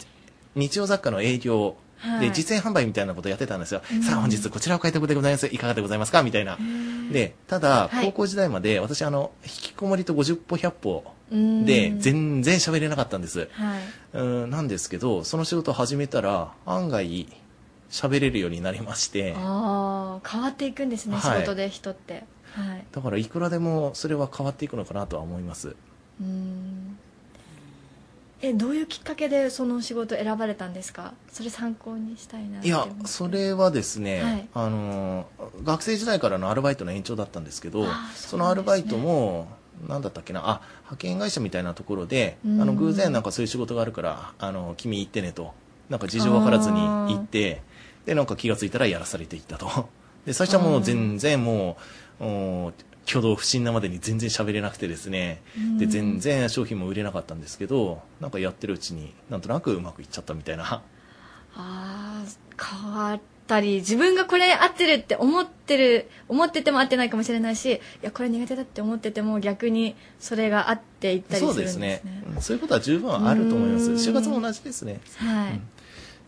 日曜雑貨の営業
はい
で実演販売みたいなことをやってたんですよ、
うん
さあ本日こちらを開拓でございますいかがでございますかみたいなでただ
はい
高校時代まで私あの引きこもりと50歩100歩
うん
で全然喋れなかったんです
はい
うんなんですけどその仕事を始めたら案外喋れるようになりまして
ああ変わっていくんですね、
はい
仕事で人ってはい
だからいくらでもそれは変わっていくのかなとは思います
うーんえどういうきっかけでその仕事選ばれたんですかそれ参考にしたいなって
いやそれはですね、
はい
あの学生時代からのアルバイトの延長だったんですけどその
な
ア
んで
ル
すね
バイトも何だったっけなあ派遣会社みたいなところであ
うん
の偶然なんかそういう仕事があるからあの君行ってねとなんか事情分からずに行ってでなんか気がついたらやらされていったと で最初はもう全然もうお挙動不審なまでに全然喋れなくてですねで
うん
全然商品も売れなかったんですけどなんかやってるうちになんとなくうまくいっちゃったみたいな。
あー変わったり自分がこれ合ってるって思ってる思ってても合ってないかもしれないしいやこれ苦手だって思ってても逆にそれが合っていったりする
そ
ん
う
で
ですす
ね
ねうんそういうことは十分あると思いま
うーん
す就活も同じですね
はい、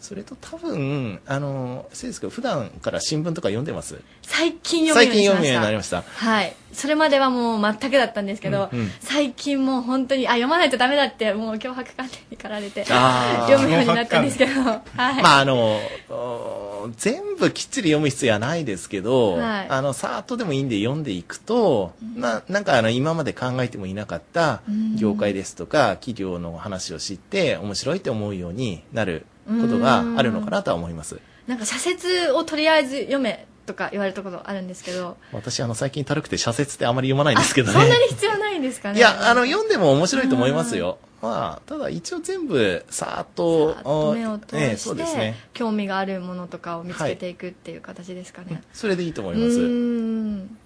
それと多分あのせいですけど普段から新聞とか読んでます
最近読
最
む
近
よう
読
に
むよ
し
うにな
まし
りました
たはいそれまではもう全くだったんですけど、
うんうん
最近もう本当にあ読まないとダメだってもう脅迫観念に駆られて
あー
読むようになったんですけどはい、
まああのお全部きっちり読む必要はないですけど、
はい
あのさーっとでもいいんで読んでいくと、ななんかあの今まで考えてもいなかった
うん
業界ですとか企業の話を知って面白いって思うようになることがあるのかなとは思います
なんか社説をとりあえず読めとか言われたことあるんですけど、
私あの最近たるくて社説ってあまり読まないんですけどね
そんなに必要ないんですかね
いや、あの、読んでも面白いと思いますよ。まあ、ただ一応全部、さーっと、
目を通して、
ええそうですね。
興味があるものとかを見つけていくっていう形ですかね、
それでいいと思いうます。
ーん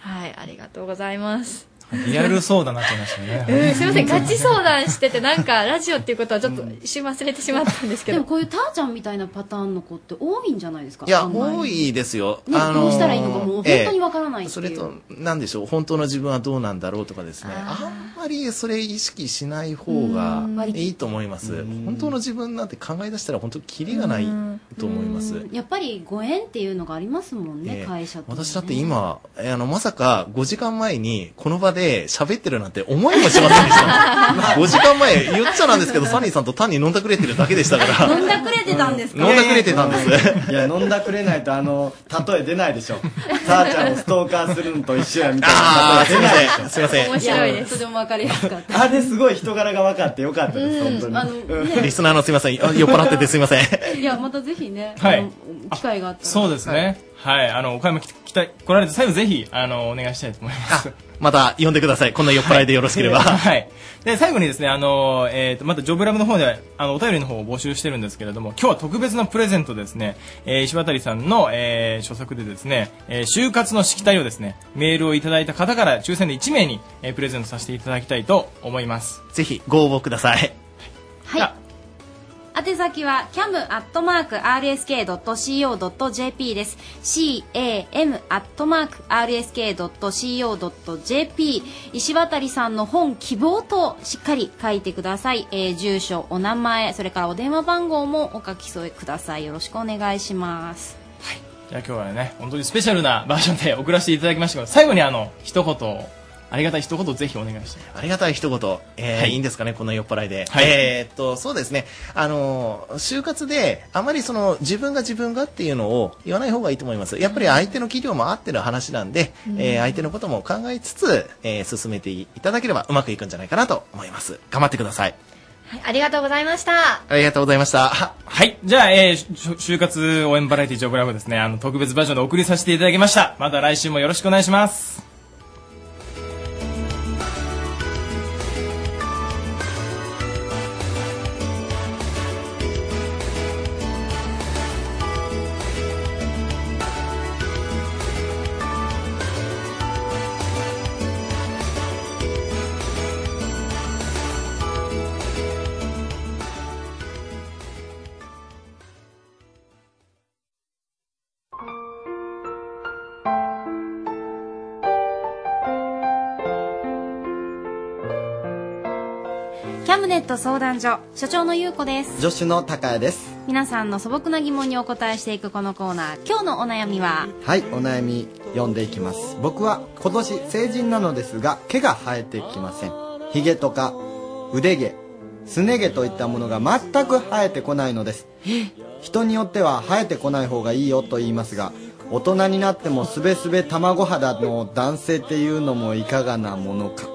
はいありがとうございます
リアル相談になっちゃいました
うん、
ね。
すいません、ガチ相談してて、なんか、ラジオっていうことはちょっと一瞬忘れてしまったんですけ
で
ど
も。こういうターちゃんみたいなパターンの子って多いんじゃないですか
いや、
案外
多いですよ。
ね
あのー
どうしたらいいのかもう本当にわからないっていう
それと、なんでしょう、本当の自分はどうなんだろうとかですね。あんまりそれ意識しない方がいいと思います。本当の自分なんて考え出したら本当キリがないと思います。
やっぱりご縁っていうのがありますもんね、
ええ
会社と、ね、
私だって今、えーあの、まさか5時間前にこの場で喋ってるなんて思いもしませんでした。5時 間前、言っちゃなん ですけど、サニーさんと単に飲んだくれてるだけでしたから。
飲んだくれてたんですか
飲んだくれてたんです。
いや飲んだくれないとあの例え出ないでしょさあちゃんをストーカーするのと一緒やみたいな
あーすいま
ん
せんすいません面白い
とてもわかりやすかっ
あれすごい人柄が分かってよかったです、
うん
本
あ
当
の
に、
ね
リスナーのすいません、あ酔っ払っててすいません。
たいやまたぜひね、
はい
あの機会があったら
そうですね。はい。あの、岡山来来た、来られた際はぜひ、あの、お願いしたいと思います。
また呼んでください。こんな酔っ払いで よろしければ。
はい。で、最後にですね、あの、えっ、と、またジョブラブの方では、あの、お便りの方を募集してるんですけれども、今日は特別なプレゼントですね、えー石渡さんの、えー著作でですね、えー就活のしきたりをですね、メールをいただいた方から抽選で1名に、えープレゼントさせていただきたいと思います。
ぜひ、ご応募ください。
宛先は cam.rsk.co.jp です cam.rsk.co.jp 石渡さんの本希望としっかり書いてください、えー住所お名前それからお電話番号もお書き添えくださいよろしくお願いします
じゃあ今日はね、本当にスペシャルなバージョンで送らせていただきましたけど、最後にあの、一言を、ありがたい一言をぜひお願いします。
ありがたい一言、えー
はい
い、いんですかね、こんな酔っ払いで。
はい
えーっと、そうですね、あのー、就活で、あまりその、自分が自分がっていうのを言わない方がいいと思います。やっぱり相手の企業も合ってる話なんで、
うん
えー相手のことも考えつつ、えー進めていただければうまくいくんじゃないかなと思います。頑張ってください。
はいありがとうございました。
ありがとうございました。
はい。じゃあ、えー、し就活応援バラエティジョブラブですね、あの、特別バージョンでお送りさせていただきました。また来週もよろしくお願いします。
キャムネット相談所所長の優子です
助手の高谷です
皆さんの素朴な疑問にお答えしていくこのコーナー今日のお悩みは
はいお悩み読んでいきます僕は今年成人なのですが毛が生えてきませんヒゲとか腕毛すね毛といったものが全く生えてこないのです人によっては生えてこない方がいいよと言いますが大人になってもすべすべ卵肌の男性っていうのもいかがなものか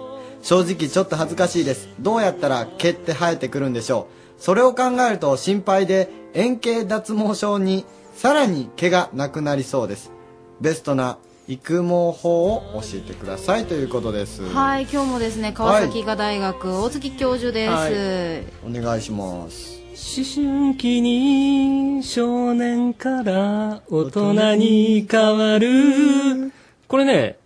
正直ちょっと恥ずかしいですどうやったら毛って生えてくるんでしょうそれを考えると心配で円形脱毛症にさらに毛がなくなりそうですベストな育毛法を教えてくださいということです
はい今日もですね川崎医科大学大月教授で
お
す、
願いします
思春期に少年から大人に変わる。これね、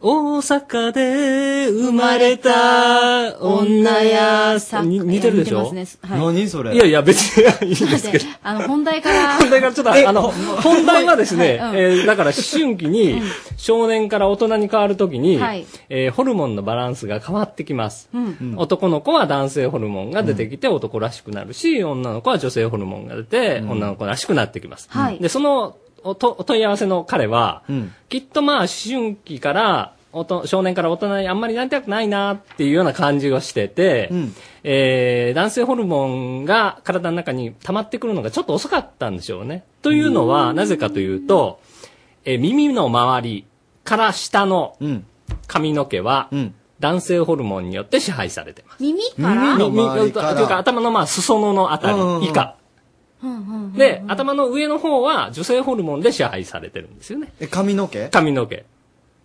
大阪で生まれた女やさ、に似てるでし
いや
ょ
似てますね
何それ
いやいや、別にいいです けど。
あの本題か ら
本題からちょっと、あの、本題はですね、
はいうん
えーだから思春期に少年から大人に変わるときに、
はい
えーホルモンのバランスが変わってきます。
うん
男の子は男性ホルモンが出てきて男らしくなるし、女の子は女性ホルモンが出て、女の子らしくなってきます。
はい
で、そのおとお問い合わせの彼は、きっとまあ思春期からおと少年から大人にあんまりなりたくないなっていうような感じをしてて、えー男性ホルモンが体の中に溜まってくるのがちょっと遅かったんでしょうね。というのは、なぜかというと、えー耳の周りから下の髪の毛は、男性ホルモンによって支配されてます。
耳から
耳の周りからというか頭のまあ裾野のあたり以下。で、頭の上の方は女性ホルモンで支配されてるんですよね。
え髪の毛
髪の毛。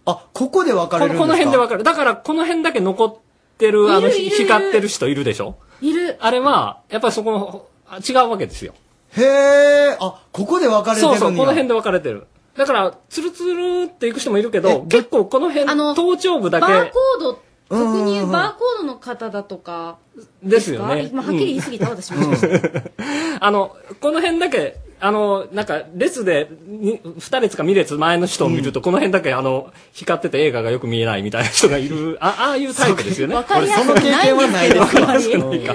あ、ここで分かれるんですか
この辺で分かる。だから、この辺だけ残ってる、あの、
いるいるいる
光ってる人いるでしょ
いる
あれは、やっぱりそこの、あ違うわけですよ。
へえ、あ、ここで分かれてるん
そう
や
そう、この辺で分かれてる。だから、ツルツルっていく人もいるけど、結構この辺、頭頂部だ
バ
け。
ーコード
うんうんうん
特に言うバーコードの方だとか
ですよね
ですか今はっきり言い過ぎた、私も
あの、この辺だけ、あの、なんか、列で、に二列か二列前の人を見ると、この辺だけ、あの、光ってて映画がよく見えないみたいな人がいる、あ、ああいうタイプですよね。
わかりやすく俺その経験はないです
わかりやすくないか。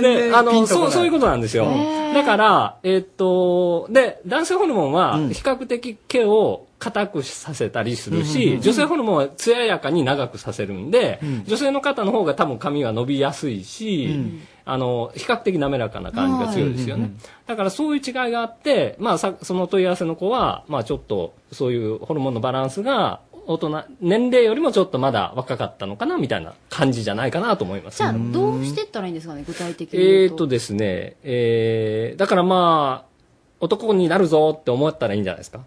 で、あ
ピン
の、
と
そ、
こないう
そういうことなんですよ。だから、えっと、で、男性ホルモンは、比較的毛を硬くさせたりする
うんうんう
し、
ん
女性ホルモンは艶やかに長くさせるんで
うん、
女性の方の方が多分髪は伸びやすいし、あの、比較的滑らかな感じが強いですよね。
はい
だからそういう違いがあって、まあさ、その問い合わせの子は、まあちょっと、そういうホルモンのバランスが、大人、年齢よりもちょっとまだ若かったのかな、みたいな感じじゃないかなと思います。
じゃあどうしてったらいいんですかね具体的に
え
言
っ、ー、
う
とですね、えー、だからまあ、男になるぞって思ったらいいんじゃないですか。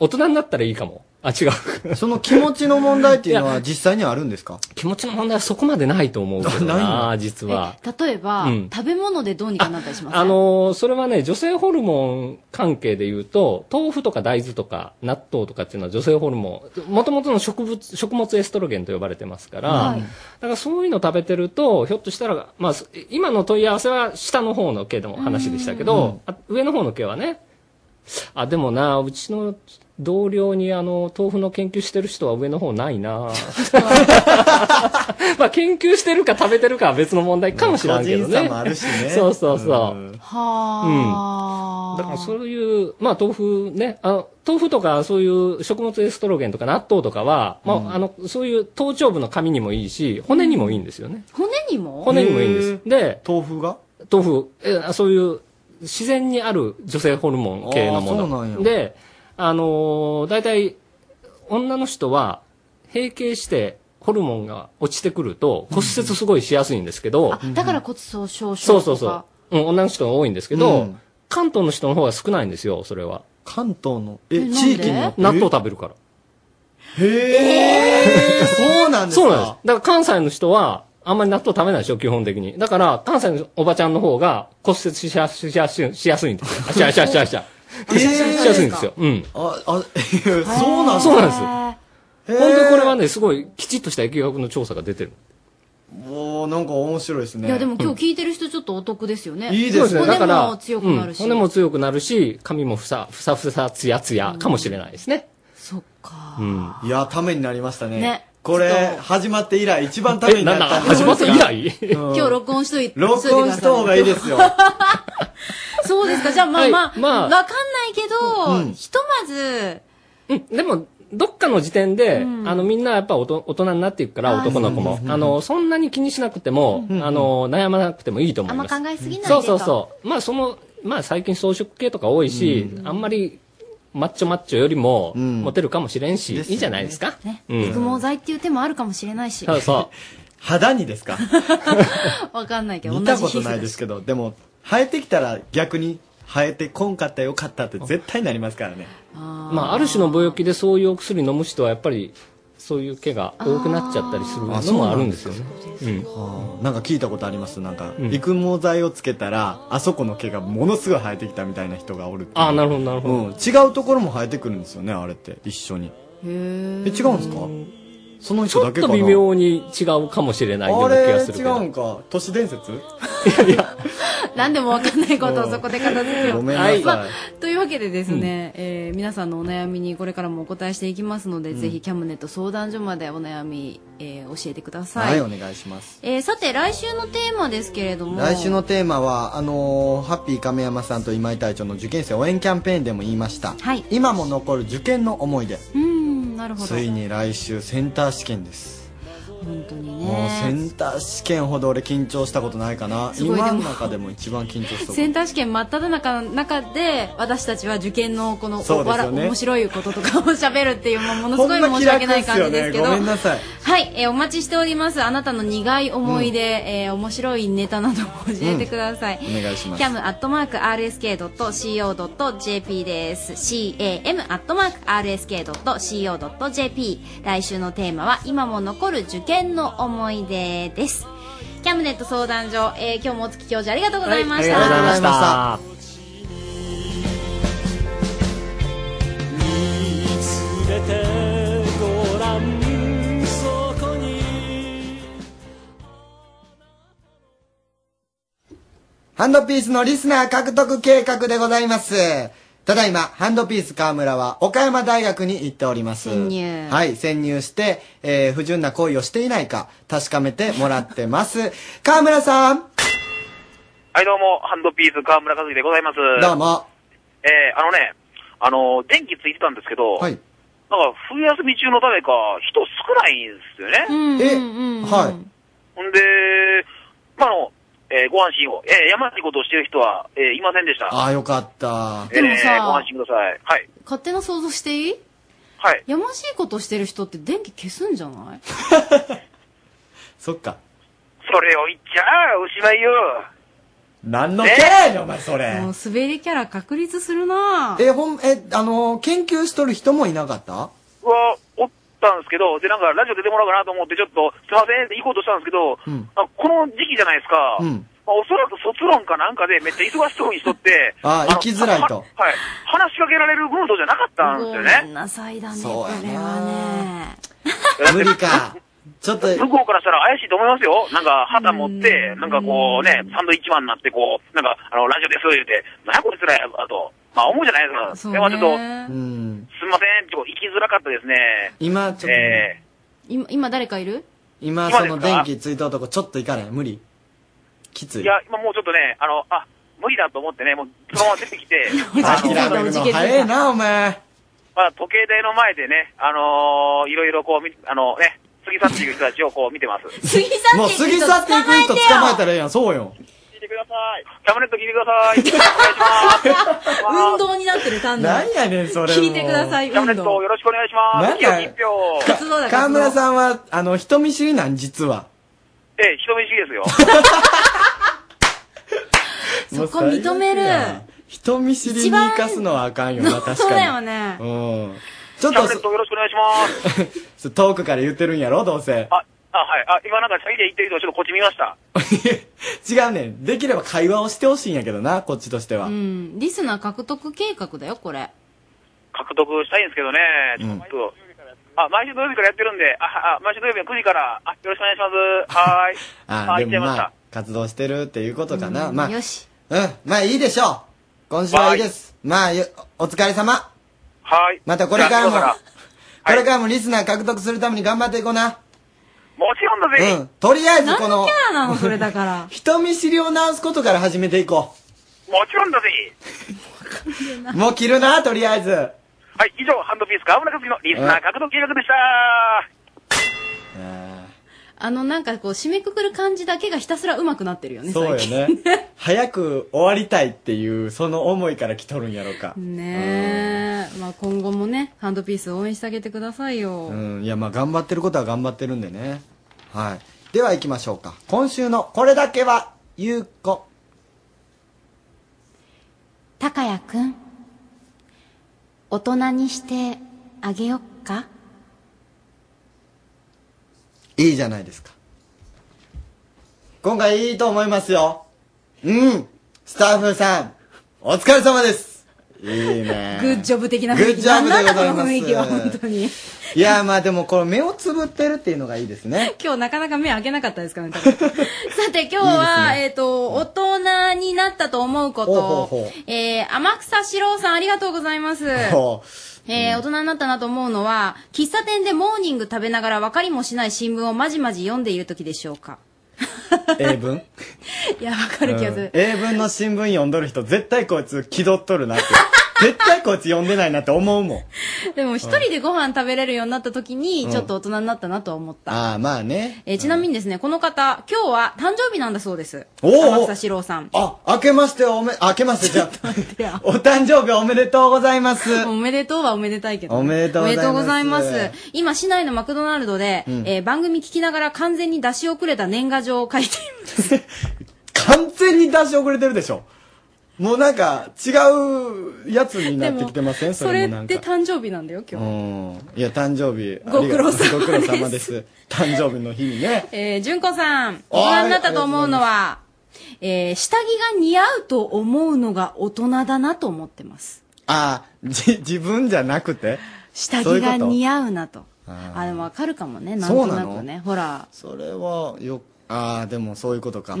大人になったらいいかも。あ、違う。
その気持ちの問題っていうの
い
は
や
実際にはあるんですか
気持ちの問題はそこまでないと思うけどな、実は。
例えば、
うん
食べ物でどうにかなったりします
あのーそれはね、女性ホルモン関係で言うと、豆腐とか大豆とか納豆とかっていうのは女性ホルモン、もともとの植物、食物エストロゲンと呼ばれてますから、
はい
だからそういうの食べてると、ひょっとしたら、まあ、す今の問い合わせは下の方の毛の話でしたけど、あ上の方の毛はね、あ、でもな、うちの同僚にあの、豆腐の研究してる人は上の方ない なまあ、研究してるか食べてるかは別の問題かもしれないけどね。
個人差もあるしね
そうそうそう。
はあ、
だからそういう、まあ豆腐ね、あの豆腐とかそういう食物エストロゲンとか納豆とかは、まあ、あの、そういう頭頂部の髪にもいいし、骨にもいいんですよね。
骨にも
骨にもいいんです。で、
豆腐が
豆腐、えそういう自然にある女性ホルモン系のも
あーそうなんや
の。で、あのー大体、女の人は、閉経して、ホルモンが落ちてくると骨折すごいしやすいんですけど、
だから骨粗しょう症
そう
とか
そうそう。うん、女の人が多いんですけど、
うん
関東の人の方が少ないんですよ、それは。
関東の、
え、
なんで地域によって
納豆食べるから。
へえ、そうなんですか
そうなんです。だから関西の人は、あんまり納豆食べないでしょ、基本的に。だから、関西のおばちゃんの方が骨折しやすしやすしやすいんですよ。あしやしやしやしや。
えー
しやすいんですよ。うん。
あ、あ、そうなん
そうなんです
へー
本当にこれはね、すごいきちっとした疫学の調査が出てる。
もうなんか面白いですね。
いやでも今日聞いてる人ちょっとお得ですよね、
だか
骨
ら、
も強くなるし、
うん骨も強くなるし、髪もふさ、ふさふさ、つやつやかもしれないですね。
そっか。
うん。
いや、ためになりましたね。
ね
これ、始まって以来一番ためになったんじ
えなんだ
ゃ
始まって
ないですかうん
今日録音しといて。
録音
しといてくださ
した方がいいですよ。
そうですか。じゃあまあ
はい
まあ、
まあ
わかんないけ
う
ど、
ん
ひとまず、
うん、でも、どっかの時点で、
うん
あの、みんなやっぱおと大人になっていくから、
あー
男の子も
そう。
あの、そんなに気にしなくても、あの、悩まなくてもいいと思
あ
い
んま
ます。
考えすぎないで
そ
と。
うそうそう。まあ、その、まあ、最近装飾系とか多いし、あんまり、マッチョマッチョよりも、モテるかもしれんし、いいじゃないですか。
ね
うん
育毛剤っていう手もあるかもしれないし。
そうそう。
肌にですか
わかんないけど、
見
同
た
じ
こと
皮膚
ない
だ
で
し
す。けど、でも、生えてきたら逆に、生えてこんかったよかったって絶対なりますからね。
まあ、ある種の病気でそういうお薬飲む人は、やっぱり、そういう毛が多くなっちゃったりするのもあるんですよね。
はあなんか聞いたことありますなんか、育毛剤をつけたらあそこの毛がものすごい生えてきたみたいな人がおるっていう
あーなるほどなるほど
うん、違うところも生えてくるんですよねあれって一緒に
え違
うんですかその
ち
人
ょ
だ
っ
けか
と
な
微妙に違うかもしれないような気がするけど。
あれ違うんか都市伝説
なんでもわかんないことをそこで片付けよう。
ごめんなさい
まあというわけでですね、えー皆さんのお悩みにこれからもお答えしていきますので、
うん
ぜひキャムネット相談所までお悩み、えー教えてくださ。
はいいお願いします
えーさて、来週のテーマですけれども。
来週のテーマはあのーハッピー亀山さんと今井隊長の受験生応援キャンペーンでも言いました、今も残る受験の思い出
うーん、なるほど。
ついに来週センター試験です
本当に
もうセ
ね。
ンター試験ほど俺緊張したことないかな
すごい
今
で
の
も
中でも一番緊張した
センター試験真っ只中の中で私たちは受験のこの
そうです
わら
よね
面白いこととかを喋るっていうもうものす
ほん
ごい
ま
申
気
し
楽
訳ない感じですけど
よねごめんなさい
はい、えーお待ちしております。あなたの苦い思い出、えー面白いネタなども教えてください。
お願いします
キャムアットマーク RSK.CO.JP です。CAM アットマーク RSK.CO.JP。来週のテーマは今も残る受験の思い出です。キャムネット相談所、えー今日もお月教授ありがとうございました。
はいありがとうございました
「連れてごらんそこに」
ハンドピースのリスナー獲得計画でございますただいま、ハンドピース河村は岡山大学に行っております。
潜入
はい、潜入して、えー、不純な行為をしていないか確かめてもらってます。 河村さん
はい、どうも、ハンドピース川村和樹でございます。
どうも。
えー、あのね、あの、電気ついてたんですけど、
はい
なんか、冬休み中の誰か、人少ないんですよね。
え、はい。
ほんで、まあ、あの、えーご安心を。えー、やましいことをしてる人は、えーいませんでした。
ああ、よかった。
えーご安心ください。はい。
勝手な想像していい
はい。
やましいことしてる人って電気消すんじゃ ない
そっか。
それを言っちゃ、おしまいよ。
何のキャラやねん、お前それ。
もう滑りキャラ確立するなぁ
え、ほん、え、あのー研究しとる人もいなかった
うわ、おったんですけど、で、なんか、ラジオ出てもらおうかなと思って、ちょっと、すいませんって行こうとしたんですけど、
うん
あこの時期じゃないですか、
うん
まあ、おそらく卒論かなんかで、めっちゃ忙しそうにしとって、
あー
の
行きづらいと
ははい。話しかけられるムードじゃなかったんですよね。
ごめんなさいだね、
そう
こ
やな
れはね。
無理か。ちょっと。
向こうからしたら怪しいと思いますよ。なんか、旗持って、なんかこうね、サンドイッチマンになって、こう、なんか、あの、ラジオです言うて、なんやこいつらや、あと、まあ思うじゃないですか。でもちょっと、
うん。
すみません、ちょっと行きづらかったですね。
今、ちょっと、
え
今、今誰かいる
今、その電気ついたとこ、ちょっと行かない無理きつ
ー
い。
いや、今もうちょっとね、あの、あ、無理だと思ってね、もう、そのまま出てきて、あ
諦めるの早えな、お前。
まあ、時計台の前でね、あのーいろいろこうみ、あのね、過ぎ去っていく人たちをこう見て ます。
過ぎ去
もう過ぎ去っていく人捕まえたらええやん、そうよ。
聞いてください。キャムネット聞いてくださ い。お願いします。
運動になってる、単な
なん
る。
やねん、それ。
聞いてください、
キャムネ
運
ット
動。
よろしくお願いします。
なんだ
一票一票。
動だ活動
河村さんは、あの、人見知りなん、実は。
ええ、人見知りですよ。
そこ認める
もう最悪や。人見知りに生かすのはあかんよな、確かに。
そうだよね。
うん。
ち
ち
ょ
ょ
っ
っと
と。キャムネットよろしくお願いします。
そ、遠くから言ってるんやろ、どうせ。
あ、はい。あ、今なんか詐欺で言ってる人、ちょっとこっち見ました。
違うねん。できれば会話をしてほしいんやけどな、こっちとしては。
うん。リスナー獲得計画だよ、これ。
獲得したいんですけどね、ちょっと。あ、毎週土曜日からやってるんで、あ、あ毎週土曜日の9時から、あ、よろしくお願いしま す。はーい。
あー、
あ行っちゃ
でも
いま
ま
した
あ、活動してるっていうことかな。まあ、
よし。
うん、まあいいでしょう。今週はいいです。まあ、よお疲れ様。
はい。
またこれからも
じゃあ今日
これからもリスナー獲得するために頑張っていこうな。
もちろんだぜ、
うん。とりあえずこの、
なのそれだから。
人見知りを直すことから始めていこ
もちろんだぜ
う。もう着るな、とりあえず。
はい、以上、ハンドピース川村和樹のリスナー獲得計画でした
あの、なんかこう、締めくくる感じだけがひたすら上手くなってるよね、
そうよ
最近。
ね。早く終わりたいっていう、その思いから来とるんやろか。
ねえ。まあ今後もね、ハンドピース応援してあげてくださいよ。
うん、いや、まあ頑張ってることは頑張ってるんでね。はい。では行きましょうか。今週のこれだけは、ゆうこ。
高谷くん、大人にしてあげよっか
いいじゃないですか。今回いいと思いますよ。うん。スタッフさん、お疲れ様です。いいね。
グッジョブ的な
グ
雰囲
ッ
気。
ジョブで
な
ご
ん
ざ
だ
います
この雰囲気は、本当に。
いや、まあでもこの目をつぶってるっていうのがいいです ね。
今日なかなか目開けなかったですからね、 多分さて今日は、
いいですね
えっ、と、大人になったと思うこと。
ほうほうほ
えー、天草四郎さんありがとうございます。
ほ
えー大人になったなと思うのは、喫茶店でモーニング食べながら分かりもしない新聞をまじまじ読んでいる時でしょ うか。
う英文
いや、分かる気がする。
うん英文の新聞読んどる人、絶対こいつ気取っとるなって。絶対こいつ読んでないなって思う もん。
でも一人でご飯食べれるようになった時に、
うん
ちょっと大人になったなとは思った。
ああ、まあね。
えーちなみにですね、この方、今日は誕生日なんだそうです。
おー
天草四郎さん。
あ、明けましておめ、明けましてじ ゃ
てよ
あ、お誕生日おめでとうございます。
おめでとうはおめでたいけどね、
おめでとうございます
おめでます今、市内のマクドナルドで、
うん
えー番組聞きながら完全に出し遅れた年賀状を書いています。
完全に出し遅れてるでしょ。もうなんか、違うやつになってきてませんそ
そ
れ
れ
もなん
っ
か
て。誕生日なんだよ、今
う
日。
ん。いや、誕生日。
ご苦労様です
ありがとうご苦労様 です。誕生日の日にね。
えー、純子さん、
おー
大人になったと思うのは、えー、下着が似合うと思うのが大人だなと思ってます。
ああ、じ、自分じゃなくて
下着が似
合
合うなと。
あ
あ、でもわかるかもね、なん
そ
と
うな
な
の
くね。ほら。
それは、よ、ああ、でもそういうことか。
う
う
ん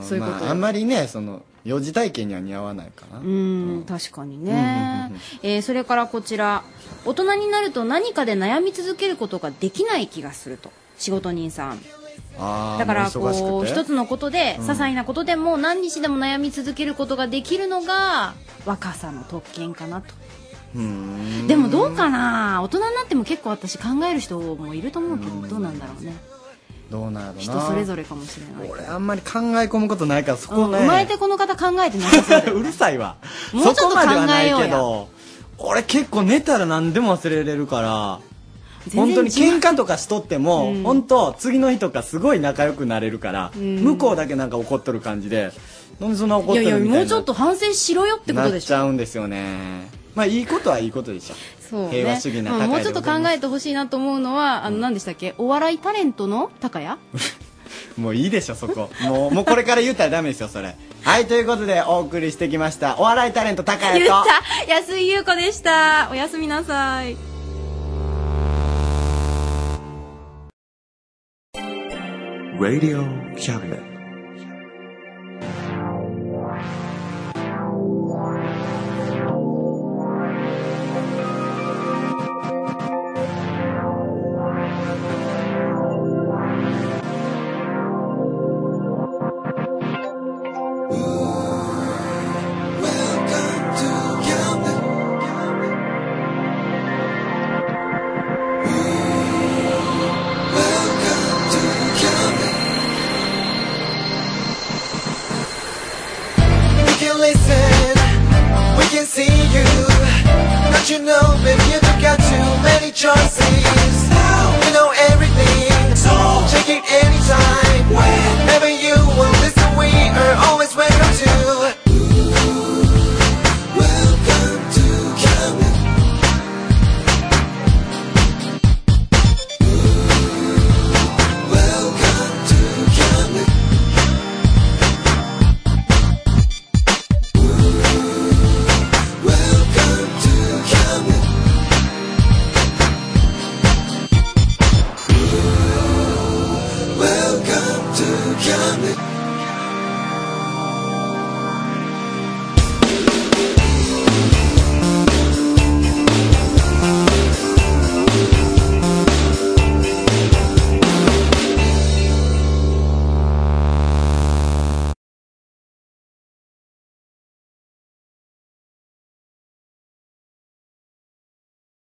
ん
そういうこと
まあ、あんまりね、その、四字体験には似合わないかな。
うん、確かにね。えーそれからこちら。大人になると何かで悩み続けることができない気がすると。仕事人さん。
ああ、
だから
もう忙しくて
こう、一つのことで、
うん
些細なことでも何日でも悩み続けることができるのが、若さの特権かなと。
うーん
でもどうかな大人になっても結構私考える人もいると思うけど、どうなんだろうね。
どうなるな
人それぞれかもしれない。
俺あんまり考え込むことないからそこ
うん
ね、
生まれてこの方考えてなさそうだよ
うるさいわ
もうちょっと
そこまではない
考え
け
よ
ど俺結構寝たら何でも忘れれるから
全
本
然
当に喧嘩とかしとっても、
うん
本当次の日とかすごい仲良くなれるから、
うん
向こうだけなんか怒っとる感じでなんでそんな怒っ
い
と
や
る
い
みたい
や、
な
もうちょっと反省しろよってこ
な
と
っ
でしょ
ちゃうんですよねまあいいことはいいことでしょ
そうね、
平和主義な高
まあ
い
もうちょっと考えてほしいなと思うのは、あの、何でしたっけお笑いタレントの高谷
もういいでしょそこもうもうこれから言ったらダメですよそれはいということでお送りしてきましたお笑いタレント高
言
谷
っ
と
た安井優子でしたおやすみなさい
Radio Cabinet.
We can listen, we can see you. Don't you know, baby, you don't got too many choices. We know everything, so check it anytime.